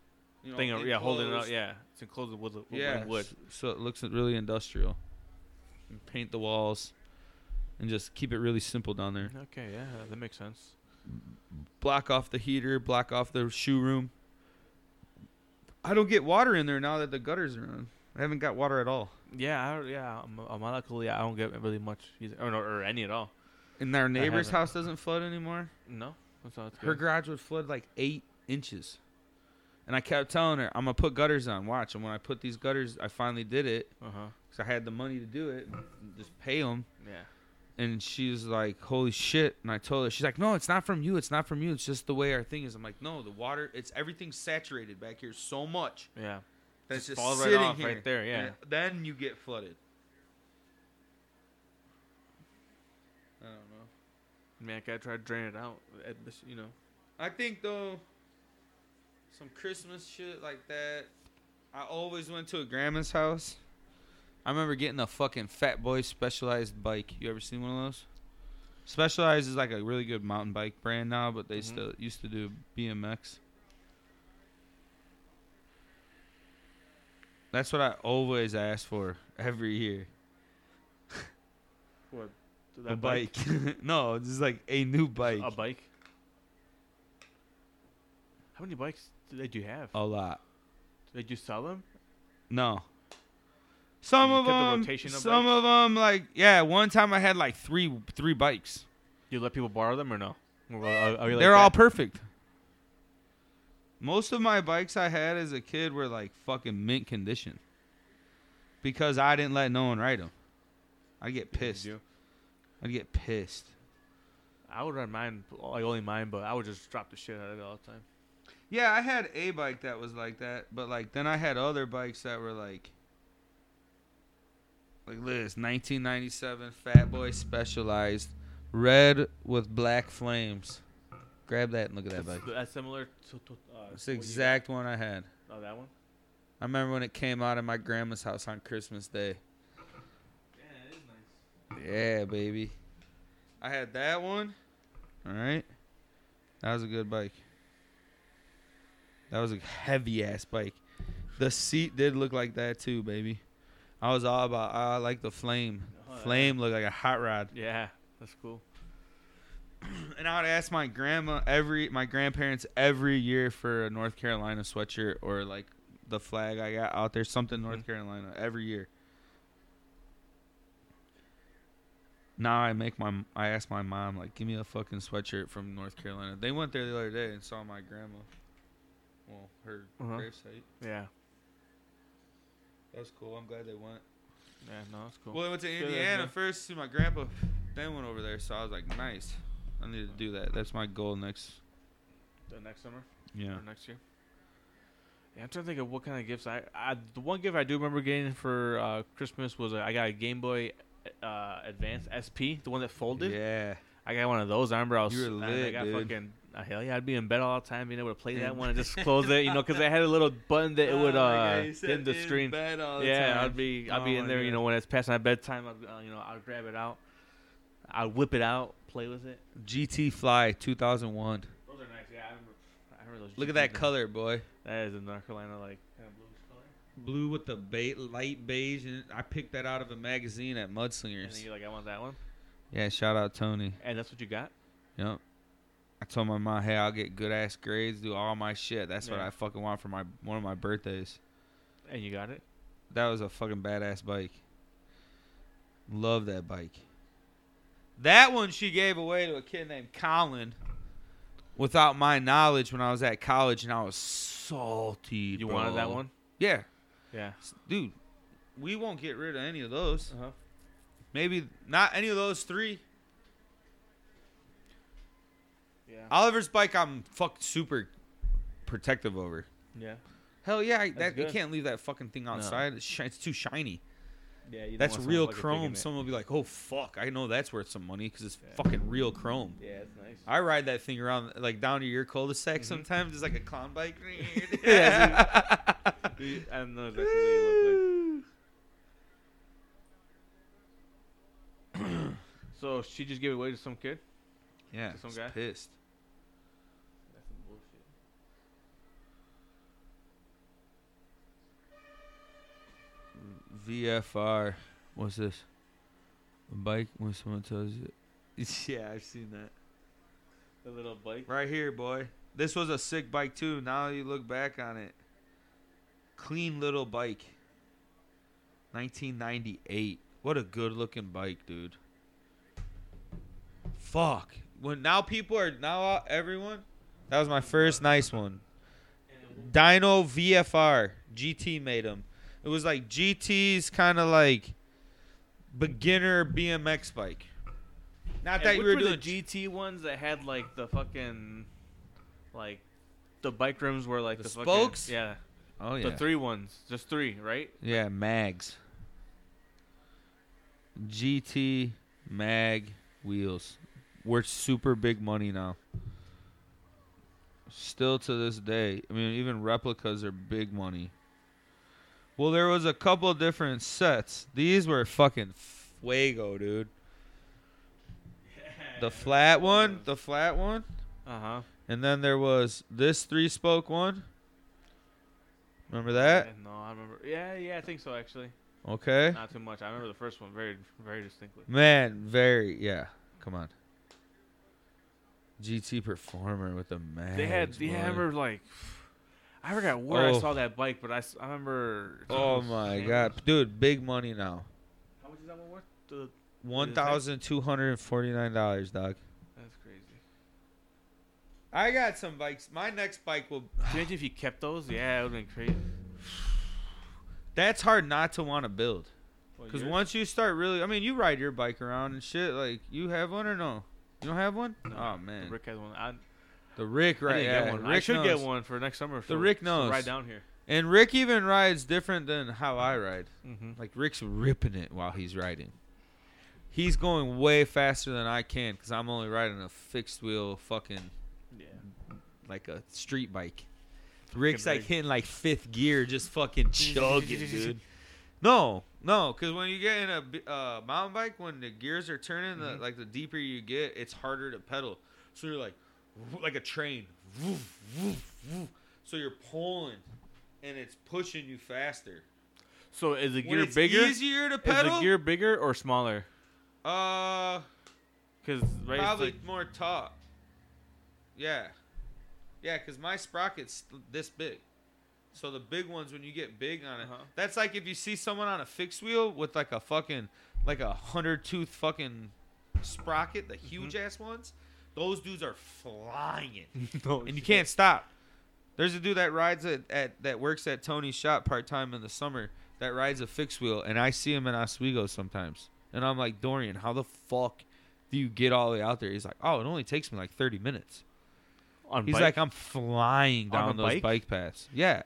S3: You know,
S2: thing, of- yeah, holding it up,
S3: enclosed.
S2: yeah, it's enclosed with wood.
S3: Yeah,
S2: Yeah, wood.
S3: s- So it looks really industrial. And paint the walls, and just keep it really simple down there.
S2: Okay, yeah, that makes sense.
S3: Block off the heater, block off the shoe room. I don't get water in there now that the gutters are on. I haven't got water at all
S2: Yeah, I, yeah, I'm, I'm not luckily I don't get really much either, or, no, or any at all.
S3: And our neighbor's
S2: haven't.
S3: house doesn't flood anymore.
S2: No, that's not that's
S3: Her
S2: good.
S3: garage would flood like eight inches. And I kept telling her, I'm going to put gutters on. Watch. And when I put these gutters, I finally did it
S2: Uh huh.
S3: because I had the money to do it. Just pay them.
S2: Yeah.
S3: And she's like, holy shit. And I told her, she's like, no, it's not from you. It's not from you. It's just the way our thing is. I'm like, no, the water, it's everything saturated back here so much
S2: Yeah.
S3: that it's
S2: Just
S3: just
S2: fall right
S3: sitting
S2: off
S3: here.
S2: right there, yeah.
S3: And then you get flooded. I don't know.
S2: I mean, I gotta try to drain it out. At, this- you know.
S3: I think though, some Christmas shit like that. I always went to a grandma's house. I remember getting a fucking Fat Boy Specialized bike. You ever seen one of those? Specialized is like a really good mountain bike brand now, but they
S2: Mhm.
S3: still used to do BMX. That's what I always ask for every year.
S2: What?
S3: a bike. no, just like a new bike.
S2: A bike. How many bikes do they do you have?
S3: a lot.
S2: Did you sell them?
S3: No. Some
S2: You
S3: of
S2: kept the
S3: them,
S2: rotation of
S3: some
S2: bikes?
S3: of them, like yeah. One time I had like three three bikes.
S2: You let people borrow them or no? Or are- are Oh, you like
S3: They're all
S2: that?
S3: perfect. Most of my bikes I had as a kid were like fucking mint condition. Because I didn't let no one ride them. I get
S2: Yeah, you
S3: pissed.
S2: do.
S3: I get pissed.
S2: I would run mine, like only mine, but I would just drop the shit out of it all the time.
S3: Yeah, I had a bike that was like that, but like then I had other bikes that were like like this 1997 Fat Boy Specialized red with black flames. Grab that and look at that bike.
S2: That's, that's similar to. to uh,
S3: It's
S2: what
S3: the
S2: you-
S3: exact one I had.
S2: Oh, that one.
S3: I remember when it came out at my grandma's house on Christmas Day.
S2: Yeah, it is nice.
S3: Yeah, baby. I had that one. All right. That was a good bike. That was a heavy ass bike. The seat did look like that too, baby. I was all about I like the flame.
S2: Oh, yeah.
S3: Flame looked like a hot rod.
S2: Yeah, that's cool.
S3: And I would ask my grandma every my grandparents every year for a North Carolina sweatshirt or like the flag I got out there, something North
S2: Mhm.
S3: Carolina every year. Now I make my I ask my mom like, give me a fucking sweatshirt from North Carolina. They went there the other day and saw my grandma. Well, her
S2: Uh-huh.
S3: gravesite.
S2: Yeah,
S3: That was cool. I'm glad they went.
S2: yeah, no, that's cool.
S3: Well, they went to
S2: Yeah, that's
S3: Indiana
S2: nice.
S3: first to see my grandpa. Then went over there, so I was like, nice. I need to do that. That's my goal next.
S2: The next summer
S3: Yeah.
S2: or next year. Yeah, I'm trying to think of what kind of gifts I, I. The one gift I do remember getting for uh, Christmas was uh, I got a Game Boy uh, Advance SP, the one that folded.
S3: Yeah.
S2: I got one of those. I remember I was.
S1: You were
S2: I- I
S1: lit,
S2: got
S1: dude.
S2: fucking. uh, hell yeah, I'd be in bed all the time, being able to play that one and just close it, you know, because I had a little button that it would uh dim the screen. yeah, I'd be I'd be
S3: Oh,
S2: in there, you
S3: yeah.
S2: know, when it's past my bedtime, I'd, uh, you know, I'd grab it out, I'd whip it out, play with it.
S3: GT Fly 2001.
S2: Those are nice. Yeah, I remember. I remember those.
S3: Look at that
S2: GTs.
S3: color, boy.
S2: That is a North Carolina like kind of bluish color.
S3: Blue with the ba- light beige, and I picked that out of a magazine at
S2: And then
S3: Mudslingers.
S2: you're like, I want that one,
S3: Yeah, shout out Tony.
S2: and that's what you got.
S3: Yep. I told my mom, hey, I'll get good ass grades, do all my shit. That's what
S2: Yeah.
S3: I fucking want for my one of my birthdays.
S2: And you got it.
S3: That was a fucking badass bike. Love that bike. That one she gave away to a kid named Colin without my knowledge when I was at college and I was salty.
S2: You
S3: bro.
S2: wanted that one.
S3: Yeah.
S2: Yeah.
S3: S- Dude, we won't get rid of any of those.
S2: Uh huh.
S3: Maybe not any of those three.
S2: Yeah.
S3: Oliver's bike I'm fuck super protective over.
S2: yeah.
S3: Hell yeah, I, that, you
S2: good.
S3: can't leave that fucking thing outside. It's, shi- it's too shiny.
S2: Yeah. You don't
S3: That's
S2: want someone
S3: real
S2: fucking
S3: chrome.
S2: digging it.
S3: Someone will be like, "Oh fuck, I know that's worth some money because it's
S2: Yeah.
S3: fucking real chrome."
S2: Yeah, it's nice.
S3: I ride that thing around like down to your
S2: Mm-hmm.
S3: cul-de-sac sometimes. It's like a clown bike.
S2: Yeah, I know exactly what you look like. So she just gave it away to some kid.
S3: yeah,
S2: Some
S3: some
S2: guy?
S3: guy pissed.
S2: That's some bullshit.
S3: VFR. What's this? A bike when someone tells you. Yeah, I've seen that.
S2: The little bike.
S3: Right here, boy. This was a sick bike too. Now you look back on it. Clean little bike. 1998. What a good looking bike, dude. Fuck. When now people are now uh, everyone. That was my first nice one. Dino VFR GT made them. It was like GT's kind of like beginner BMX bike. Not
S2: And
S3: that you
S2: which
S3: were
S2: were
S3: doing
S2: the GT ones that had like the fucking, like, the bike rims were like
S3: The
S2: the, fucking-
S3: spokes?
S2: Yeah,
S3: oh
S2: the three ones, just three, right?
S3: Yeah, mags. GT mag wheels. Worth super big money now. Still to this day. I mean, even replicas are big money. Well, there was a couple different sets. These were fucking fuego, dude. The flat one, the flat one,
S2: Uh huh.
S3: and then there was this three spoke one. Remember that?
S2: no, I remember. Yeah, yeah, I think so actually.
S3: Okay.
S2: Not too much. I remember the first one very, very distinctly.
S3: Man, very yeah. Come on. GT Performer with the man.
S2: They had the hammer like I forgot where
S3: Oh.
S2: I saw that bike, but I, s- I remember.
S3: Oh my god, dude! Big money now.
S2: How much is that one worth? The-
S3: One thousand two hundred and forty-nine dollars, dog.
S2: that's crazy.
S3: I got some bikes. My next bike will.
S2: Can you Imagine if you kept those. Yeah, it would have been crazy.
S3: That's hard not to want to build.
S2: What,
S3: Cause
S2: yours?
S3: once you start really, I mean, you ride your bike around and shit. Like, you have one or no? You don't have one?
S2: No,
S3: oh
S2: the
S3: man,
S2: Rick has one. I,
S3: the Rick
S2: I
S3: right?
S2: didn't
S3: yeah,
S2: get one.
S3: Rick
S2: I should
S3: knows.
S2: get one for next summer. For,
S3: Rick
S2: to
S3: knows.
S2: Ride down here.
S3: And Rick even rides different than how I ride.
S2: Mm-hmm.
S3: Like Rick's ripping it while he's riding. He's going way faster than I can because I'm only riding a fixed wheel fucking
S2: Yeah.
S3: like a street bike. Rick's
S2: Fucking
S3: like
S2: Rick.
S3: hitting like fifth gear, just fucking chugging, dude. No, no, because when you get in a b- uh, mountain bike, when the gears are turning,
S2: Mm-hmm.
S3: the, like the deeper you get, it's harder to pedal. So you're like, like a train. Woof, woof, woof. So you're pulling, and it's pushing you faster.
S2: So is the
S3: When
S2: gear
S3: it's
S2: bigger?
S3: Easier to
S2: Is
S3: pedal.
S2: the gear bigger or smaller?
S3: Uh,
S2: Because right, it's
S3: probably
S2: like,
S3: more top. Yeah, yeah, because my sprocket's this big, so the big ones when you get big on it,
S2: Uh-huh.
S3: that's like if you see someone on a fixed wheel with like a fucking like a hundred tooth fucking sprocket, the
S2: Mm-hmm.
S3: huge ass ones. Those dudes are flying,
S2: no,
S3: and you
S2: shit.
S3: can't stop. There's a dude that rides at, at that works at Tony's shop part time in the summer that rides a fixed wheel, and I see him in Oswego sometimes, and I'm like Dorian, how the fuck do you get all the way out there? He's like, oh, it only takes me like 30 minutes.
S2: On
S3: He's
S2: bike?
S3: like, I'm flying
S2: On a
S3: down those
S2: bike?
S3: bike? paths. Yeah,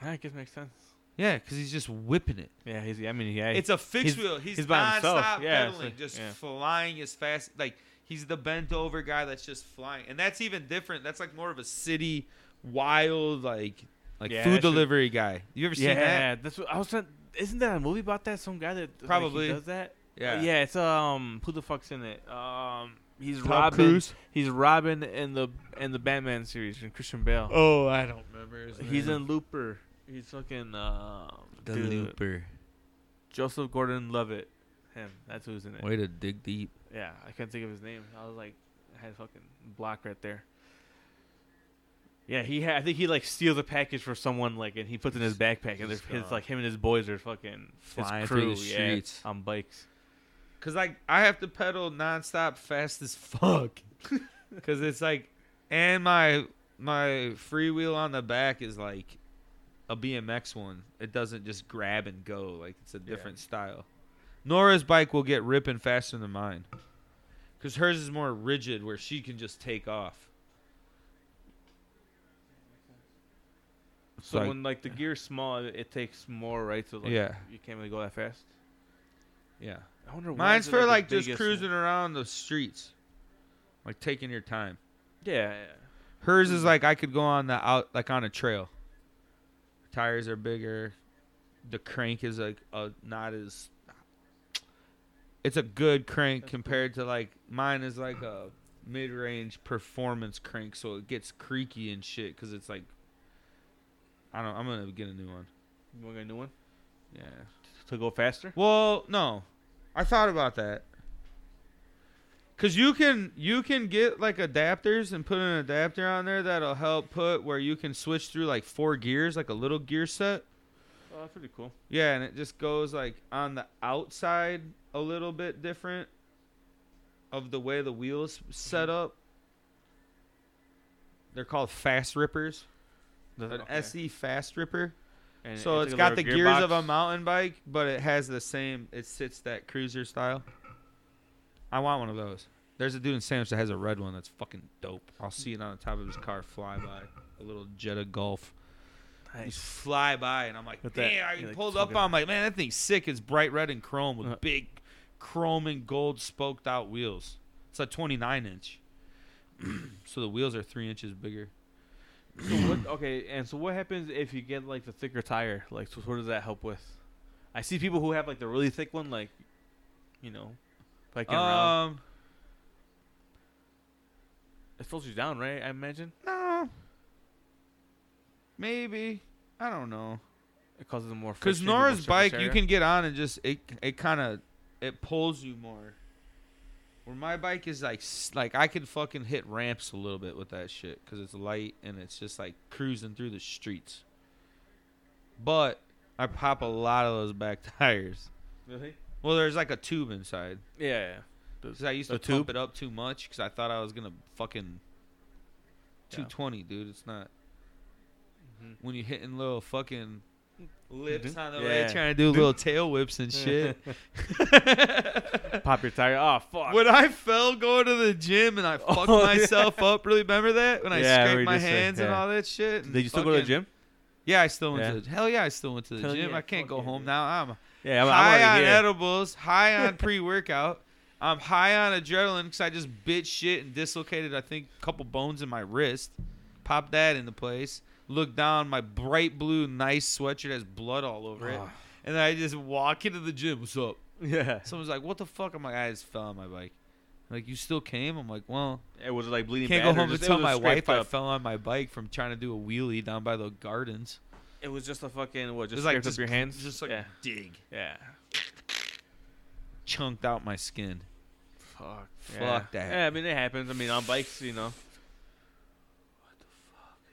S2: I guess makes sense.
S3: yeah, because he's just whipping it.
S2: Yeah, he's. I mean, yeah.
S3: It's a fixed
S2: He's-
S3: wheel. He's,
S2: he's by
S3: nonstop
S2: himself. Yeah, it's
S3: pedaling,
S2: like-
S3: just
S2: yeah.
S3: flying as fast. Like He's the bent over guy that's just flying, and that's even different. That's like more of a city wild like like
S2: Yeah,
S3: food
S2: that's true.
S3: delivery guy. You ever seen that?
S2: Yeah, that's what I was. Trying, isn't that a movie about that? Some guy that like, he
S3: Probably.
S2: does that. yeah. It's um, who the fuck's in it? Um, he's
S3: Tom
S2: Robin.
S3: Cruise?
S2: He's Robin in the in the Batman series and Christian Bale.
S3: Oh, I don't remember. His
S2: He's
S3: name.
S2: in Looper. He's fucking um,
S3: the
S2: dude,
S3: looper.
S2: Joseph Gordon-Levitt. Him. That's who's in it.
S3: Way to dig deep.
S2: Yeah, I couldn't think of his name. I was like, I had a fucking block right there. Yeah, he. Ha- I think he like steals a package for someone, like, and he puts it in his backpack, and they're-
S3: Just
S2: his
S3: gone.
S2: like him and his boys are fucking
S3: Flying
S2: his
S3: through
S2: crew,
S3: the
S2: yeah,
S3: streets.
S2: on bikes.
S3: Cause like I have to pedal nonstop, fast as fuck. Cause it's like, and my my freewheel on the back is like a BMX one. It doesn't just grab and go. Like it's a different style. Nora's bike will get ripping faster than mine. Cause hers is more rigid, where she can just take off.
S2: So
S3: Like-
S2: when like the gear's small, it, it takes more, right? So like,
S3: Yeah.
S2: you can't really go that fast.
S3: Yeah.
S2: I wonder. why
S3: Mine's
S2: is it,
S3: for
S2: the
S3: like just
S2: biggest
S3: cruising
S2: one?
S3: around the streets, like taking your time.
S2: Yeah, yeah.
S3: Hers is like I could go on the out like on a trail. Tires are bigger. The crank is like a not as. It's a good crank compared to like mine is like a mid-range performance crank, so it gets creaky and shit because it's like. I don't. I'm gonna get a new one.
S2: You want to get a new one
S3: Yeah.
S2: to go faster?
S3: Well, no, I thought about that. Cause you can you can get like adapters and put an adapter on there that'll help put where you can switch through like four gears, like a little gear set.
S2: Oh, that's pretty cool.
S3: Yeah, and it just goes like on the outside a little bit different of the way the wheels set up. They're called fast rippers.
S2: Does it-
S3: An
S2: okay.
S3: SE fast ripper.
S2: And
S3: So
S2: it's
S3: it's
S2: like a
S3: got the
S2: little
S3: gears of a
S2: gearbox.
S3: mountain bike, but it has the same. It sits that cruiser style. I want one of those. There's a dude in Sandwich that has a red one that's fucking dope. I'll see it on the top of his car fly by. A little Jetta Golf. He's
S2: Nice.
S3: fly by, and I'm like,
S2: With that-
S3: damn! I
S2: you're like,
S3: pulled up
S2: fucking-
S3: on like, man, that thing's sick. It's bright red and chrome with
S2: Uh.
S3: big chrome and gold spoked out wheels. It's a 29 inch, so the wheels are three inches bigger.
S2: So what, okay, and so what happens if you get like the thicker tire? Like, so what does that help with? I see people who have like the really thick one, like, you know, like around.
S3: Um,
S2: It slows you down, right? I imagine
S3: no, maybe I don't know.
S2: it causes a more.
S3: Because
S2: friction, you're more
S3: Nora's bike, you
S2: circumcised.
S3: can get on and just it it kind of it pulls you more. Where my bike is like s- like I can fucking hit ramps a little bit with that shit because it's light and it's just like cruising through the streets. But I pop a lot of those back tires.
S2: Really?
S3: Well, there's like a tube inside
S2: Yeah. yeah.
S3: because I used
S2: A
S3: to pump
S2: tube?
S3: it up too much because I thought I was gonna fucking
S2: Yeah.
S3: 220, dude. It's not
S2: Mhm.
S3: when you hitting little fucking lips
S2: Mhm.
S3: on Mm-hmm. the way
S2: Yeah.
S3: trying to do little tail whips and shit.
S2: Pop your tire. Oh fuck.
S3: when I fell going to the gym and I fucked
S2: Oh, yeah.
S3: myself up, really remember that when I
S2: Yeah, we
S3: scraped my
S2: just said-
S3: hands and
S2: yeah.
S3: all that shit. and
S2: Did you still go to the
S3: fucking-
S2: gym?
S3: Yeah, I still went
S2: Yeah.
S3: to the hell yeah, I still went to the
S2: Hell
S3: gym.
S2: yeah,
S3: I can't
S2: fuck
S3: go
S2: yeah,
S3: home
S2: dude.
S3: now. I'm
S2: Yeah, I'm,
S3: high
S2: I'm
S3: on
S2: already here.
S3: edibles, high on pre workout. I'm high on adrenaline because I just bitch shit and dislocated, I think, a couple bones in my wrist. Popped that into place. Looked down, my bright blue, nice sweatshirt has blood all over it.
S2: Ah.
S3: And then I just walk into the gym. What's up?
S2: Yeah.
S3: Someone's like, what the fuck? I'm like, I just fell on my bike. Like, you still came? I'm like, well,
S2: It was like bleeding.
S3: can't
S2: bad,
S3: go
S2: or
S3: home and
S2: just- it
S3: tell
S2: was
S3: my
S2: scraped
S3: wife I
S2: up?
S3: fell on my bike from trying to do a wheelie down by the gardens.
S2: It was just a fucking what?
S3: It
S2: Just
S3: was like
S2: scraped
S3: just-
S2: up your hands.
S3: Just like
S2: yeah.
S3: dig.
S2: Yeah.
S3: Chunked out my skin.
S2: Fuck.
S3: Fuck
S2: yeah.
S3: that.
S2: Yeah, I mean it happens. I mean on bikes, you know. What the fuck?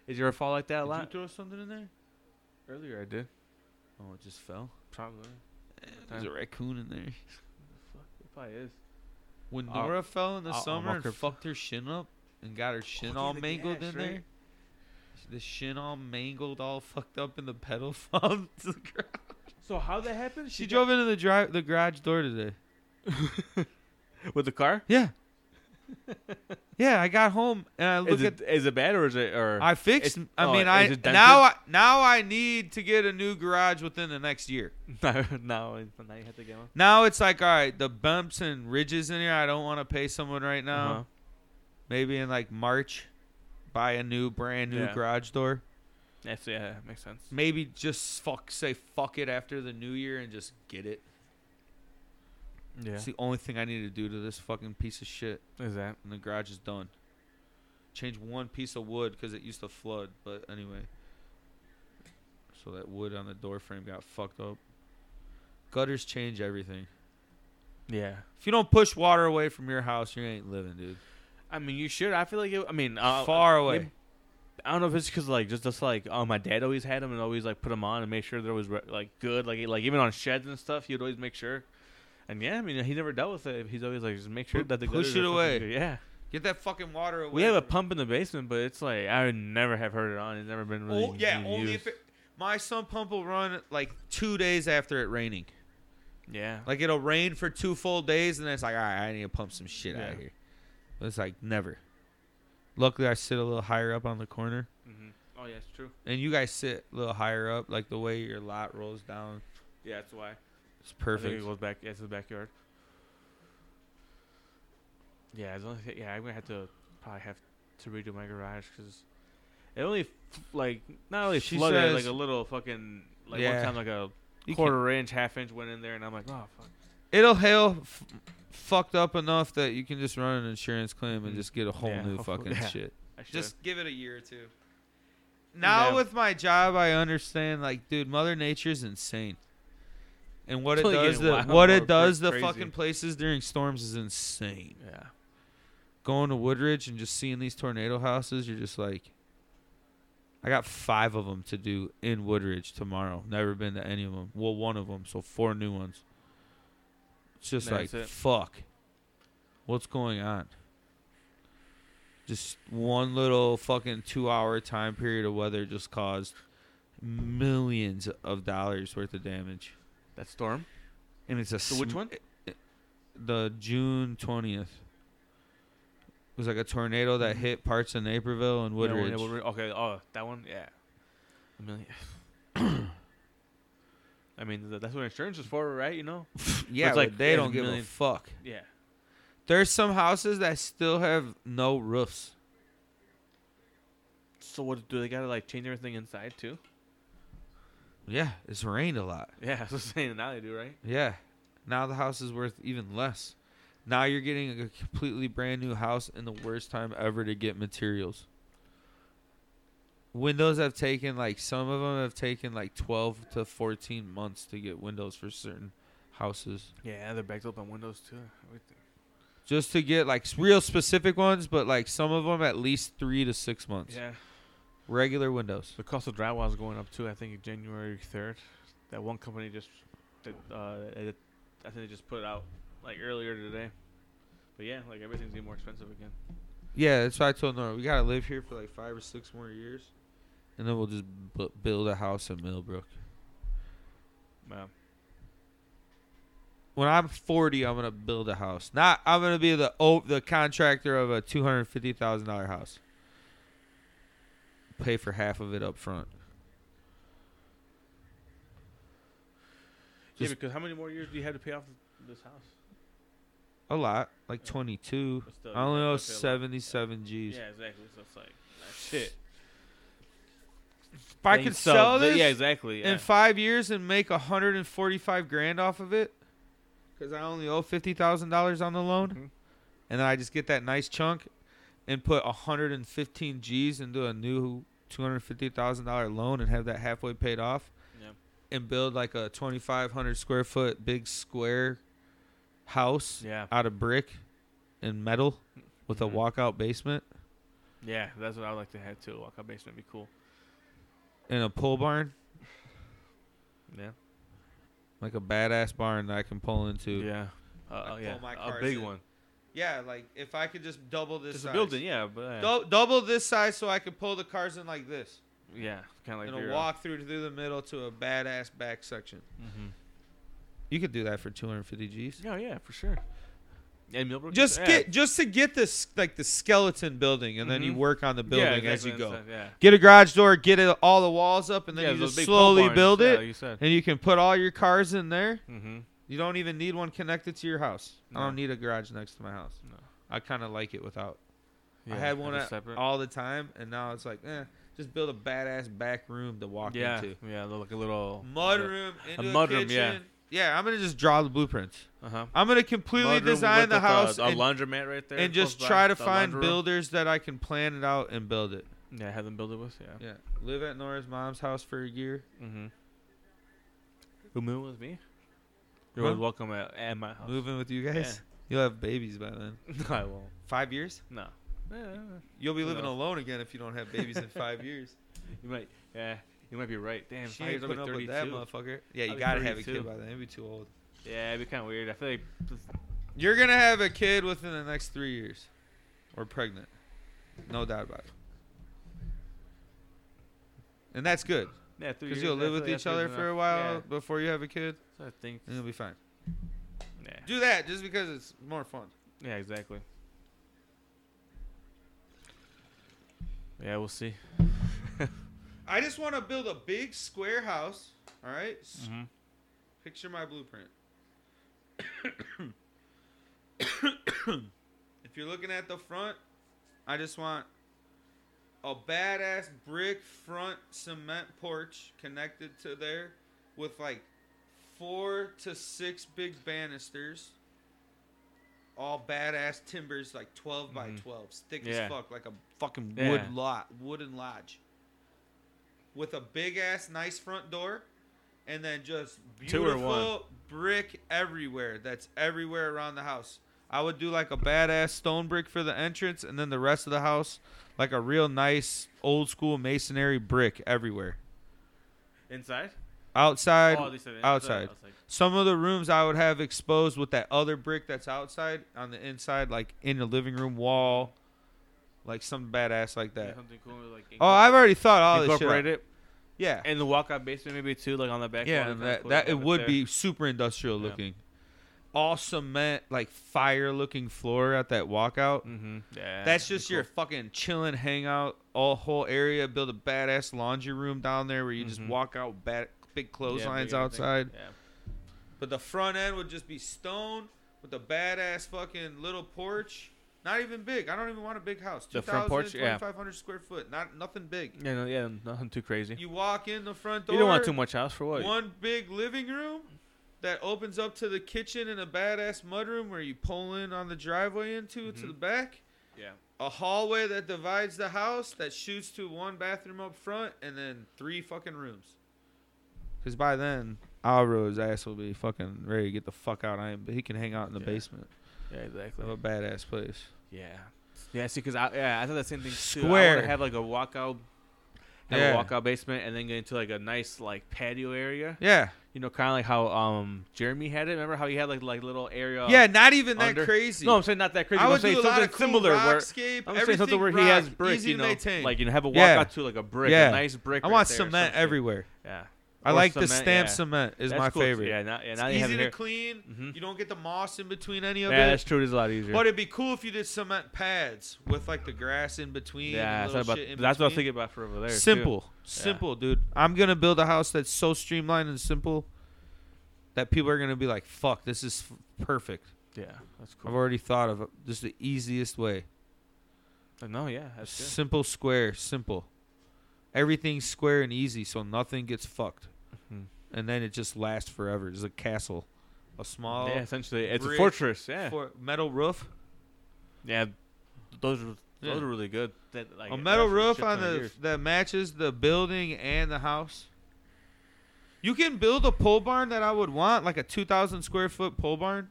S2: Did you ever fall like that a lot?
S3: throw something in there?
S2: Earlier I did.
S3: Oh, it just fell.
S2: Probably.
S3: There's a raccoon in there.
S2: Fuck, it probably is.
S3: When
S2: I'll-
S3: Nora fell in the
S2: I'll- I'll
S3: summer
S2: walk
S3: and
S2: her-
S3: fucked her shin up and got her shin
S2: Oh,
S3: all
S2: yeah, the
S3: mangled
S2: gas,
S3: in
S2: right?
S3: there, the shin all mangled, all fucked up, and the pedal fell to the ground.
S2: So how that happened?
S3: She drove into the drive the garage door today.
S2: with the car.
S3: Yeah. yeah, I got home and I look
S2: Is
S3: at
S2: it, is it bad or is it or
S3: I fixed.
S2: It's-
S3: I
S2: oh,
S3: mean,
S2: is
S3: I
S2: it dented?
S3: now I, now I need to get a new garage within the next year.
S2: no, no, it's- now you have to get one.
S3: Now it's like, all right, the bumps and ridges in here, I don't want to pay someone right now.
S2: Uh-huh.
S3: Maybe in like March, buy a new brand new
S2: Yeah.
S3: garage door.
S2: That's yeah, makes sense.
S3: Maybe just fuck say fuck it after the new year and just get it.
S2: Yeah,
S3: It's the only thing I need to do to this fucking piece of shit,
S2: is that?
S3: and the garage is done. Change one piece of wood because it used to flood, but anyway. So that wood on the door frame got fucked up. Gutters change everything.
S2: Yeah,
S3: If you don't push water away from your house, you ain't living, dude.
S2: I mean, you should. I feel like it. I mean, uh,
S3: Far away.
S2: maybe- I don't know if it's because like just just like oh my dad always had them and always like put them on and make sure there was re- like good like like even on sheds and stuff he'd always make sure. And yeah, I mean he never dealt with it. He's always like just make sure
S3: Pu-
S2: that the
S3: push
S2: gutters
S3: it
S2: are fucking
S3: away.
S2: good. Yeah,
S3: Get that fucking water away.
S2: we have a
S3: from-
S2: pump in the basement, but it's like I would never have heard it on. It's never been really.
S3: Oh, yeah,
S2: u-
S3: only
S2: used.
S3: if it, my sun pump will run like two days after it raining.
S2: yeah.
S3: Like it'll rain for two full days, and then it's like, all right, I need to pump some shit out
S2: Yeah.
S3: of here. But it's like never. Luckily, I sit a little higher up on the corner,
S2: Mhm. Oh yeah, it's true.
S3: and you guys sit a little higher up. Like the way your lot rolls down,
S2: Yeah, that's why.
S3: it's
S2: I think
S3: perfect.
S2: it goes back yeah, to the backyard. Yeah, as long as, yeah, I'm gonna have to probably have to redo my garage because it only f- like not only
S3: She
S2: flooded like
S3: says-
S2: a little fucking like
S3: Yeah.
S2: one time like a
S3: You can-
S2: quarter inch, half inch went in there, and I'm like, oh fuck.
S3: It'll hail f- fucked up enough that you can just run an insurance claim and
S2: Mhm.
S3: just get a whole
S2: Yeah,
S3: new
S2: hopefully-
S3: fucking
S2: yeah.
S3: shit.
S2: I should.
S3: Just give it a year or two. Now
S2: Yeah.
S3: with my job, I understand. Like, dude, Mother Nature's insane, and what it
S2: It's only
S3: does,
S2: getting
S3: the,
S2: wild,
S3: what
S2: more
S3: it does, the
S2: crazy.
S3: fucking places during storms is insane.
S2: yeah.
S3: Going to Woodridge and just seeing these tornado houses, you're just like, I got five of them to do in Woodridge tomorrow. Never been to any of them. Well, one of them, so four new ones. It's just
S2: That's
S3: like
S2: it.
S3: fuck. What's going on? Just one little fucking two hour time period of weather just caused millions of dollars worth of damage.
S2: That storm.
S3: And it's a
S2: So which
S3: sm-
S2: one?
S3: The June twentieth. It was like a tornado that hit parts of Naperville and
S2: Yeah, one- yeah,
S3: Woodridge.
S2: Woodridge. Okay. Oh, that one. Yeah. A million. I mean, th- that's what insurance is for, right? You know.
S3: Yeah,
S2: It's
S3: but
S2: like-
S3: they
S2: it's
S3: don't give a
S2: million-
S3: fuck.
S2: Yeah.
S3: There's some houses that still have no roofs.
S2: So what do they gotta like change everything inside too?
S3: Yeah, it's rained a lot.
S2: Yeah, I was saying now they do, right?
S3: Yeah. Now the house is worth even less. Now you're getting a completely brand new house in the worst time ever to get materials. Windows have taken like some of them have taken like 12 to 14 months to get windows for certain houses.
S2: Yeah, they're backed up on windows too.
S3: Just to get like s- real specific ones, but like some of them at least 3 to 6 months.
S2: Yeah,
S3: Regular windows.
S2: the cost of drywall is going up too. I think January third. That one company just, that, uh, it, I think they just put it out like earlier today. But yeah, like everything's getting more expensive again.
S3: Yeah, that's why I told Nora. We gotta live here for like five or six more years, and then we'll just bu build a house in Millbrook.
S2: Yeah.
S3: When I'm 40, I'm gonna build a house. Not I'm gonna be the oh, the contractor of a two hundred fifty thousand dollar house. Pay for half of it up front.
S2: yeah,
S3: Just-
S2: because how many more years do you have to pay off this house?
S3: A lot, like
S2: Yeah.
S3: 22.
S2: But still,
S3: I
S2: you
S3: only
S2: have
S3: owe
S2: to pay a lot.
S3: 77 G's.
S2: Yeah, exactly. So it's like ah, shit.
S3: If I
S2: Then
S3: could
S2: so-
S3: sell
S2: th-
S3: this
S2: Yeah, exactly. Yeah.
S3: in five years and make 145 grand off of it, because I only owe fifty thousand dollars on the loan.
S2: Mhm.
S3: and then I just get that nice chunk and put 115 G's into a new $250,000 loan and have that halfway paid off
S2: Yeah.
S3: and build like a 2,500 square foot big square house
S2: Yeah.
S3: out of brick and metal with
S2: Mhm.
S3: a walkout basement
S2: Yeah, that's what I would like to have too. Walk out basement would be cool.
S3: and a pole barn,
S2: Yeah.
S3: like a badass barn that I can pull into.
S2: Yeah. Uh,
S3: I
S2: uh,
S3: pull
S2: yeah.
S3: my
S2: A
S3: cars
S2: big
S3: in.
S2: one.
S3: Yeah, like if I could just double this
S2: It's a
S3: size.
S2: building, yeah, but uh,
S3: Dou- double this size so I could pull the cars in like this
S2: yeah, kind of like
S3: and a
S2: your, uh,
S3: walk through through the middle to a badass back section.
S2: Mhm.
S3: You could do that for 250 G's.
S2: Yeah, yeah, for sure. And Millbrook
S3: Just
S2: yeah.
S3: get just to get this like the skeleton building, and then you
S2: Mhm.
S3: work on the building
S2: yeah,
S3: as
S2: exactly,
S3: you go.
S2: and stuff, yeah.
S3: Get a garage door, get it, all the walls up, and then
S2: Yeah,
S3: you
S2: those
S3: just
S2: big pole
S3: slowly
S2: barns,
S3: build
S2: yeah,
S3: it,
S2: like you said.
S3: and you can put all your cars in there.
S2: Mm-hmm.
S3: You don't even need one connected to your house. I
S2: No.
S3: don't need a garage next to my house.
S2: No.
S3: I kind of like it without. I had one at,
S2: separate.
S3: all the time, and now it's like, eh, just build a badass back room to walk
S2: yeah,
S3: into.
S2: yeah, like a little
S3: Mud room, into a,
S2: mud room, yeah.
S3: kitchen. Yeah, I'm gonna just draw the blueprints.
S2: Uh huh.
S3: I'm gonna completely design the house
S2: uh, a,
S3: and,
S2: laundromat right there,
S3: and just
S2: close by,
S3: try to
S2: the
S3: find
S2: laundry room.
S3: builders that I can plan it out and build it.
S2: Yeah, have them build it with. Yeah.
S3: Yeah, live at Nora's mom's house for a year.
S2: Mm-hmm. Who moved with me? You're always
S3: Huh?
S2: welcome at, at my house.
S3: Moving with you guys, you'll have babies by then.
S2: No, I won't.
S3: Five years?
S2: No. Yeah,
S3: You'll be
S2: Who
S3: living
S2: knows?
S3: alone again if you don't have babies in five years.
S2: You might. Yeah, you might be right. Damn,
S3: she
S2: five
S3: ain't
S2: years I'll be
S3: putting up with that
S2: 32.
S3: motherfucker. Yeah, you
S2: I'll be
S3: gotta have a
S2: 32.
S3: kid by then. You'd be too old.
S2: Yeah, it'd be kind of weird. I feel like
S3: You're gonna have a kid within the next three years, or pregnant, no doubt about it. And that's good
S2: yeah, three
S3: because
S2: years,
S3: you'll
S2: I
S3: live
S2: feel
S3: with
S2: like
S3: each
S2: that's
S3: other
S2: enough.
S3: for a while
S2: Yeah,
S3: before you have a kid,
S2: so I think.
S3: and you'll be fine.
S2: Yeah.
S3: Do that just because it's more fun.
S2: Yeah, exactly. Yeah, we'll see.
S3: I just want to build a big square house. All right? S-
S2: Mm-hmm.
S3: picture my blueprint. if you're looking at the front, I just want a badass brick front cement porch connected to there with like four to six big banisters. All badass timbers, like 12 by
S2: Mhm.
S3: 12, thick
S2: Yeah.
S3: as fuck, like a fucking wood
S2: Yeah.
S3: lot, wooden lodge. With a big ass, nice front door, and then just
S2: Two or one?
S3: beautiful brick everywhere. That's everywhere around the house. I would do like a badass stone brick for the entrance, and then the rest of the house like a real nice old school masonry brick everywhere.
S2: Inside?
S3: Outside,
S2: Oh, they said inside.
S3: outside.
S2: I was like,
S3: Some of the rooms I would have exposed with that other brick that's outside on the inside, like in the living room wall, like some badass like
S2: yeah,
S3: that.
S2: something cool. Like
S3: Oh, I've already thought all this shit.
S2: incorporate
S3: out.
S2: it
S3: Yeah,
S2: and the walkout basement maybe too, like on the back.
S3: yeah,
S2: wall,
S3: and
S2: kinda
S3: that,
S2: cool
S3: that
S2: stuff
S3: it
S2: up
S3: would
S2: there.
S3: be super industrial
S2: Yeah.
S3: looking. All cement, like fire looking floor at that walkout.
S2: Mhm. Yeah.
S3: That's
S2: that'd be
S3: just your fucking chilling hangout, all whole area. Build a badass laundry room down there where you just
S2: Mhm.
S3: walk out, bat, big
S2: cool. Yeah,
S3: clotheslines
S2: big everything.
S3: outside.
S2: Yeah.
S3: But the front end would just be stone with a badass fucking little porch. Not even big. I don't even want a big house.
S2: The front porch,
S3: 2,000,
S2: yeah.
S3: 2,500 square foot. Not nothing big.
S2: Yeah, no, yeah, nothing too crazy. You,
S3: You walk in the front door.
S2: don't want too much house for what?
S3: One big living room that opens up to the kitchen and a badass mudroom where you pull in on the driveway into to
S2: Mhm.
S3: the back.
S2: Yeah.
S3: A hallway that divides the house that shoots to one bathroom up front and then three fucking rooms. Because by then, Alro's ass will be fucking ready to get the fuck out. I am, but he can hang out in the
S2: Yeah.
S3: basement
S2: Yeah, exactly.
S3: of a badass place.
S2: Yeah. Yeah, see, because I yeah, I thought the same thing. Too. I
S3: Square.
S2: wanna have like a walkout, have
S3: Yeah.
S2: a walkout basement, and then get into like a nice like patio area.
S3: Yeah,
S2: You know, kind of like how um Jeremy had it. Remember how he had like like little area?
S3: yeah, not even that
S2: under-
S3: crazy.
S2: No, I'm saying not that crazy.
S3: I
S2: but I'm
S3: would
S2: saying
S3: do a lot
S2: something
S3: of cool
S2: similar where
S3: rockscape,
S2: I'm saying
S3: everything
S2: something where
S3: rock,
S2: he has brick.
S3: easy
S2: You
S3: to
S2: know,
S3: maintain.
S2: like you know, have a walkout
S3: Yeah.
S2: to like a brick,
S3: Yeah.
S2: a nice brick.
S3: I
S2: right
S3: want
S2: there or
S3: cement
S2: some shit.
S3: everywhere.
S2: Yeah,
S3: I
S2: Or
S3: like the
S2: cement,
S3: stamp
S2: yeah.
S3: cement is
S2: That's
S3: my
S2: cool, too.
S3: favorite.
S2: Yeah, not, yeah,
S3: It's
S2: not even
S3: easy to
S2: here.
S3: clean.
S2: Mhm.
S3: You don't get the moss in between any of
S2: Yeah,
S3: it.
S2: that's true. It's a lot easier.
S3: But it'd be cool if you did cement pads with like the grass in between.
S2: yeah, I
S3: and little
S2: thought about,
S3: shit in
S2: that's what I was
S3: between.
S2: thinking about for over there. too.
S3: Simple, simple, dude. I'm gonna build a house that's so streamlined and simple that people are gonna be like, "Fuck, this is f- perfect."
S2: Yeah, that's
S3: I've
S2: cool.
S3: already thought of it. just the easiest way.
S2: No, yeah, that's good.
S3: Simple, square, simple. Everything's square and easy, so nothing gets fucked.
S2: Mhm.
S3: And then it just lasts forever. It's a castle, a small
S2: yeah, essentially, it's
S3: brick
S2: a fortress. Yeah,
S3: for- metal roof.
S2: yeah. Those are those
S3: Yeah.
S2: are really good. That, like,
S3: a
S2: it
S3: metal
S2: lasts a
S3: roof
S2: shit
S3: on
S2: ton of
S3: the
S2: years.
S3: that matches the building and the house. You can build a pole barn that I would want, like a two thousand square foot pole barn,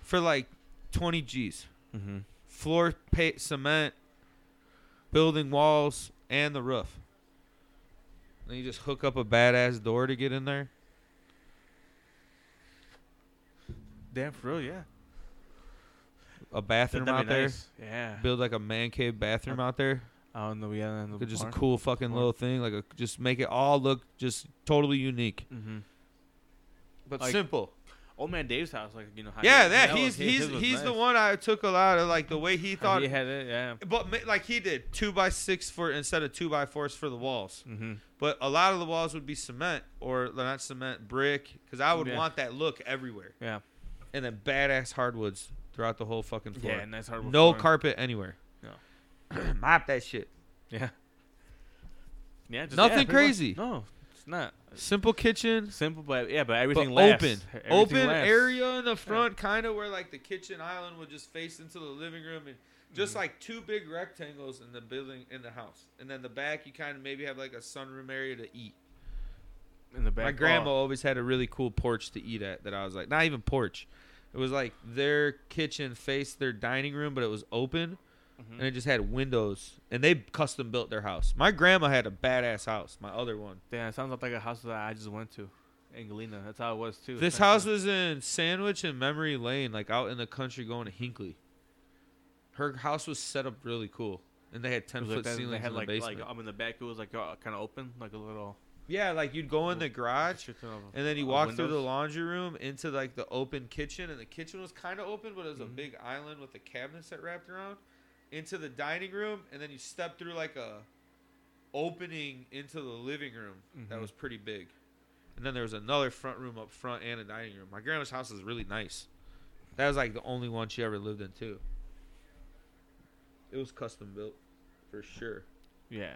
S3: for like twenty G's.
S2: Mhm.
S3: Floor pa- cement, building walls, and the roof. Then you just hook up a badass door to get in there.
S2: Damn, for real, yeah.
S3: A bathroom out there.
S2: there. Yeah.
S3: Build like a man cave bathroom out there.
S2: Out in the yeah, in the
S3: Just a
S2: barn.
S3: cool fucking
S2: Barn.
S3: little thing. Like a, just make it all look just totally unique.
S2: Mhm.
S3: But
S2: Like-
S3: simple.
S2: old man Dave's house, like you know. how-
S3: Yeah, that, he's
S2: was- his-
S3: he's
S2: his was
S3: he's the
S2: nice.
S3: one I took a lot of like the way he thought.
S2: He had it, yeah.
S3: But ma- like he did two by six for instead of two by fours for the walls.
S2: Mm-hmm.
S3: But a lot of the walls would be cement or uh, not cement brick because I would
S2: Yeah.
S3: want that look everywhere.
S2: Yeah.
S3: And then badass hardwoods throughout the whole fucking floor.
S2: Yeah, and that's hard.
S3: no
S2: car.
S3: carpet anywhere. No. Mop that shit.
S2: Yeah. Yeah. Just,
S3: Nothing
S2: yeah, pretty much.
S3: crazy.
S2: No, it's not
S3: Simple kitchen,
S2: simple, but yeah, but
S3: but
S2: everything lasts.
S3: open,
S2: Everything
S3: open
S2: lasts.
S3: area in the front, kind of where like the kitchen island would just face into the living room, and just
S2: Mm.
S3: like two big rectangles in the building in the house, and then the back you kind of maybe have like a sunroom area to eat.
S2: in the back.
S3: My grandma always had a really cool porch to eat at that I was like, not even porch. It was like their kitchen faced their dining room, but it was open
S2: Mm-hmm.
S3: and it just had windows. And they custom built their house. My grandma had a badass house, my other one.
S2: Damn, it sounds like a house that I just went to, in Galena. That's how it was too.
S3: This house was in Sandwich and Memory Lane, like out in the country going to Hinkley. Her house was set up really cool. And they had 10
S2: was
S3: foot
S2: like that, and
S3: ceilings
S2: they had
S3: in
S2: like
S3: the basement.
S2: like um in the back. It was like uh, kind of open, like a little.
S3: yeah, like you'd go in the garage
S2: restriction of-
S3: And then you
S2: of
S3: walk through the
S2: Uh, windows.
S3: laundry room into like the open kitchen, and the kitchen was kind of open, but it was a
S2: Mhm.
S3: big island with the cabinets that wrapped around. Into the dining room, and then you step through like a opening into the living room that
S2: Mhm.
S3: was pretty big. And then there was another front room up front and a dining room. My grandma's house is really nice. That was like the only one she ever lived in too. It was custom built, for sure.
S2: Yeah,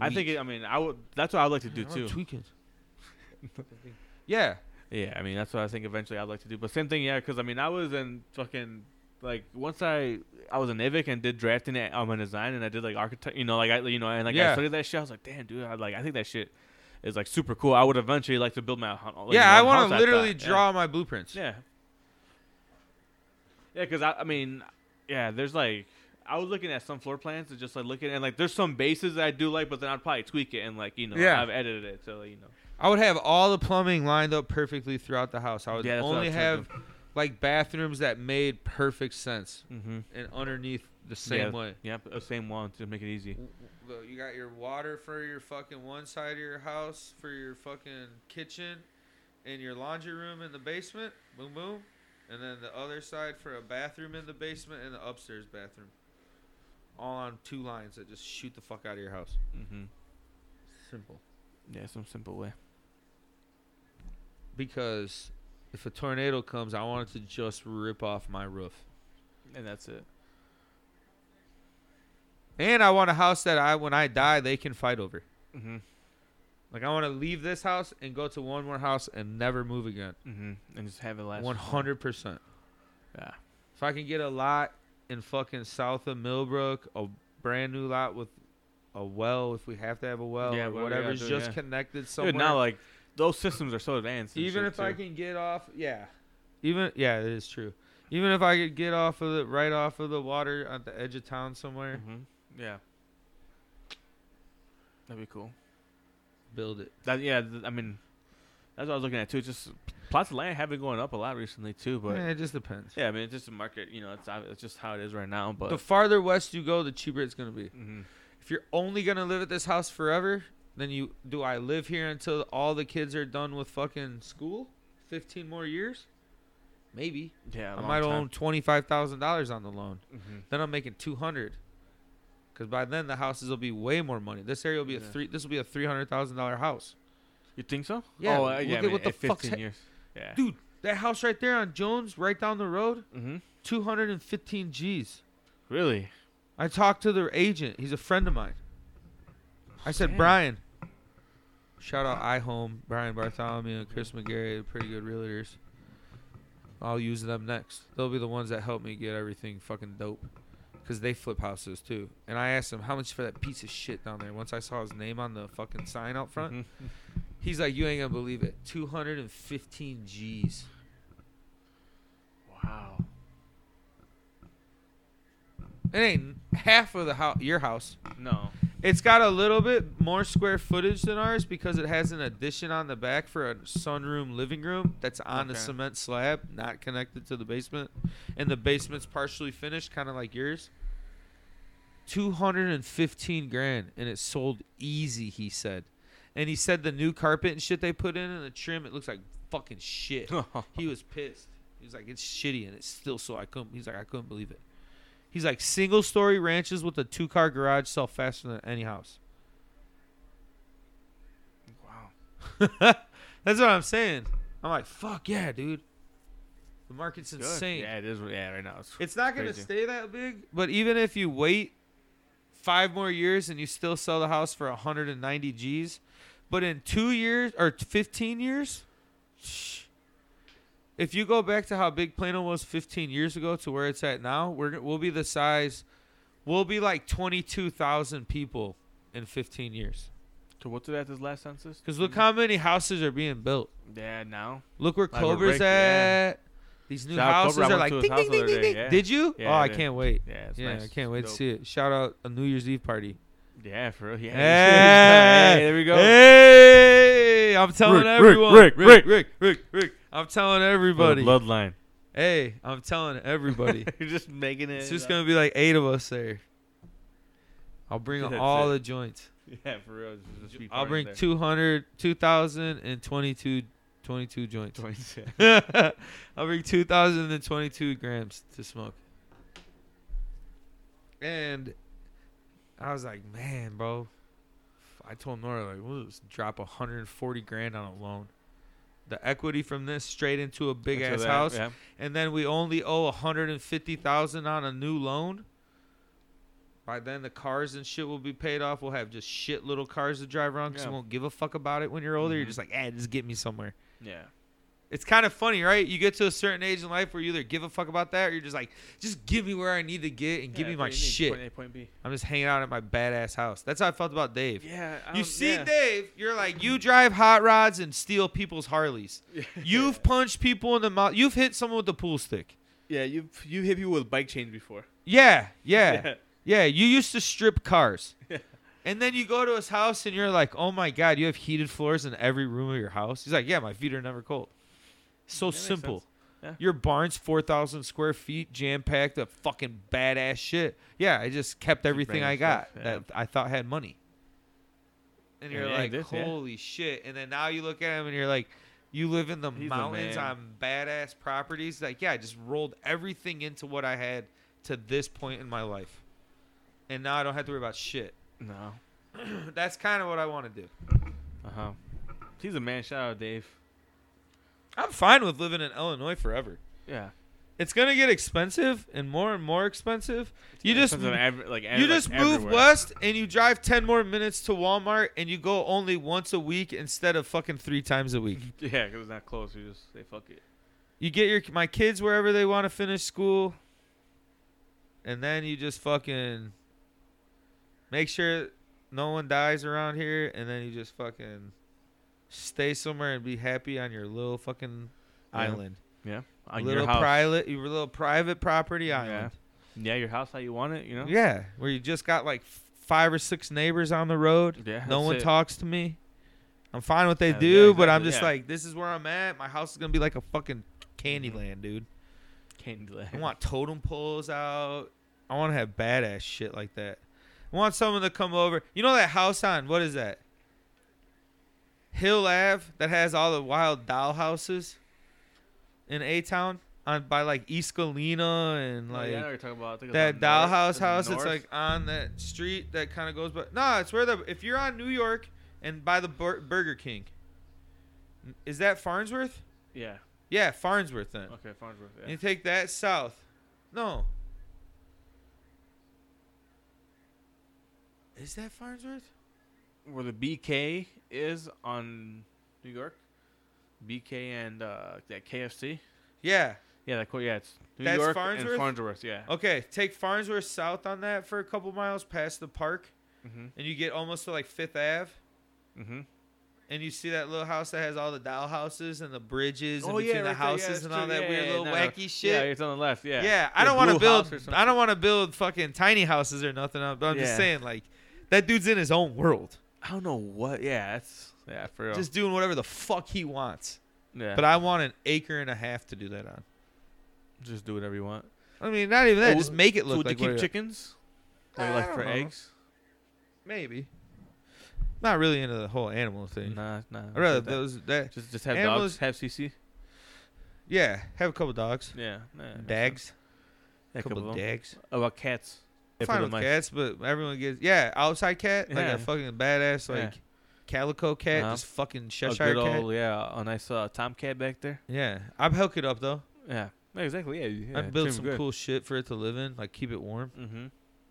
S2: I think. It, I mean, I would. That's what I'd like to do too.
S3: Tweaking. yeah,
S2: Yeah, I mean that's what I think eventually I'd like to do. But same thing, yeah, because I mean I was in fucking like once I I was in Ivic and did drafting at um, and design and I did like architect, you know, like I you know and like
S3: Yeah.
S2: I studied that shit. I was like, damn, dude, I like I think that shit is like super cool. I would eventually like to build my hou- like, my own house.
S3: yeah. I want
S2: like
S3: to
S2: that.
S3: literally
S2: Yeah.
S3: draw my blueprints.
S2: Yeah. Yeah, because I, I mean, yeah, there's like I was looking at some floor plans and just like looking and like there's some bases that I do like, but then I'd probably tweak it and like you know
S3: Yeah.
S2: I've edited it so you know
S3: I would have all the plumbing lined up perfectly throughout the house. I would
S2: Yeah, that's what I
S3: only
S2: was
S3: have like bathrooms that made perfect sense
S2: mm-hmm.
S3: and underneath the same
S2: yeah,
S3: way.
S2: Yeah, p- uh, same one to make it easy.
S3: W- w- You got your water for your fucking one side of your house, for your fucking kitchen, and your laundry room in the basement. Boom, boom. And then the other side for a bathroom in the basement and the upstairs bathroom. All on two lines that just shoot the fuck out of your house.
S2: Mm-hmm.
S3: Simple.
S2: Yeah, some simple way.
S3: Because if a tornado comes, I want it to just rip off my roof.
S2: And that's it.
S3: And I want a house that I when I die they can fight over.
S2: Mm-hmm.
S3: Like I want to leave this house and go to one more house and never move again.
S2: Mm-hmm. And just have it last.
S3: One hundred percent.
S2: Yeah.
S3: If I can get a lot in fucking south of Millbrook, a brand new lot with a well, if we have to have a well
S2: Yeah,
S3: or
S2: whatever we
S3: whatever's
S2: gotta do,
S3: just
S2: yeah.
S3: connected somewhere.
S2: Dude, now like those systems are so advanced. and
S3: even
S2: shit,
S3: if I
S2: too.
S3: can get off, yeah. Even yeah, it is true. Even if I could get off of the right off of the water at the edge of town somewhere,
S2: Mhm. Yeah. That'd be cool.
S3: build it.
S2: That yeah. Th- I mean, that's what I was looking at too. Just plots of land have been going up a lot recently too. But
S3: Eh,
S2: yeah,
S3: it just depends.
S2: I mean, it's just a market. You know, it's ob- it's just how it is right now. But
S3: The farther west you go, the cheaper it's gonna be.
S2: Mhm.
S3: if you're only gonna live at this house forever, then you do I live here until all the kids are done with fucking school? Fifteen more years? Maybe.
S2: yeah,
S3: I might own twenty five thousand dollars on the loan.
S2: Mm-hmm.
S3: Then I'm making two hundred. Cause by then the houses will be way more money. This area will be a
S2: Yeah.
S3: three. This will be a three hundred thousand dollar house.
S2: You think so?
S3: Yeah,
S2: Oh, uh,
S3: look
S2: yeah. I
S3: at
S2: mean,
S3: what the
S2: at
S3: fuck's
S2: 15
S3: hap-
S2: years. Yeah.
S3: Dude, that house right there on Jones, right down the road,
S2: Mm-hmm.
S3: two hundred and fifteen G's.
S2: Really?
S3: I talked to the agent. He's a friend of mine. I said,
S2: Damn.
S3: Brian. Shout out iHome, Brian Bartholomew, and Chris McGarry, they're pretty good realtors. I'll use them next. They'll be the ones that help me get everything fucking dope. Because they flip houses too. And I asked him how much for that piece of shit down there. Once I saw his name on the fucking sign out front,
S2: Mhm.
S3: he's like, You ain't gonna believe it. 215 G's.
S2: Wow.
S3: It ain't half of the house, your house.
S2: No.
S3: It's got a little bit more square footage than ours because it has an addition on the back for a sunroom living room that's on a
S2: Okay.
S3: cement slab, not connected to the basement. And the basement's partially finished, kind of like yours. 215 grand and it sold easy, he said. and he said the new carpet and shit they put in and the trim it looks like fucking shit. he was pissed. He was like, "It's shitty and it's still so I couldn't." He's like, "I couldn't believe it." He's like, "Single story ranches with a two car garage sell faster than any house."
S2: wow.
S3: That's what I'm saying. I'm like, "Fuck yeah, dude." The market's
S2: Good.
S3: insane.
S2: Yeah, it is. Yeah, right now. It's,
S3: It's not going to
S2: Crazy.
S3: stay that big, but even if you wait five more years and you still sell the house for 190 G's, but in two years or 15 years, shh, if you go back to how big Plano was 15 years ago to where it's at now, we're, we'll be the size, we'll be like 22,000 people in 15 years.
S2: so what's it at this last census? Mm-hmm.
S3: Because look how many houses are being built.
S2: Yeah, now.
S3: Look where
S2: Like where
S3: Cobra's
S2: Rick- yeah.
S3: at. These new
S2: Shout out
S3: houses
S2: Cobra. I
S3: are
S2: went
S3: like
S2: to his
S3: ding
S2: house
S3: ding
S2: the
S3: ding
S2: other
S3: ding
S2: day.
S3: ding.
S2: Yeah.
S3: Did you?
S2: Yeah,
S3: oh,
S2: I
S3: I
S2: did.
S3: can't wait.
S2: Yeah, it's
S3: Yeah,
S2: nice.
S3: I can't wait to
S2: Dope.
S3: see it. Shout out a New Year's Eve party.
S2: Yeah, for real. Yeah.
S3: Hey,
S2: there we go.
S3: Hey, I'm telling
S2: Rick, Rick,
S3: everyone.
S2: Rick,
S3: Rick, Rick, Rick, Rick. I'm telling
S2: For the
S3: everybody.
S2: bloodline.
S3: Hey, I'm telling everybody.
S2: You're just making it.
S3: it's just gonna be like eight of us there. I'll bring
S2: That's
S3: all
S2: it.
S3: the joints.
S2: Yeah, for real. Just be
S3: I'll
S2: partying
S3: bring
S2: there.
S3: 200, 2,022 22 joints.
S2: Joints, yeah.
S3: I'll bring 2,022 grams to smoke. And I was like, man, bro. I told Nora, like, we'll just drop 140 grand on a loan. The equity from this straight into a big
S2: Into
S3: ass
S2: that,
S3: house.
S2: Yeah.
S3: And then we only owe 150,000 on a new loan. By then, the cars and shit will be paid off. We'll have just shit little cars to drive around because
S2: Yeah.
S3: you won't give a fuck about it when you're older. You're
S2: Mhm.
S3: just like, eh, just get me somewhere.
S2: Yeah.
S3: It's kind of funny, right? You get to a certain age in life where you either give a fuck about that or you're just like, just give me where I need to get and give me my shit.
S2: Point A, point B.
S3: I'm just hanging out at my badass house. That's how I felt about Dave.
S2: Yeah. I
S3: you
S2: don't-
S3: see
S2: yeah.
S3: Dave, you're like, you drive hot rods and steal people's Harleys. You've punched people in the mouth. You've hit someone with a pool stick.
S2: Yeah, you you hit people with bike chains before.
S3: Yeah, yeah, yeah. you used to strip cars. And then you go to his house and you're like, oh my God, you have heated floors in every room of your house. He's like, yeah, my feet are never cold. So
S2: makes
S3: simple.
S2: sense.
S3: Your barn's 4,000 square feet, jam packed of fucking badass shit. Yeah, I just kept everything
S2: bringing
S3: I got
S2: stuff, yeah.
S3: that I thought had money. And
S2: Yeah,
S3: you're
S2: yeah,
S3: like,
S2: this, yeah.
S3: holy shit. And then now you look at him and you're like, you live in the
S2: He's the
S3: mountains
S2: man.
S3: on badass properties. Like, yeah, I just rolled everything into what I had to this point in my life. And now I don't have to worry about shit.
S2: No.
S3: That's kind of what I want to do.
S2: Uh huh. He's a man. Shout out, Dave.
S3: I'm fine with living in Illinois forever.
S2: Yeah.
S3: It's going to get expensive and more and more expensive. You just
S2: Depends on ev- like ev-
S3: you
S2: like
S3: just move
S2: everywhere.
S3: west and you drive 10 more minutes to Walmart and you go only once a week instead of fucking 3 times a week.
S2: Yeah, because it's not close. You just say fuck it.
S3: you get your my kids wherever they want to finish school and then you just fucking make sure no one dies around here and then you just fucking stay somewhere and be happy on your little fucking
S2: Yeah.
S3: island
S2: Yeah. On
S3: little
S2: your house.
S3: private your little private property
S2: Yeah.
S3: island
S2: yeah, your house how you want it. You
S3: yeah,
S2: know.
S3: where you just got like f- five or six neighbors on the road
S2: Yeah,
S3: no
S2: that's
S3: one
S2: it.
S3: talks to me i'm fine with they
S2: Yeah, yeah,
S3: do but i'm
S2: exactly,
S3: just
S2: yeah.
S3: like this is where i'm at my house is gonna be like a fucking candy
S2: Mm-hmm.
S3: land dude I
S2: Candyland.
S3: want totem poles out. I want to have badass shit like that. I want someone to come over. You know that house on what is that? Hill Ave that has all the wild doll houses in A Town on by like East Galena and
S2: Oh,
S3: like
S2: yeah, I know what you're talking about. I think it's
S3: that
S2: on
S3: dollhouse
S2: north-
S3: house.
S2: is it
S3: It's
S2: north?
S3: like on that street that kind of goes, but no, it's where the if you're on New York and by the Bur- Burger King. Is that Farnsworth?
S2: yeah.
S3: Yeah, Farnsworth then.
S2: Okay, Farnsworth.
S3: And
S2: Yeah.
S3: You take that south. No. Is that Farnsworth?
S2: Where the BK is on New York. BK and uh, that KFC.
S3: Yeah.
S2: Yeah, that cool. Yeah, it's New
S3: That's
S2: York
S3: Farnsworth? Oh.
S2: and Farnsworth. Yeah.
S3: Okay, take Farnsworth south on that for a couple miles past the park,
S2: Mm-hmm.
S3: and you get almost to like Fifth Ave,
S2: Mm-hmm.
S3: and you see that little house that has all the doll houses and the bridges and
S2: Oh, yeah,
S3: between
S2: right there,
S3: the
S2: yeah,
S3: houses
S2: that's
S3: and all
S2: true,
S3: that
S2: yeah,
S3: weird
S2: yeah,
S3: little
S2: no, no.
S3: wacky
S2: Yeah,
S3: shit.
S2: it's on the left. Yeah.
S3: Yeah, I
S2: The
S3: don't want to
S2: blue
S3: build.
S2: house or something.
S3: I don't want to build fucking tiny houses or nothing. But I'm just
S2: Yeah.
S3: saying, like, that dude's in his own world,
S2: I don't know what. Yeah, that's yeah for real.
S3: just doing whatever the fuck he wants.
S2: yeah,
S3: But I want an acre and a half to do that on.
S2: just do whatever you want.
S3: I mean, not even that.
S2: Oh,
S3: just make it
S2: So
S3: look
S2: would
S3: like
S2: they
S3: what
S2: keep
S3: it-
S2: chickens? Like,
S3: I
S2: like
S3: don't
S2: for
S3: know.
S2: eggs?
S3: Maybe. Not really into the whole animal thing.
S2: Nah, nah.
S3: I'd rather
S2: that-
S3: those that
S2: Just, just have
S3: animals-
S2: dogs. Have CC.
S3: yeah, have a couple dogs.
S2: Yeah. yeah
S3: Dags.
S2: A couple of them.
S3: dags.
S2: About cats.
S3: I'm
S2: If we
S3: fine
S2: don't
S3: with
S2: mind.
S3: cats, but everyone gets yeah, outside cat, like
S2: Yeah.
S3: a fucking badass like
S2: Yeah.
S3: calico cat,
S2: Uh-huh.
S3: just fucking
S2: A
S3: Cheshire
S2: good
S3: cat.
S2: old, yeah, a nice uh, tomcat back there.
S3: Yeah. I'd hook it up though.
S2: Yeah. Yeah, Exactly. Yeah. yeah
S3: I'd build some cool shit for it to live in, like keep it warm.
S2: Mm-hmm.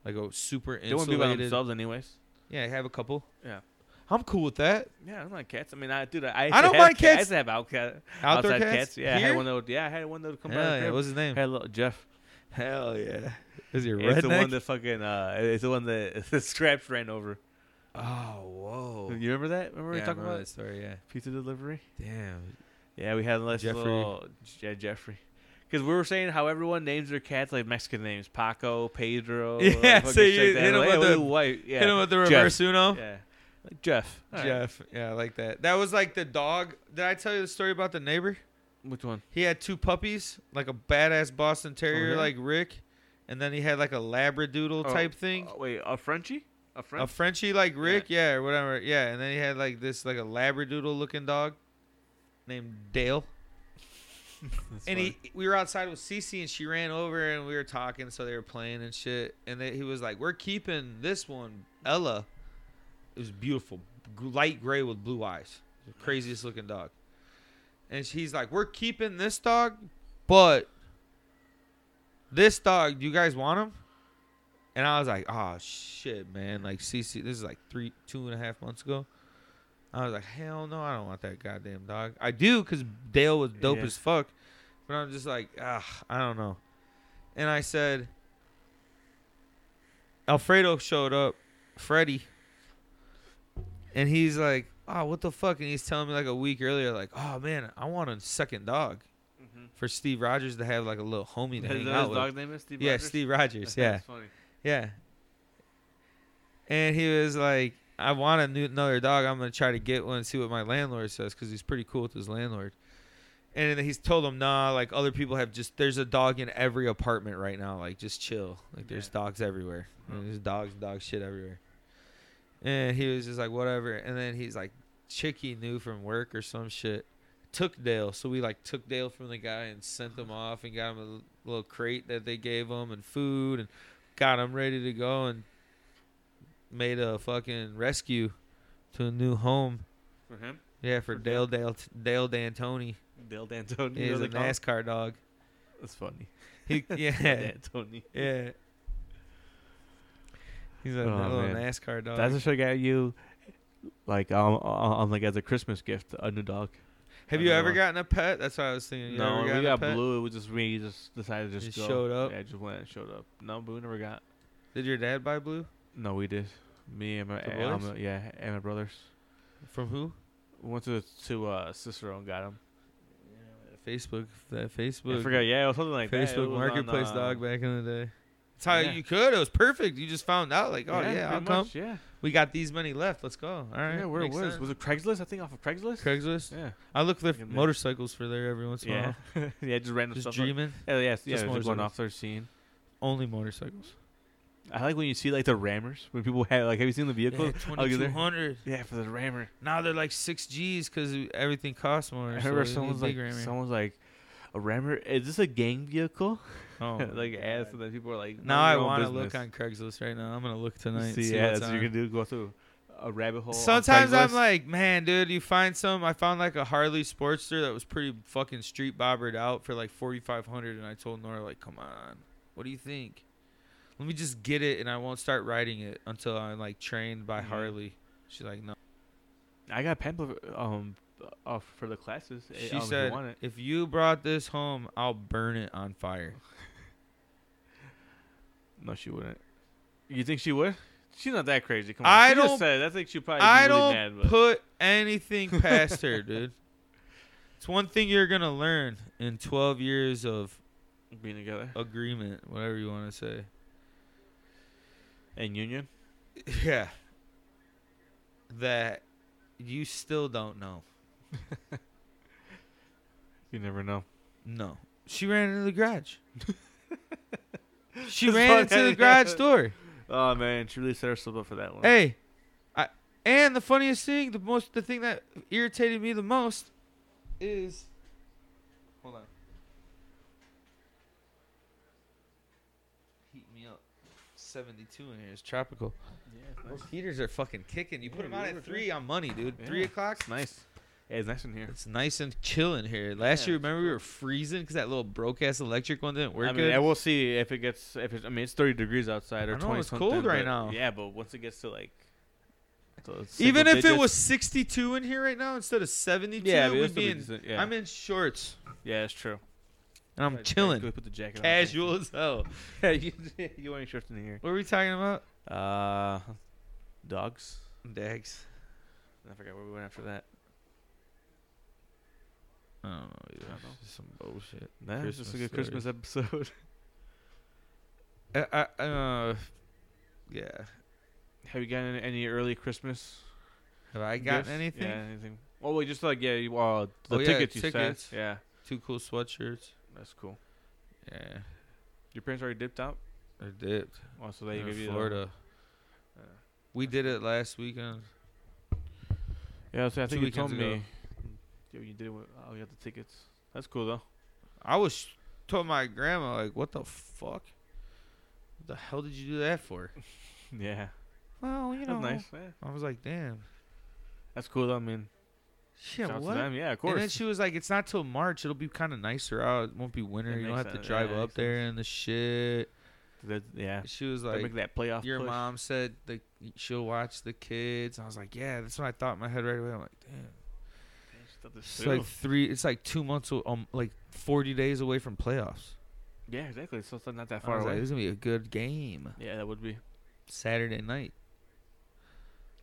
S3: Like a super
S2: They wouldn't be by
S3: insulated.
S2: themselves anyways.
S3: yeah, have a couple.
S2: Yeah.
S3: I'm cool with that.
S2: Yeah, I don't like cats. I mean, I dude, I, used
S3: I
S2: to
S3: don't
S2: have
S3: mind
S2: cat- I
S3: cats.
S2: used to have outcat,
S3: Outdoor
S2: outside
S3: cats?
S2: Yeah, I
S3: Here?
S2: had one that would. Yeah, I had one that would come by.
S3: Hell
S2: the
S3: yeah.
S2: crib.
S3: What's his name?
S2: Had little Jeff.
S3: Hell yeah. Is he a
S2: It's the one
S3: redneck?
S2: that fucking. Uh, it's the one that the scraps ran over.
S3: Oh, whoa.
S2: You remember that? Remember we
S3: Yeah, I
S2: were talking
S3: remember
S2: about
S3: that story, yeah.
S2: pizza delivery?
S3: Damn.
S2: Yeah, we had less
S3: Jeffrey.
S2: little yeah, Jeffrey. Because we were saying how everyone names their cats like Mexican names, Paco, Pedro.
S3: Yeah,
S2: like, fucking
S3: so
S2: shit
S3: you
S2: like that.
S3: hit him
S2: Like,
S3: with
S2: yeah,
S3: the-
S2: we white. Yeah,
S3: Hit him with the
S2: Jeff.
S3: reverse Uno.
S2: yeah. Like Jeff. All right.
S3: Jeff. Yeah, I like that. That was like the dog. Did I tell you the story about the neighbor?
S2: Which one?
S3: He had two puppies, like a badass Boston Terrier,
S2: yeah?
S3: like Rick, and then he had like a Labradoodle
S2: Oh,
S3: type thing.
S2: uh, wait, a Frenchie? A
S3: a
S2: French?
S3: Frenchie like Rick, yeah. or whatever. Yeah, and then he had like this like a labradoodle looking dog named Dale. and he we were outside with Cece and she ran over and we were talking, so they were playing and shit. And they, he was like, "We're keeping this one, Ella." It was beautiful, g- light gray with blue eyes, the craziest looking dog. And she's like, "We're keeping this dog, but this dog, do you guys want him?" And I was like, oh shit, man. Like CC this is like three two and a half months ago. I was like, hell no, I don't want that goddamn dog. I do because Dale was dope
S2: Yeah.
S3: as fuck. But I'm just like, ah, I don't know. And I said Alfredo showed up, Freddy. And he's like, Oh, what the fuck? And he's telling me like a week earlier, like, oh man, I want a second dog
S2: Mhm.
S3: for Steve Rogers to have like a little homie to
S2: Is
S3: hang
S2: that
S3: out
S2: his
S3: with.
S2: dog's name is Steve
S3: yeah,
S2: Rogers?
S3: Steve Rogers, yeah.
S2: That's funny.
S3: Yeah. And he was like, I want a new, another dog. I'm going to try to get one and see what my landlord says because he's pretty cool with his landlord. And then he's told him, nah, like other people have just, there's a dog in every apartment right now. Like, just chill. Like, there's
S2: Yeah.
S3: dogs everywhere.
S2: Huh.
S3: And there's dogs, dog shit everywhere. And he was just like, whatever. And then he's like, Chicky knew from work or some shit. Took Dale. So we like took Dale from the guy and sent him off and got him a l- little crate that they gave him and food and got him ready to go and made a fucking rescue to a new home.
S2: For him?
S3: Yeah, for
S2: For
S3: Dale
S2: Dale?
S3: Dale Dale D'Antoni.
S2: Dale D'Antoni.
S3: Yeah, he's
S2: what
S3: a
S2: they call him?
S3: NASCAR dog.
S2: That's funny.
S3: He, yeah,
S2: Dale D'Antoni.
S3: yeah. He's a
S2: Oh,
S3: little
S2: man.
S3: NASCAR dog.
S2: That's what I got you, like, um, um, like as a Christmas gift, a new dog.
S3: Have you
S2: another
S3: ever
S2: one.
S3: gotten a pet? That's what I was thinking. You
S2: No,
S3: ever
S2: we
S3: gotten a
S2: got
S3: pet?
S2: blue. It was just me. Just decided to just,
S3: Just
S2: go.
S3: showed up?
S2: Yeah, just went and showed up. No, but we never got.
S3: Did your dad buy blue?
S2: No, we did. Me and my,
S3: The
S2: and
S3: boys?
S2: my yeah, and my brothers.
S3: From who?
S2: We went to to uh, Cicero and got him.
S3: Facebook. That Facebook.
S2: I forgot. Yeah, it was something like that. It
S3: Facebook
S2: was on,
S3: Marketplace
S2: uh,
S3: dog back in the day. That's how
S2: yeah.
S3: you could. It was perfect. You just found out, like, oh yeah,
S2: pretty
S3: I'll come.
S2: much, Yeah.
S3: We got these many left. Let's go. All right.
S2: yeah, where it
S3: makes
S2: was
S3: sense.
S2: was it Craigslist? I think off of Craigslist.
S3: Craigslist.
S2: yeah.
S3: I look for
S2: Yeah, man.
S3: motorcycles for there every once in a
S2: Yeah.
S3: while.
S2: yeah. Just random
S3: Just
S2: stuff. like-
S3: dreaming.
S2: yeah, yeah, yeah. Just,
S3: motorcycles.
S2: going off their scene.
S3: Only motorcycles.
S2: I like when you see like the rammers when people have like. Have you seen the vehicles? I'll get there.
S3: 2200.
S2: Yeah, for the rammer.
S3: Now they're like six Gs because everything costs more.
S2: I
S3: so
S2: remember
S3: they need
S2: someone's like,
S3: big rammer.
S2: someone's like, a rammer. Is this a gang vehicle?
S3: Oh my
S2: like
S3: God.
S2: ass, and then people are like,
S3: Now I
S2: want
S3: want
S2: to
S3: to look on Craigslist right now. I'm gonna look tonight.
S2: See,
S3: and see
S2: yeah,
S3: what's
S2: that's what you
S3: on.
S2: can do. Go through a rabbit hole. on
S3: Sometimes I'm
S2: Craigslist.
S3: like, man, dude, you find some. I found like a Harley Sportster that was pretty fucking street bobbered out for like 4,500, and I told Nora like, come on, what do you think? Let me just get it, and I won't start riding it until I'm like trained by
S2: Mhm.
S3: Harley. She's like, no.
S2: I got pamphlet um uh, for the classes. eh,
S3: She
S2: um, if you
S3: said,
S2: want it.
S3: if you brought this home, I'll burn it on fire.
S2: no, she wouldn't. You think she would? She's not that crazy. Come on,
S3: I
S2: She just
S3: don't-
S2: Said, it. I think she probably.
S3: I
S2: be really
S3: don't
S2: Mad, but
S3: put anything past her, dude. It's one thing you're gonna learn in 12 years of
S2: being together
S3: agreement, whatever you want to say.
S2: in union.
S3: Yeah. That you still don't know.
S2: You never know.
S3: No. She ran into the garage. she
S2: That's
S3: ran
S2: all
S3: into
S2: that
S3: the
S2: is.
S3: garage door.
S2: Oh man, she really set herself up for that one.
S3: Hey, I And the funniest thing, the most, the thing that irritated me the most, is, hold on, heat me up. Seventy-two in here is tropical. Those heaters are fucking kicking. You put
S2: Yeah,
S3: them
S2: you
S3: out
S2: were
S3: at three on money, dude. Three
S2: Yeah.
S3: o'clock.
S2: nice. Yeah, it's nice in here.
S3: It's nice and chill in here. Last
S2: Yeah,
S3: year, remember we were freezing because that little broke ass electric one didn't work.
S2: I mean,
S3: good?
S2: I will see if it gets. If it's, I mean, it's thirty degrees outside or
S3: I know,
S2: twenty.
S3: it's cold
S2: something,
S3: right
S2: but-
S3: now.
S2: Yeah, but once it gets to like, to
S3: Even
S2: single
S3: if it
S2: digits-
S3: was 62 in here right now instead of 72,
S2: yeah, but it'll
S3: we'd
S2: still
S3: be
S2: be
S3: in,
S2: decent, yeah,
S3: I'm in shorts
S2: yeah, it's true.
S3: and I'm
S2: Right,
S3: chilling,
S2: Go put the jacket on.
S3: casual as hell.
S2: Yeah, you, you ain't shifting here.
S3: What are we talking about?
S2: Uh, dogs.
S3: Dags.
S2: I forgot where we went after that.
S3: I don't know. Either. Some bullshit.
S2: That was just
S3: Christmas
S2: a good Christmas episode.
S3: I, I, uh, yeah.
S2: Have you gotten any, any early Christmas?
S3: Have I gotten
S2: gifts?
S3: anything?
S2: Yeah, anything. Oh wait, just like yeah, you, uh, the
S3: Oh, yeah,
S2: tickets you
S3: tickets.
S2: sent. Yeah,
S3: Two cool sweatshirts.
S2: that's cool.
S3: Yeah.
S2: Your parents already dipped out.
S3: They're dipped.
S2: Oh, so they
S3: They're
S2: gave
S3: in
S2: you the-
S3: Florida.
S2: Yeah.
S3: We did it last weekend.
S2: Yeah, so I
S3: Two
S2: think you
S3: weekends
S2: told
S3: ago.
S2: me. Yeah, you did. it with- Oh, you got the tickets. That's cool though.
S3: I was told my grandma like, "What the fuck? What the hell did you do that for?"
S2: Yeah,
S3: Well, you
S2: that's
S3: know,
S2: nice. Yeah.
S3: I was like, "Damn."
S2: That's cool. though, I mean,
S3: Yeah,
S2: shout out
S3: what?
S2: to them. Yeah, of
S3: And then
S2: course.
S3: she was like, "It's not till March. It'll be kind of nicer out. It won't be winter.
S2: That
S3: you don't
S2: makes
S3: have
S2: sense.
S3: to drive
S2: Yeah, that
S3: up
S2: makes
S3: there and the shit."
S2: That- yeah,
S3: She was
S2: They
S3: like,
S2: make that playoff.
S3: "Your
S2: push.
S3: mom said the, she'll watch the kids." And I was like, "Yeah, that's what I thought in my head right away." I'm like, "Damn."
S2: Damn, she thought this
S3: It's
S2: too.
S3: like three. It's like two months. o- Um, like forty days away from playoffs.
S2: yeah, exactly. So it's not that
S3: I
S2: far
S3: was like,
S2: away.
S3: "This is gonna be a good game
S2: yeah, that would be
S3: Saturday night,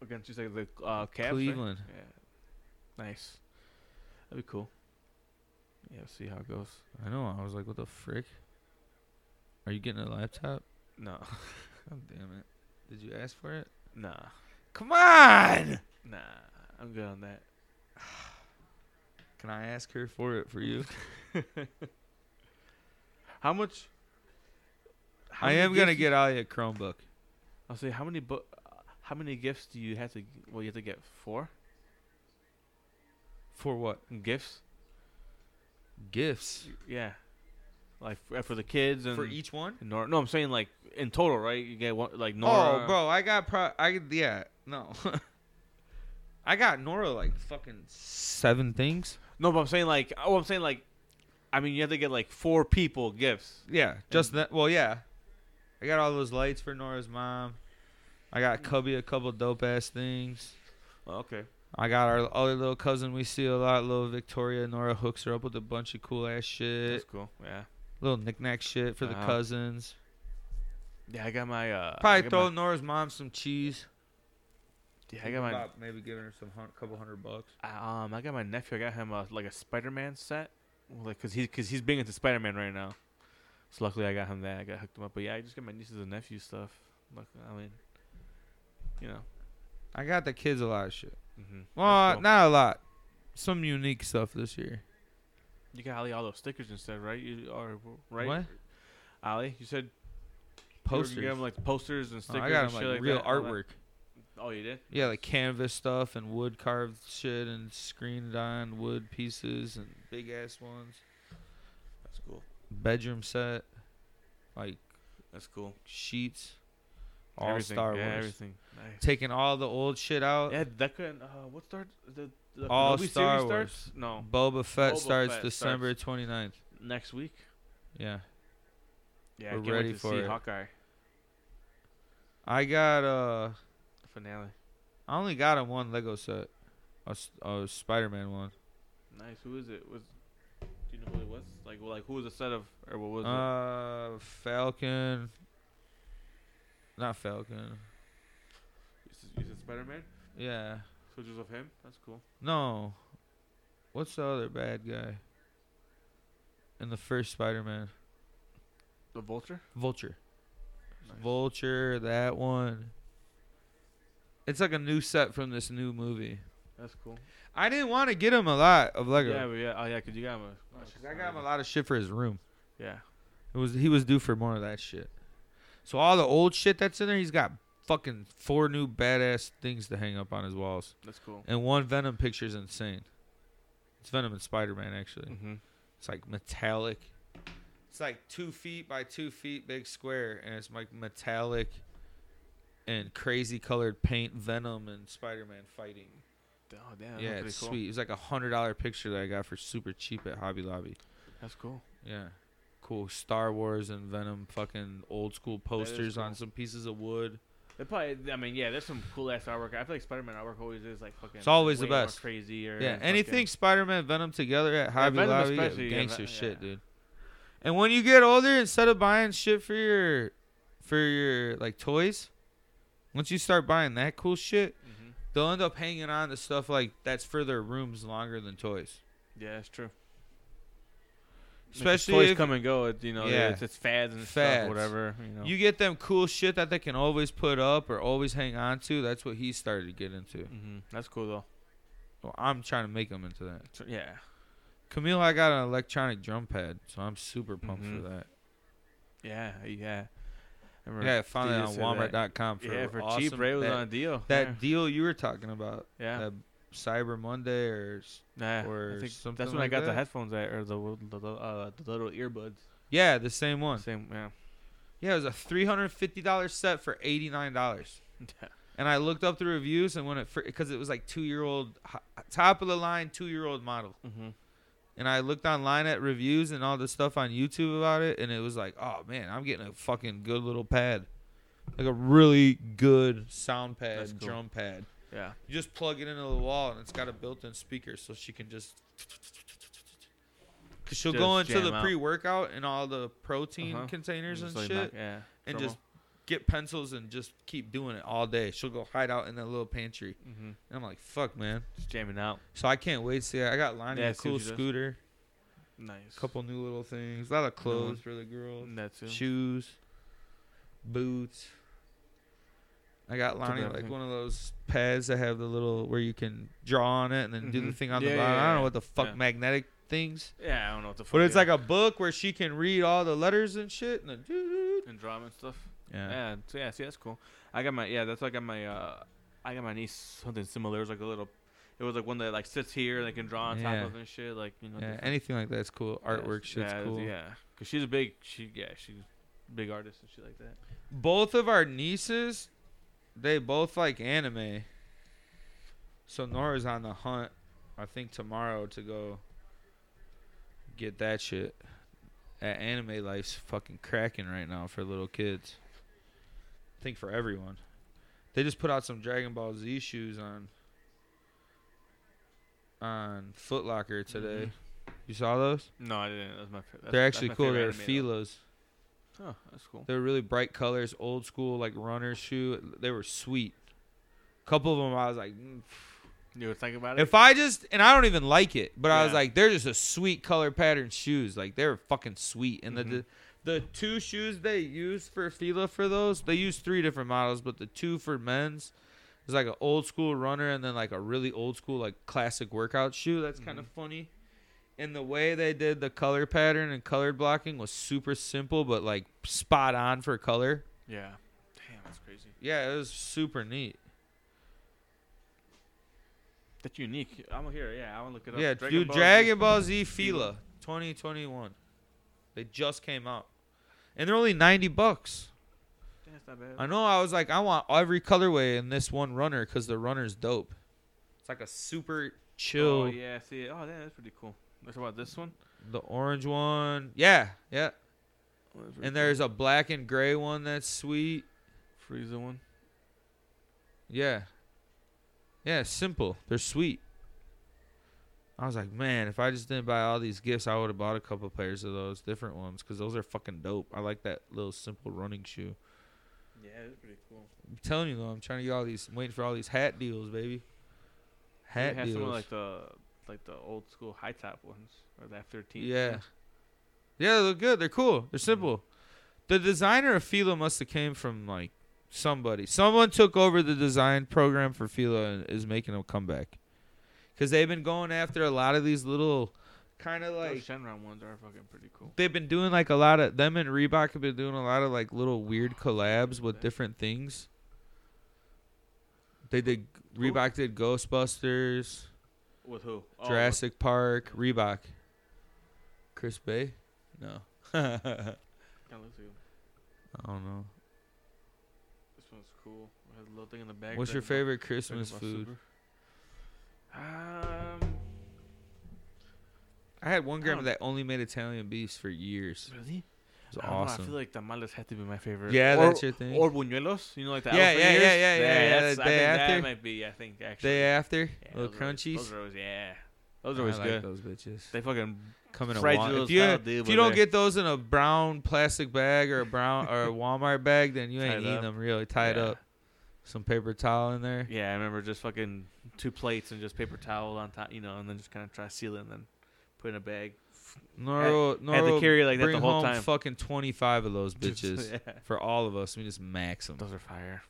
S2: against just like the uh, Cavs. right?
S3: Cleveland."
S2: Yeah, nice. That'd be cool. Yeah, see how it goes.
S3: I know. I was like, what the frick? Are you getting a laptop?
S2: No,
S3: God damn it. Did you ask for it?
S2: nah,
S3: Come on!
S2: nah. I'm good on that.
S3: Can I ask her for it for you?
S2: How much? how
S3: I
S2: many
S3: am going to
S2: gifts you-
S3: get Ali a Chromebook.
S2: I'll say how many bu- how many gifts do you have to? g- Well, you have to get four
S3: For what?
S2: gifts.
S3: Gifts.
S2: Yeah, like f- for the kids and
S3: For each one?
S2: and Nora. No, I'm saying like in total, right? You get one like Nora.
S3: Oh, bro, I got pro. I yeah, no. I got Nora like fucking seven things.
S2: No, but I'm saying like oh, I'm saying like, I mean you have to get like four people gifts.
S3: Yeah, just that. Well, yeah, I got all those lights for Nora's mom. I got Cubby a couple dope ass things.
S2: okay.
S3: I got our other little cousin we see a lot, little Victoria. Nora hooks her up with a bunch of cool ass shit,
S2: That's cool. Yeah.
S3: little knickknack shit for the
S2: Wow.
S3: cousins.
S2: Yeah, I got my uh. I
S3: Probably
S2: got
S3: throw
S2: My,
S3: Nora's mom some cheese.
S2: yeah, I got my
S3: About maybe giving her some hun- couple hundred bucks.
S2: um. I got my nephew. I got him uh, like a Spider-Man set, like cause he's cause he's big into Spider-Man right now. So luckily I got him that. I got hooked him up. But yeah, I just got my nieces and nephews stuff. Luck I mean, you know.
S3: I got the kids a lot of shit.
S2: Mm-hmm.
S3: Well, uh, not a lot. Some unique stuff this year.
S2: you got Ali all those stickers instead, right? You are right.
S3: What?
S2: Ali, you said
S3: Posters.
S2: You gave him like the posters and
S3: Oh,
S2: stickers.
S3: I got
S2: and
S3: them
S2: shit
S3: like,
S2: like
S3: real
S2: that, all that.
S3: artwork.
S2: Oh, you did.
S3: Yeah, like canvas stuff and wood carved shit and screened on wood pieces and big ass ones.
S2: That's cool.
S3: Bedroom set, like
S2: That's cool.
S3: sheets. All
S2: Everything.
S3: Star
S2: yeah,
S3: Wars.
S2: Everything. Nice.
S3: Taking all the old shit out.
S2: Yeah, that could. Uh, what starts the, the
S3: All
S2: Kenobi
S3: Star
S2: series
S3: Wars.
S2: starts? No,
S3: Boba Fett
S2: Boba
S3: starts
S2: Fett
S3: December twenty 29th.
S2: next week.
S3: Yeah.
S2: Yeah,
S3: We're
S2: I can't
S3: ready
S2: wait to
S3: for
S2: see
S3: it.
S2: Hawkeye
S3: I got uh
S2: the finale.
S3: I only got him one Lego set. A, s- a Spider-Man one.
S2: Nice. Who is it? Was do you know who it was? Like, well, like who was the set of, or what was it?
S3: Uh Falcon. Not Falcon.
S2: You said- You said Spider Man.
S3: Yeah.
S2: So just of him. That's cool.
S3: No. What's the other bad guy? In the first Spider-Man.
S2: The Vulture.
S3: Vulture.
S2: Nice.
S3: Vulture, that one. It's like a new set from this new movie.
S2: That's cool.
S3: I didn't want to get him a lot of Lego.
S2: Yeah, but yeah. Oh yeah, 'cause you got him. A, oh,
S3: I got him a lot of shit for his room.
S2: Yeah.
S3: It was he was due for more of that shit. So all the old shit that's in there, he's got fucking four new badass things to hang up on his walls,
S2: That's cool.
S3: and one Venom picture is insane. It's Venom and Spider Man actually.
S2: Mm-hmm.
S3: It's like metallic. It's like two feet by two feet big square, and it's like metallic and crazy colored paint. Venom and Spider Man fighting.
S2: Oh damn.
S3: yeah, it's sweet. It was like a hundred dollar picture that I got for super cheap at Hobby Lobby.
S2: That's cool.
S3: Yeah. Cool Star Wars and Venom fucking old school posters on
S2: cool.
S3: some pieces of wood.
S2: They probably. I mean, yeah. There's some cool ass artwork. I feel like Spider-Man artwork always is like fucking.
S3: It's always the
S2: way more
S3: best.
S2: Crazy or
S3: Yeah, anything Spider Man Venom together at Hobby
S2: Venom
S3: Lobby,
S2: especially, yeah,
S3: gangster
S2: Ven-
S3: shit,
S2: yeah.
S3: dude. And when you get older, instead of buying shit for your for your like toys, once you start buying that cool shit,
S2: hmm
S3: they'll end up hanging on to stuff like that's for their rooms longer than toys.
S2: Yeah, that's true.
S3: Especially
S2: toys
S3: if
S2: come and go. It, you know,
S3: Yeah.
S2: it's, it's fads and
S3: Fads.
S2: stuff, whatever. You know.
S3: you get them cool shit that they can always put up or always hang on to. That's what he started to get into.
S2: hmm That's cool though.
S3: Well, I'm trying to make him into that.
S2: So, yeah.
S3: Camille, I got an electronic drum pad, so I'm super pumped
S2: Mhm.
S3: for that.
S2: Yeah. Yeah. I remember
S3: Yeah, I found it
S2: Steve
S3: on
S2: used to say that.
S3: Walmart.com for,
S2: yeah, for
S3: awesome,
S2: cheap, Ray was
S3: that,
S2: on a deal.
S3: that deal you were talking about,
S2: yeah,
S3: that Cyber Monday or s-
S2: yeah. Nah,
S3: or
S2: I think
S3: something
S2: that's when
S3: like
S2: I got
S3: that.
S2: the headphones at, or the wo- the, the, uh, the little earbuds.
S3: yeah, the same one.
S2: Same, yeah.
S3: Yeah, it was a three hundred fifty dollars set for eighty nine dollars.
S2: Yeah.
S3: And I looked up the reviews and when it because it was like two year old top of the line two year old model.
S2: Mm-hmm.
S3: and I looked online at reviews and all the stuff on YouTube about it, and it was like, oh man, I'm getting a fucking good little pad, like a really good sound pad,
S2: That's cool.
S3: drum pad.
S2: Yeah.
S3: You just plug it into the wall, and it's got a built-in speaker, so she can just. Cause she'll go
S2: Just
S3: into the
S2: jam out.
S3: pre-workout and all the protein
S2: Uh-huh.
S3: containers and
S2: Just like
S3: shit,
S2: knock- yeah.
S3: and just get pencils and just keep doing it all day. She'll go hide out in that little pantry,
S2: hmm
S3: and I'm like, fuck, man.
S2: just jamming out.
S3: So I can't wait to see. that. I got Lonnie
S2: Yeah,
S3: a
S2: see what
S3: cool
S2: she does.
S3: scooter
S2: Nice.
S3: couple new little things, a lot of clothes for the girls,
S2: That's it.
S3: shoes, boots. I got Lonnie
S2: bad, I
S3: like
S2: think.
S3: one of those pads that have the little where you can draw on it and then do the
S2: Mhm.
S3: thing on the
S2: Yeah,
S3: bottom.
S2: yeah,
S3: I don't know
S2: yeah.
S3: what the fuck
S2: Yeah.
S3: magnetic things,
S2: Yeah, I don't know what the fuck.
S3: but it's
S2: yeah.
S3: like a book where she can read all the letters and shit and then. doo-doo-doo.
S2: and drama and stuff.
S3: Yeah.
S2: Yeah. So yeah, see, that's cool. I got my yeah. That's why I got my uh, I got my niece something similar. It was like a little. It was like one that like sits here and they can draw on
S3: Yeah.
S2: top of and shit. Like you know.
S3: Yeah,
S2: different-
S3: anything like that's cool.
S2: yeah,
S3: Artwork shit's
S2: yeah,
S3: cool.
S2: Yeah, cause she's a big she yeah she's a big artist and shit like that.
S3: Both of our nieces, they both like anime. So Nora's on the hunt, I think tomorrow to go get that shit. That anime life's fucking cracking right now for little kids. I think for everyone. They just put out some Dragon Ball Z shoes on on Foot Locker today. You saw those?
S2: No, I didn't. That's my. fa- Mm-hmm. That's,
S3: They're
S2: that's
S3: actually
S2: my
S3: cool.
S2: favorite
S3: They're
S2: anime, though.
S3: Fila's.
S2: Oh, that's cool.
S3: They're really bright colors, old school like runner shoe. They were sweet. Couple of them, I was like, mm.
S2: You were thinking about it.
S3: if I just and I don't even like it, but I was
S2: Yeah.
S3: like, they're just a sweet color pattern shoes. Like they're fucking sweet. And the,
S2: Mhm.
S3: the the two shoes they used for Fila for those, they used three different models, but the two for men's is like an old school runner and then like a really old school like classic workout shoe. That's kind of funny. And the way they did the color pattern and color blocking was super simple, but like spot on for color.
S2: yeah. Damn, that's crazy.
S3: Yeah, it was super neat.
S2: That's unique. I'm gonna hear. it, Yeah, I wanna look it up.
S3: yeah,
S2: Dragon
S3: dude,
S2: Ball Z.
S3: Dragon Ball Z Fila 2021. They just came out. And they're only 90 bucks.
S2: Damn, That's not bad.
S3: I know I was like, I want every colorway in this one runner because the runner's dope. It's like a super chill.
S2: Oh yeah, I see it. Oh yeah, that's pretty cool. What about this one?
S3: The orange one. Yeah, yeah.
S2: Oh, that's pretty
S3: And
S2: cool.
S3: there's a black and gray one that's sweet.
S2: Frieza one.
S3: Yeah. Yeah, simple. They're sweet. I was like, man, if I just didn't buy all these gifts, I would have bought a couple pairs of those different ones because those are fucking dope. I like that little simple running shoe.
S2: Yeah, that's pretty cool.
S3: I'm telling you though, I'm trying to get all these, I'm waiting for all these hat deals, baby. Hat
S2: has
S3: deals.
S2: some of, like the like the old school high top ones or that 13.
S3: yeah. Yeah, they look good. They're cool. They're simple. The designer of Fila must have came from like somebody. Someone took over the design program for Fila and is making a comeback. Cause they've been going after a lot of these little kind of
S2: Those
S3: like
S2: Shenron ones are fucking pretty cool.
S3: they've been doing like a lot of them and Reebok have been doing a lot of like little weird collabs with different things. They did Reebok did Ghostbusters,
S2: With who? Oh,
S3: Jurassic Park, Reebok. Chris Bay? No. I don't know.
S2: This one's cool. It has a little thing in the back.
S3: What's your favorite Christmas food?
S2: Um,
S3: I had one
S2: I
S3: grandma
S2: don't-
S3: that only made Italian beefs for years.
S2: really?
S3: It was
S2: Oh. I, don't know, I feel
S3: awesome.
S2: like tamales had to be my favorite.
S3: Yeah,
S2: Or-
S3: that's your thing.
S2: Or buñuelos, you know, like the
S3: Yeah,
S2: alpha
S3: yeah, yeah,
S2: ears?
S3: yeah, yeah, yeah,
S2: that's-
S3: the
S2: I
S3: day
S2: think
S3: after.
S2: That might be, I think, actually.
S3: Day after,
S2: Yeah,
S3: little
S2: those are always-
S3: crunchies.
S2: Those are always, yeah. Those are always
S3: I like
S2: good.
S3: Those bitches.
S2: They fucking
S3: Come in a
S2: Fried
S3: wa-
S2: noodles,
S3: If you,
S2: that'll do,
S3: if you
S2: but
S3: don't
S2: they-
S3: get those in a brown plastic bag or a brown or a Walmart bag, then you
S2: Tie
S3: ain't
S2: it
S3: eating
S2: up.
S3: them really. Tie it
S2: Yeah.
S3: up. Some paper towel in there.
S2: Yeah, I remember just fucking two plates and just paper towel on top, you know, and then just kind of try to seal it and then put it in a bag.
S3: Nora,
S2: I had
S3: Nora
S2: to carry it like that
S3: bring
S2: the whole
S3: home
S2: time.
S3: fucking twenty five of those
S2: Just-
S3: bitches
S2: yeah.
S3: for all of us. We just max them.
S2: Those are fire.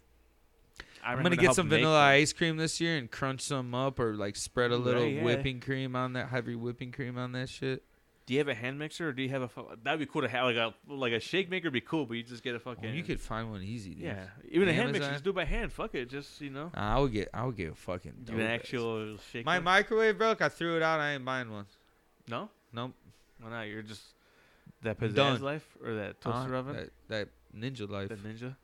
S2: I
S3: I'm
S2: remember
S3: gonna
S2: to
S3: get
S2: help
S3: some
S2: make
S3: vanilla
S2: them.
S3: ice cream this year and crunch some up, or like spread a
S2: Right,
S3: little
S2: yeah.
S3: whipping cream on that heavy whipping cream on that shit.
S2: Do you have a hand mixer or do you have a? fu- That'd be cool to have like a like a shake maker. would Be cool, but you just get a fucking.
S3: Well, you could find one easy. Dude.
S2: Yeah, even a hand mixer,
S3: Amazon.
S2: just do it by hand. Fuck it, just you know,
S3: I would get. I would get a fucking.
S2: do an
S3: dope-ass-
S2: actual shake.
S3: My
S2: maker.
S3: microwave broke. I threw it out. I ain't buying one.
S2: no,
S3: Nope.
S2: why not? You're just that pizzazz
S3: Done.
S2: life or that toaster
S3: Uh,
S2: oven,
S3: That, that ninja life.
S2: the ninja.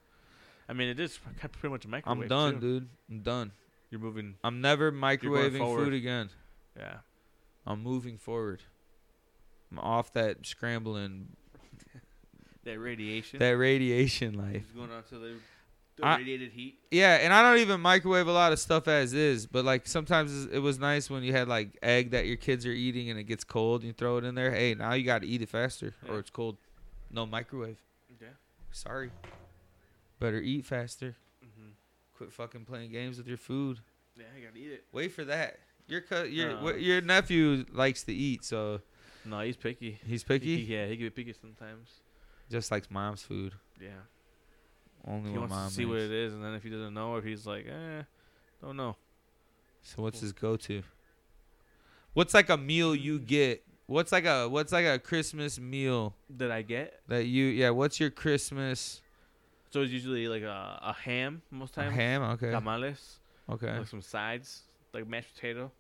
S2: I mean, it is p- pretty much a microwave.
S3: I'm done,
S2: too.
S3: dude. I'm done.
S2: You're moving.
S3: I'm never microwaving
S2: forward.
S3: food again.
S2: Yeah.
S3: I'm moving forward. I'm off that scrambling,
S2: that radiation
S3: that radiation life.
S2: is going out to the, the
S3: I-
S2: radiated heat.
S3: Yeah, and I don't even microwave a lot of stuff as is, but like sometimes it was nice when you had like egg that your kids are eating and it gets cold and you throw it in there. Hey, now you got to eat it faster or
S2: Yeah.
S3: it's cold. No microwave.
S2: Okay.
S3: Sorry. Better eat faster.
S2: Mm-hmm.
S3: Quit fucking playing games with your food.
S2: Yeah, I gotta eat it.
S3: Wait for that. Your co- your
S2: No.
S3: wh- your nephew likes to eat, so
S2: No, he's picky.
S3: he's
S2: He
S3: picky.
S2: c- yeah, he can be picky sometimes.
S3: Just likes mom's food.
S2: Yeah.
S3: Only
S2: He
S3: what mom
S2: wants to see what
S3: makes.
S2: it is, and then if he doesn't know, or if he's like, eh, don't know.
S3: So
S2: Oh.
S3: what's his go-to? What's like a meal you get? What's like a what's like a Christmas meal
S2: Did I get?
S3: that you yeah? What's your Christmas
S2: So it's usually like a, a ham most times.
S3: ham? Okay,
S2: Tamales.
S3: okay,
S2: Like some sides, like mashed potato,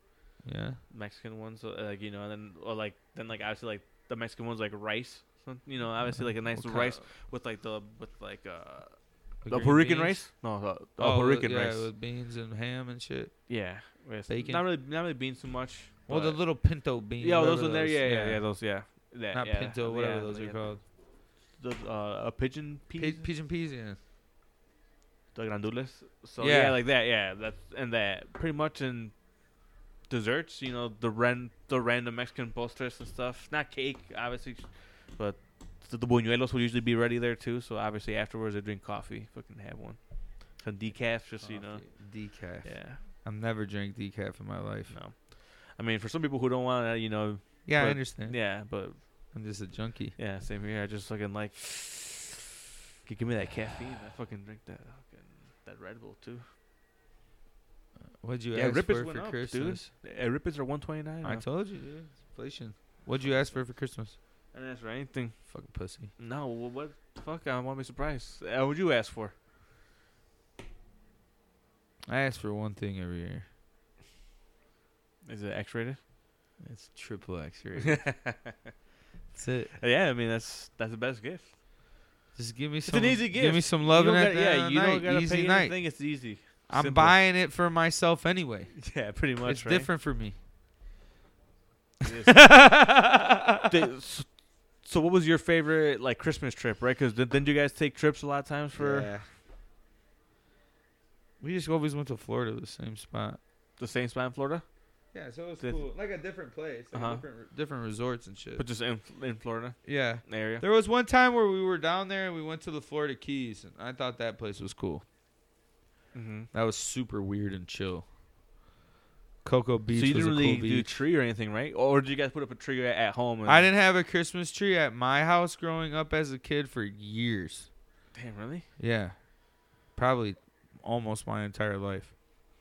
S3: yeah.
S2: Mexican ones, uh, like you know, and then or like then like obviously like the Mexican ones like rice. some- You know, obviously like a nice
S3: What kind-
S2: rice with like the with like uh the
S3: green
S2: Puerto Rican
S3: beans?
S2: rice. No, the, the
S3: Oh,
S2: Puerto
S3: with-
S2: Rican
S3: yeah,
S2: rice.
S3: with beans and ham and shit.
S2: Yeah, with
S3: Bacon.
S2: Not really, not really beans too much.
S3: Well, the
S2: but-
S3: little pinto beans.
S2: yeah, those
S3: whatever
S2: in there, yeah, yeah, yeah,
S3: yeah.
S2: those, yeah, that,
S3: Not
S2: yeah,
S3: pinto, whatever
S2: yeah,
S3: those
S2: like
S3: are called.
S2: The, uh, a pigeon
S3: Pe-
S2: peas,
S3: Pigeon peas, yeah.
S2: the grandules. So yeah.
S3: Yeah.
S2: like that, yeah, that's and that pretty much in desserts, you know, the ran the random Mexican postres and stuff. Not cake, obviously, but the, the buñuelos will usually be ready there too. So obviously afterwards, I drink coffee, fucking have one, some decaf, just you know,
S3: decaf.
S2: yeah,
S3: Oh, I've never drank decaf in my life.
S2: no. I mean, for some people who don't want to, you know,
S3: Yeah, I
S2: But-
S3: understand.
S2: yeah, but
S3: I'm just a junkie.
S2: Yeah, same here. I just fucking like. G- give me that caffeine. I fucking drink that fucking that Red Bull too.
S3: What'd you
S2: yeah,
S3: ask
S2: Rippers
S3: for
S2: went
S3: for
S2: up,
S3: Christmas?
S2: dude. Uh, Rippers are one twenty nine.
S3: I
S2: I
S3: told you, dude. Inflation. What'd you ask for for Christmas?
S2: didn't ask for anything.
S3: Fucking pussy.
S2: No, wh- what the fuck? I want to be surprised. Uh, what would you ask for?
S3: I ask for one thing every year.
S2: Is it X rated?
S3: It's triple X rated.
S2: yeah,
S3: That's it.
S2: Uh, I mean that's that's the best gift.
S3: Just give me
S2: It's
S3: some.
S2: an easy
S3: Give me
S2: gift.
S3: some love
S2: you
S3: and
S2: don't
S3: at
S2: gotta-
S3: the end
S2: yeah,
S3: of
S2: you
S3: the
S2: don't
S3: night.
S2: gotta
S3: easy
S2: pay
S3: night.
S2: anything. It's easy.
S3: I'm
S2: Simple.
S3: buying it for myself anyway.
S2: Yeah, pretty much.
S3: it's
S2: right?
S3: different for me.
S2: It is. Th- so, so what was your favorite like Christmas trip, right? Because didn't you guys take trips a lot of times for
S3: We just always went to Florida, the same spot.
S2: the same spot in Florida?
S3: Yeah, so it was
S2: Did-
S3: Like a different place,
S2: like a Uh-huh.
S3: different different resorts and shit.
S2: But just in in Florida
S3: yeah.
S2: area.
S3: There was one time where we were down there and we went to the Florida Keys, and I thought that place was cool.
S2: Mm-hmm.
S3: That was super weird and chill. Cocoa Beach
S2: so you
S3: was
S2: didn't
S3: a
S2: really
S3: cool
S2: do
S3: beach.
S2: tree or anything, right? Or did you guys put up a tree at, at home? And,
S3: I didn't have a Christmas tree at my house growing up as a kid for years.
S2: Damn, really?
S3: Yeah, probably almost my entire life.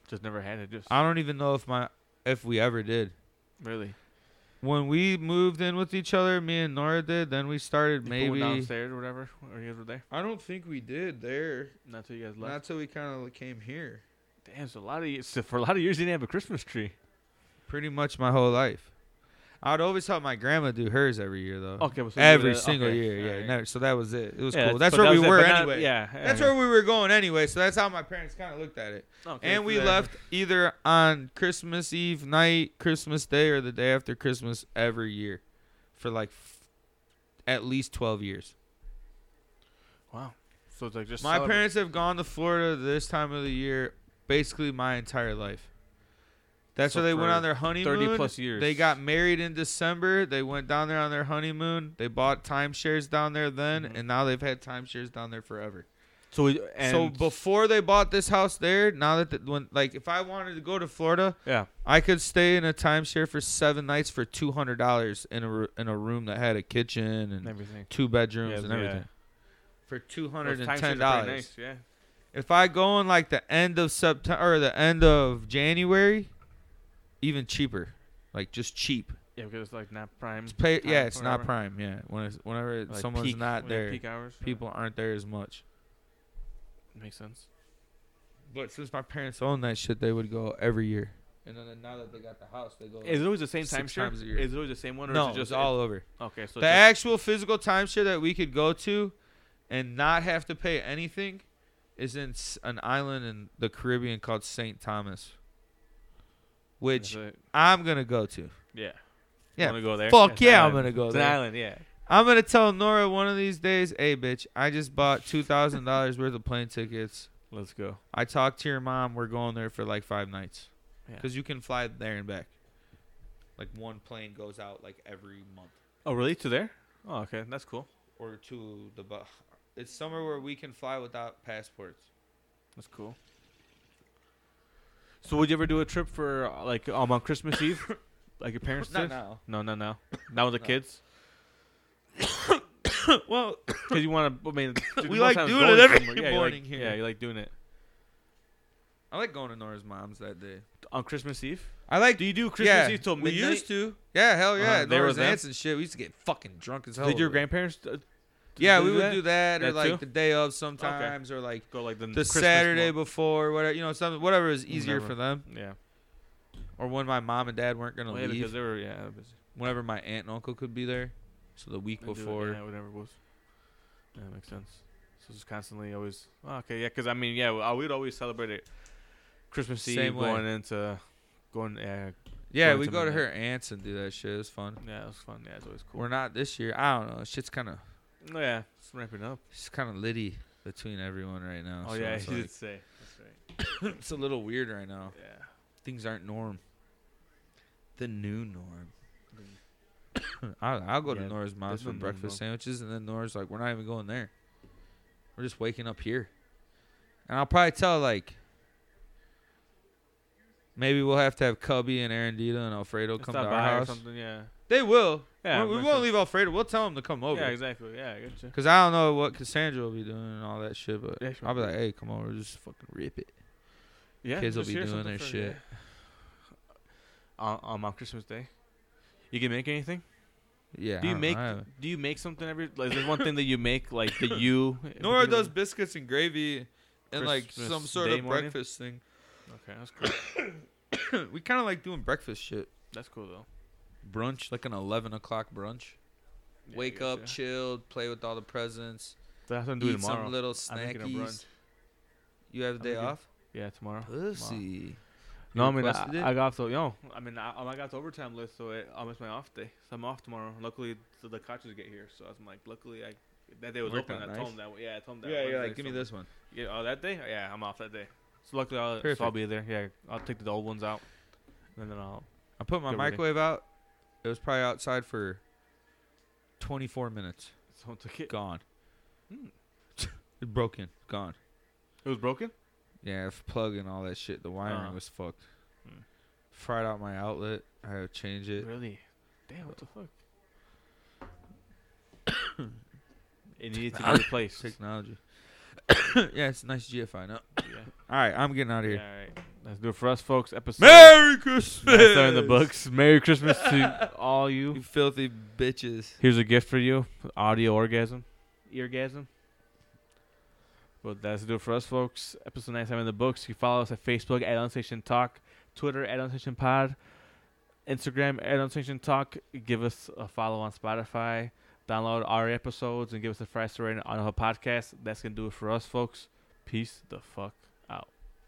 S2: Just never had it. Just
S3: I don't even know if my if we ever did.
S2: really.
S3: When we moved in with each other, me and Nora did. Then we started
S2: Just
S3: maybe.
S2: going downstairs or whatever, or you guys were there.
S3: I don't think we did there.
S2: Not till you guys
S3: Not
S2: left.
S3: till we kind of came here.
S2: Damn, so a lot of ye- so for a lot of years you didn't have a Christmas tree.
S3: Pretty much my whole life. I would always help my grandma do hers every year though.
S2: Okay, well, Oh, so you
S3: Oh. every
S2: were the-
S3: single
S2: okay,
S3: year, yeah.
S2: alright.
S3: Never, so that was it. It was
S2: Yeah,
S3: cool. That's
S2: but
S3: where
S2: that
S3: we
S2: was it,
S3: were
S2: but not-
S3: anyway.
S2: yeah,
S3: That's where we were going anyway. So that's how my parents kind of looked at it. and we left either on Christmas Eve night, Christmas Day, or the day after Christmas every year for like f- at least 12 years.
S2: Wow. So it's like just
S3: My
S2: celebrate.
S3: parents have gone to Florida this time of the year basically my entire life. That's
S2: So
S3: where they went
S2: for
S3: on their honeymoon.
S2: 30 plus years.
S3: They got married in December. They went down there on their honeymoon. They bought timeshares down there then,
S2: Mhm.
S3: and now they've had timeshares down there forever.
S2: So we, and
S3: so before they bought this house there, now that the, when like if I wanted to go to Florida,
S2: yeah.
S3: I could stay in a timeshare for seven nights for two hundred dollars in a ru- in a room that had a kitchen and
S2: and everything.
S3: two bedrooms
S2: Yeah,
S3: and
S2: yeah.
S3: everything for two hundred
S2: Those
S3: and
S2: timeshares are
S3: ten
S2: pretty
S3: dollars.
S2: nice, Yeah.
S3: If I go in like the end of September or the end of January, even cheaper, like just cheap.
S2: Yeah, because it's like not prime.
S3: It's pay,
S2: time,
S3: yeah, it's not
S2: whatever.
S3: prime. Yeah, when it's, whenever it-
S2: Like
S3: someone's
S2: peak-
S3: not
S2: when they're
S3: there,
S2: Peak hours. yeah,
S3: people aren't there as much.
S2: Makes sense.
S3: But since my parents own that shit, they would go every year. And then now that they got the house, they go.
S2: Is it always the same
S3: Six
S2: timeshare?
S3: times a year.
S2: Is it always the same one? Or
S3: no,
S2: is it just
S3: it's all over.
S2: Okay, so
S3: the
S2: it's
S3: actual physical timeshare that we could go to and not have to pay anything is in s- an island in the Caribbean called St. Thomas,
S2: just-
S3: which
S2: it's
S3: I'm going to go to.
S2: a- yeah.
S3: Yeah,
S2: Wanna go there?
S3: Fuck
S2: It's an
S3: yeah, I'm
S2: island.
S3: going to go
S2: It's an
S3: there.
S2: island. Yeah.
S3: I'm going to tell Nora one of these days, hey, bitch, I just bought $2,000 worth of plane tickets.
S2: Let's go.
S3: I talked to your mom. We're going there for like five nights.
S2: Yeah.
S3: Because you can fly there and back. Like one plane goes out like every month.
S2: Oh, really? To there? Oh, okay. That's cool.
S3: or to the Bah- it's somewhere where we can fly without passports.
S2: That's cool. So, would you ever do a trip for uh, like um, on Christmas Eve, like your parents
S3: Not
S2: did?
S3: now.
S2: No, no, no. Not with the
S3: No.
S2: kids.
S3: well,
S2: Because you want to. I mean, dude,
S3: We like
S2: most times
S3: doing
S2: going
S3: it every
S2: somewhere- yeah, you
S3: morning
S2: like,
S3: here.
S2: Yeah, you like doing it
S3: I like going to Nora's mom's that day.
S2: on Christmas Eve.
S3: I like.
S2: Do you do Christmas
S3: yeah,
S2: Eve till
S3: we
S2: midnight?
S3: used to. Yeah, hell yeah.
S2: Uh, they were
S3: Nora's
S2: them?
S3: aunts and shit. We used to get fucking drunk as hell.
S2: Did your
S3: over it.
S2: grandparents? Uh,
S3: Yeah, we would do that, or
S2: That
S3: like
S2: too?
S3: the day of sometimes, or like
S2: Go like the,
S3: the
S2: Christmas
S3: Saturday
S2: mo-
S3: before, whatever you know, something whatever is easier
S2: Whenever.
S3: for them,
S2: Yeah.
S3: or when my mom and dad weren't gonna
S2: Well, yeah, because
S3: leave,
S2: they were yeah. busy.
S3: whenever my aunt and uncle could be there, so the week
S2: They do it,
S3: before.
S2: yeah, whatever it was. Yeah, that makes sense. So it's constantly always oh, okay, yeah. Because I mean, yeah, I- we'd always celebrate it Christmas Eve
S3: Same way.
S2: going into going. Yeah,
S3: Yeah,
S2: Going
S3: we
S2: to
S3: go to her
S2: midnight.
S3: aunt's and do that shit. It's fun.
S2: yeah, it was fun. Yeah, it's always cool.
S3: We're not this year. I don't know. Shit's kind of
S2: Oh, yeah, it's ramping up.
S3: It's kind of litty between everyone right now.
S2: Oh
S3: so
S2: yeah,
S3: it's,
S2: you
S3: like- Oh.
S2: did say. That's right.
S3: it's a little weird right now.
S2: Yeah.
S3: Things aren't norm. The new norm. I'll, I'll go
S2: Yeah,
S3: to Nora's mom's
S2: there's no
S3: for
S2: new
S3: breakfast
S2: norm.
S3: sandwiches, and then Nora's like, "We're not even going there. We're just waking up here." And I'll probably tell like, maybe we'll have to have Cubby and Arendita and Alfredo
S2: Let's
S3: come to
S2: stop
S3: our
S2: by or
S3: house.
S2: something. Yeah.
S3: They will.
S2: Yeah,
S3: we, we
S2: makes
S3: won't
S2: sense.
S3: leave Alfredo. We'll tell him to come over.
S2: Yeah, exactly. Yeah, I gotcha.
S3: Cause I don't know what Cassandra will be doing and all that shit, but
S2: Yeah, she
S3: I'll be
S2: won't
S3: like, "Hey, come over, just fucking rip it."
S2: Yeah,
S3: Kids will
S2: just
S3: be
S2: hear
S3: doing
S2: something
S3: their
S2: for-
S3: shit.
S2: yeah. On, on on Christmas Day, you can make anything.
S3: Yeah.
S2: do
S3: I
S2: you
S3: don't
S2: make
S3: know.
S2: Do you make something every? Like, is there one thing that you make like that you? in
S3: Nora
S2: particular?
S3: does biscuits and gravy and like some
S2: Christmas
S3: sort
S2: Day
S3: of
S2: morning?
S3: breakfast thing.
S2: Okay, that's cool.
S3: we kind of like doing breakfast shit.
S2: That's cool though.
S3: Brunch, like an eleven o'clock brunch.
S2: Yeah, I
S3: Wake
S2: guess,
S3: up,
S2: yeah.
S3: chilled, play with all the presents,
S2: That's what I'm doing
S3: eat
S2: tomorrow.
S3: some little
S2: I'm making a
S3: snackies.
S2: brunch.
S3: You have a
S2: I'm
S3: day
S2: making-
S3: off.
S2: Yeah, tomorrow.
S3: Pussy.
S2: No, I
S3: You
S2: mean
S3: requested it?
S2: I, I got so yo. I mean I, I got the overtime list, so it, I missed my off day. So I'm off tomorrow. Luckily, so the coaches get here, so I'm like, luckily I that day was
S3: Worked
S2: open.
S3: out
S2: I
S3: nice.
S2: told them that. Yeah, I told them that.
S3: Yeah, you're
S2: Wednesday,
S3: like, give me
S2: so-
S3: this one.
S2: Yeah, oh that day. Yeah, I'm off that day. So luckily, I'll, so I'll
S3: Perfect.
S2: be there. Yeah, I'll take the old ones out, and then I'll.
S3: I put my
S2: Get ready.
S3: microwave out. It was probably outside for twenty-four minutes.
S2: So I'll take it.
S3: Gone.
S2: Hmm.
S3: it broke in. Gone.
S2: It was broken.
S3: Yeah, if plug and all that shit, the wiring
S2: Uh.
S3: was fucked.
S2: Hmm.
S3: Fried out my outlet. I had to change it. Uh,
S2: Really? Damn, what the fuck? it needed to be replaced.
S3: Technology. yeah, it's a nice GFI. No.
S2: yeah.
S3: All right, I'm getting out of
S2: yeah.
S3: here.
S2: All right. That's good for us, folks. Episode.
S3: Merry Christmas.
S2: That's in the books. Merry Christmas to all
S3: You
S2: you.
S3: filthy bitches.
S2: Here's a gift for you audio orgasm. Eargasm. But that's do it for us, folks. Episode 97 in the books. You can follow us at Facebook at Unstation Talk, Twitter at Unstation Pod, Instagram at Unstation Talk. Give us a follow on Spotify. Download our episodes and give us a five star rating on our podcast. That's going to do it for us, folks. Peace the fuck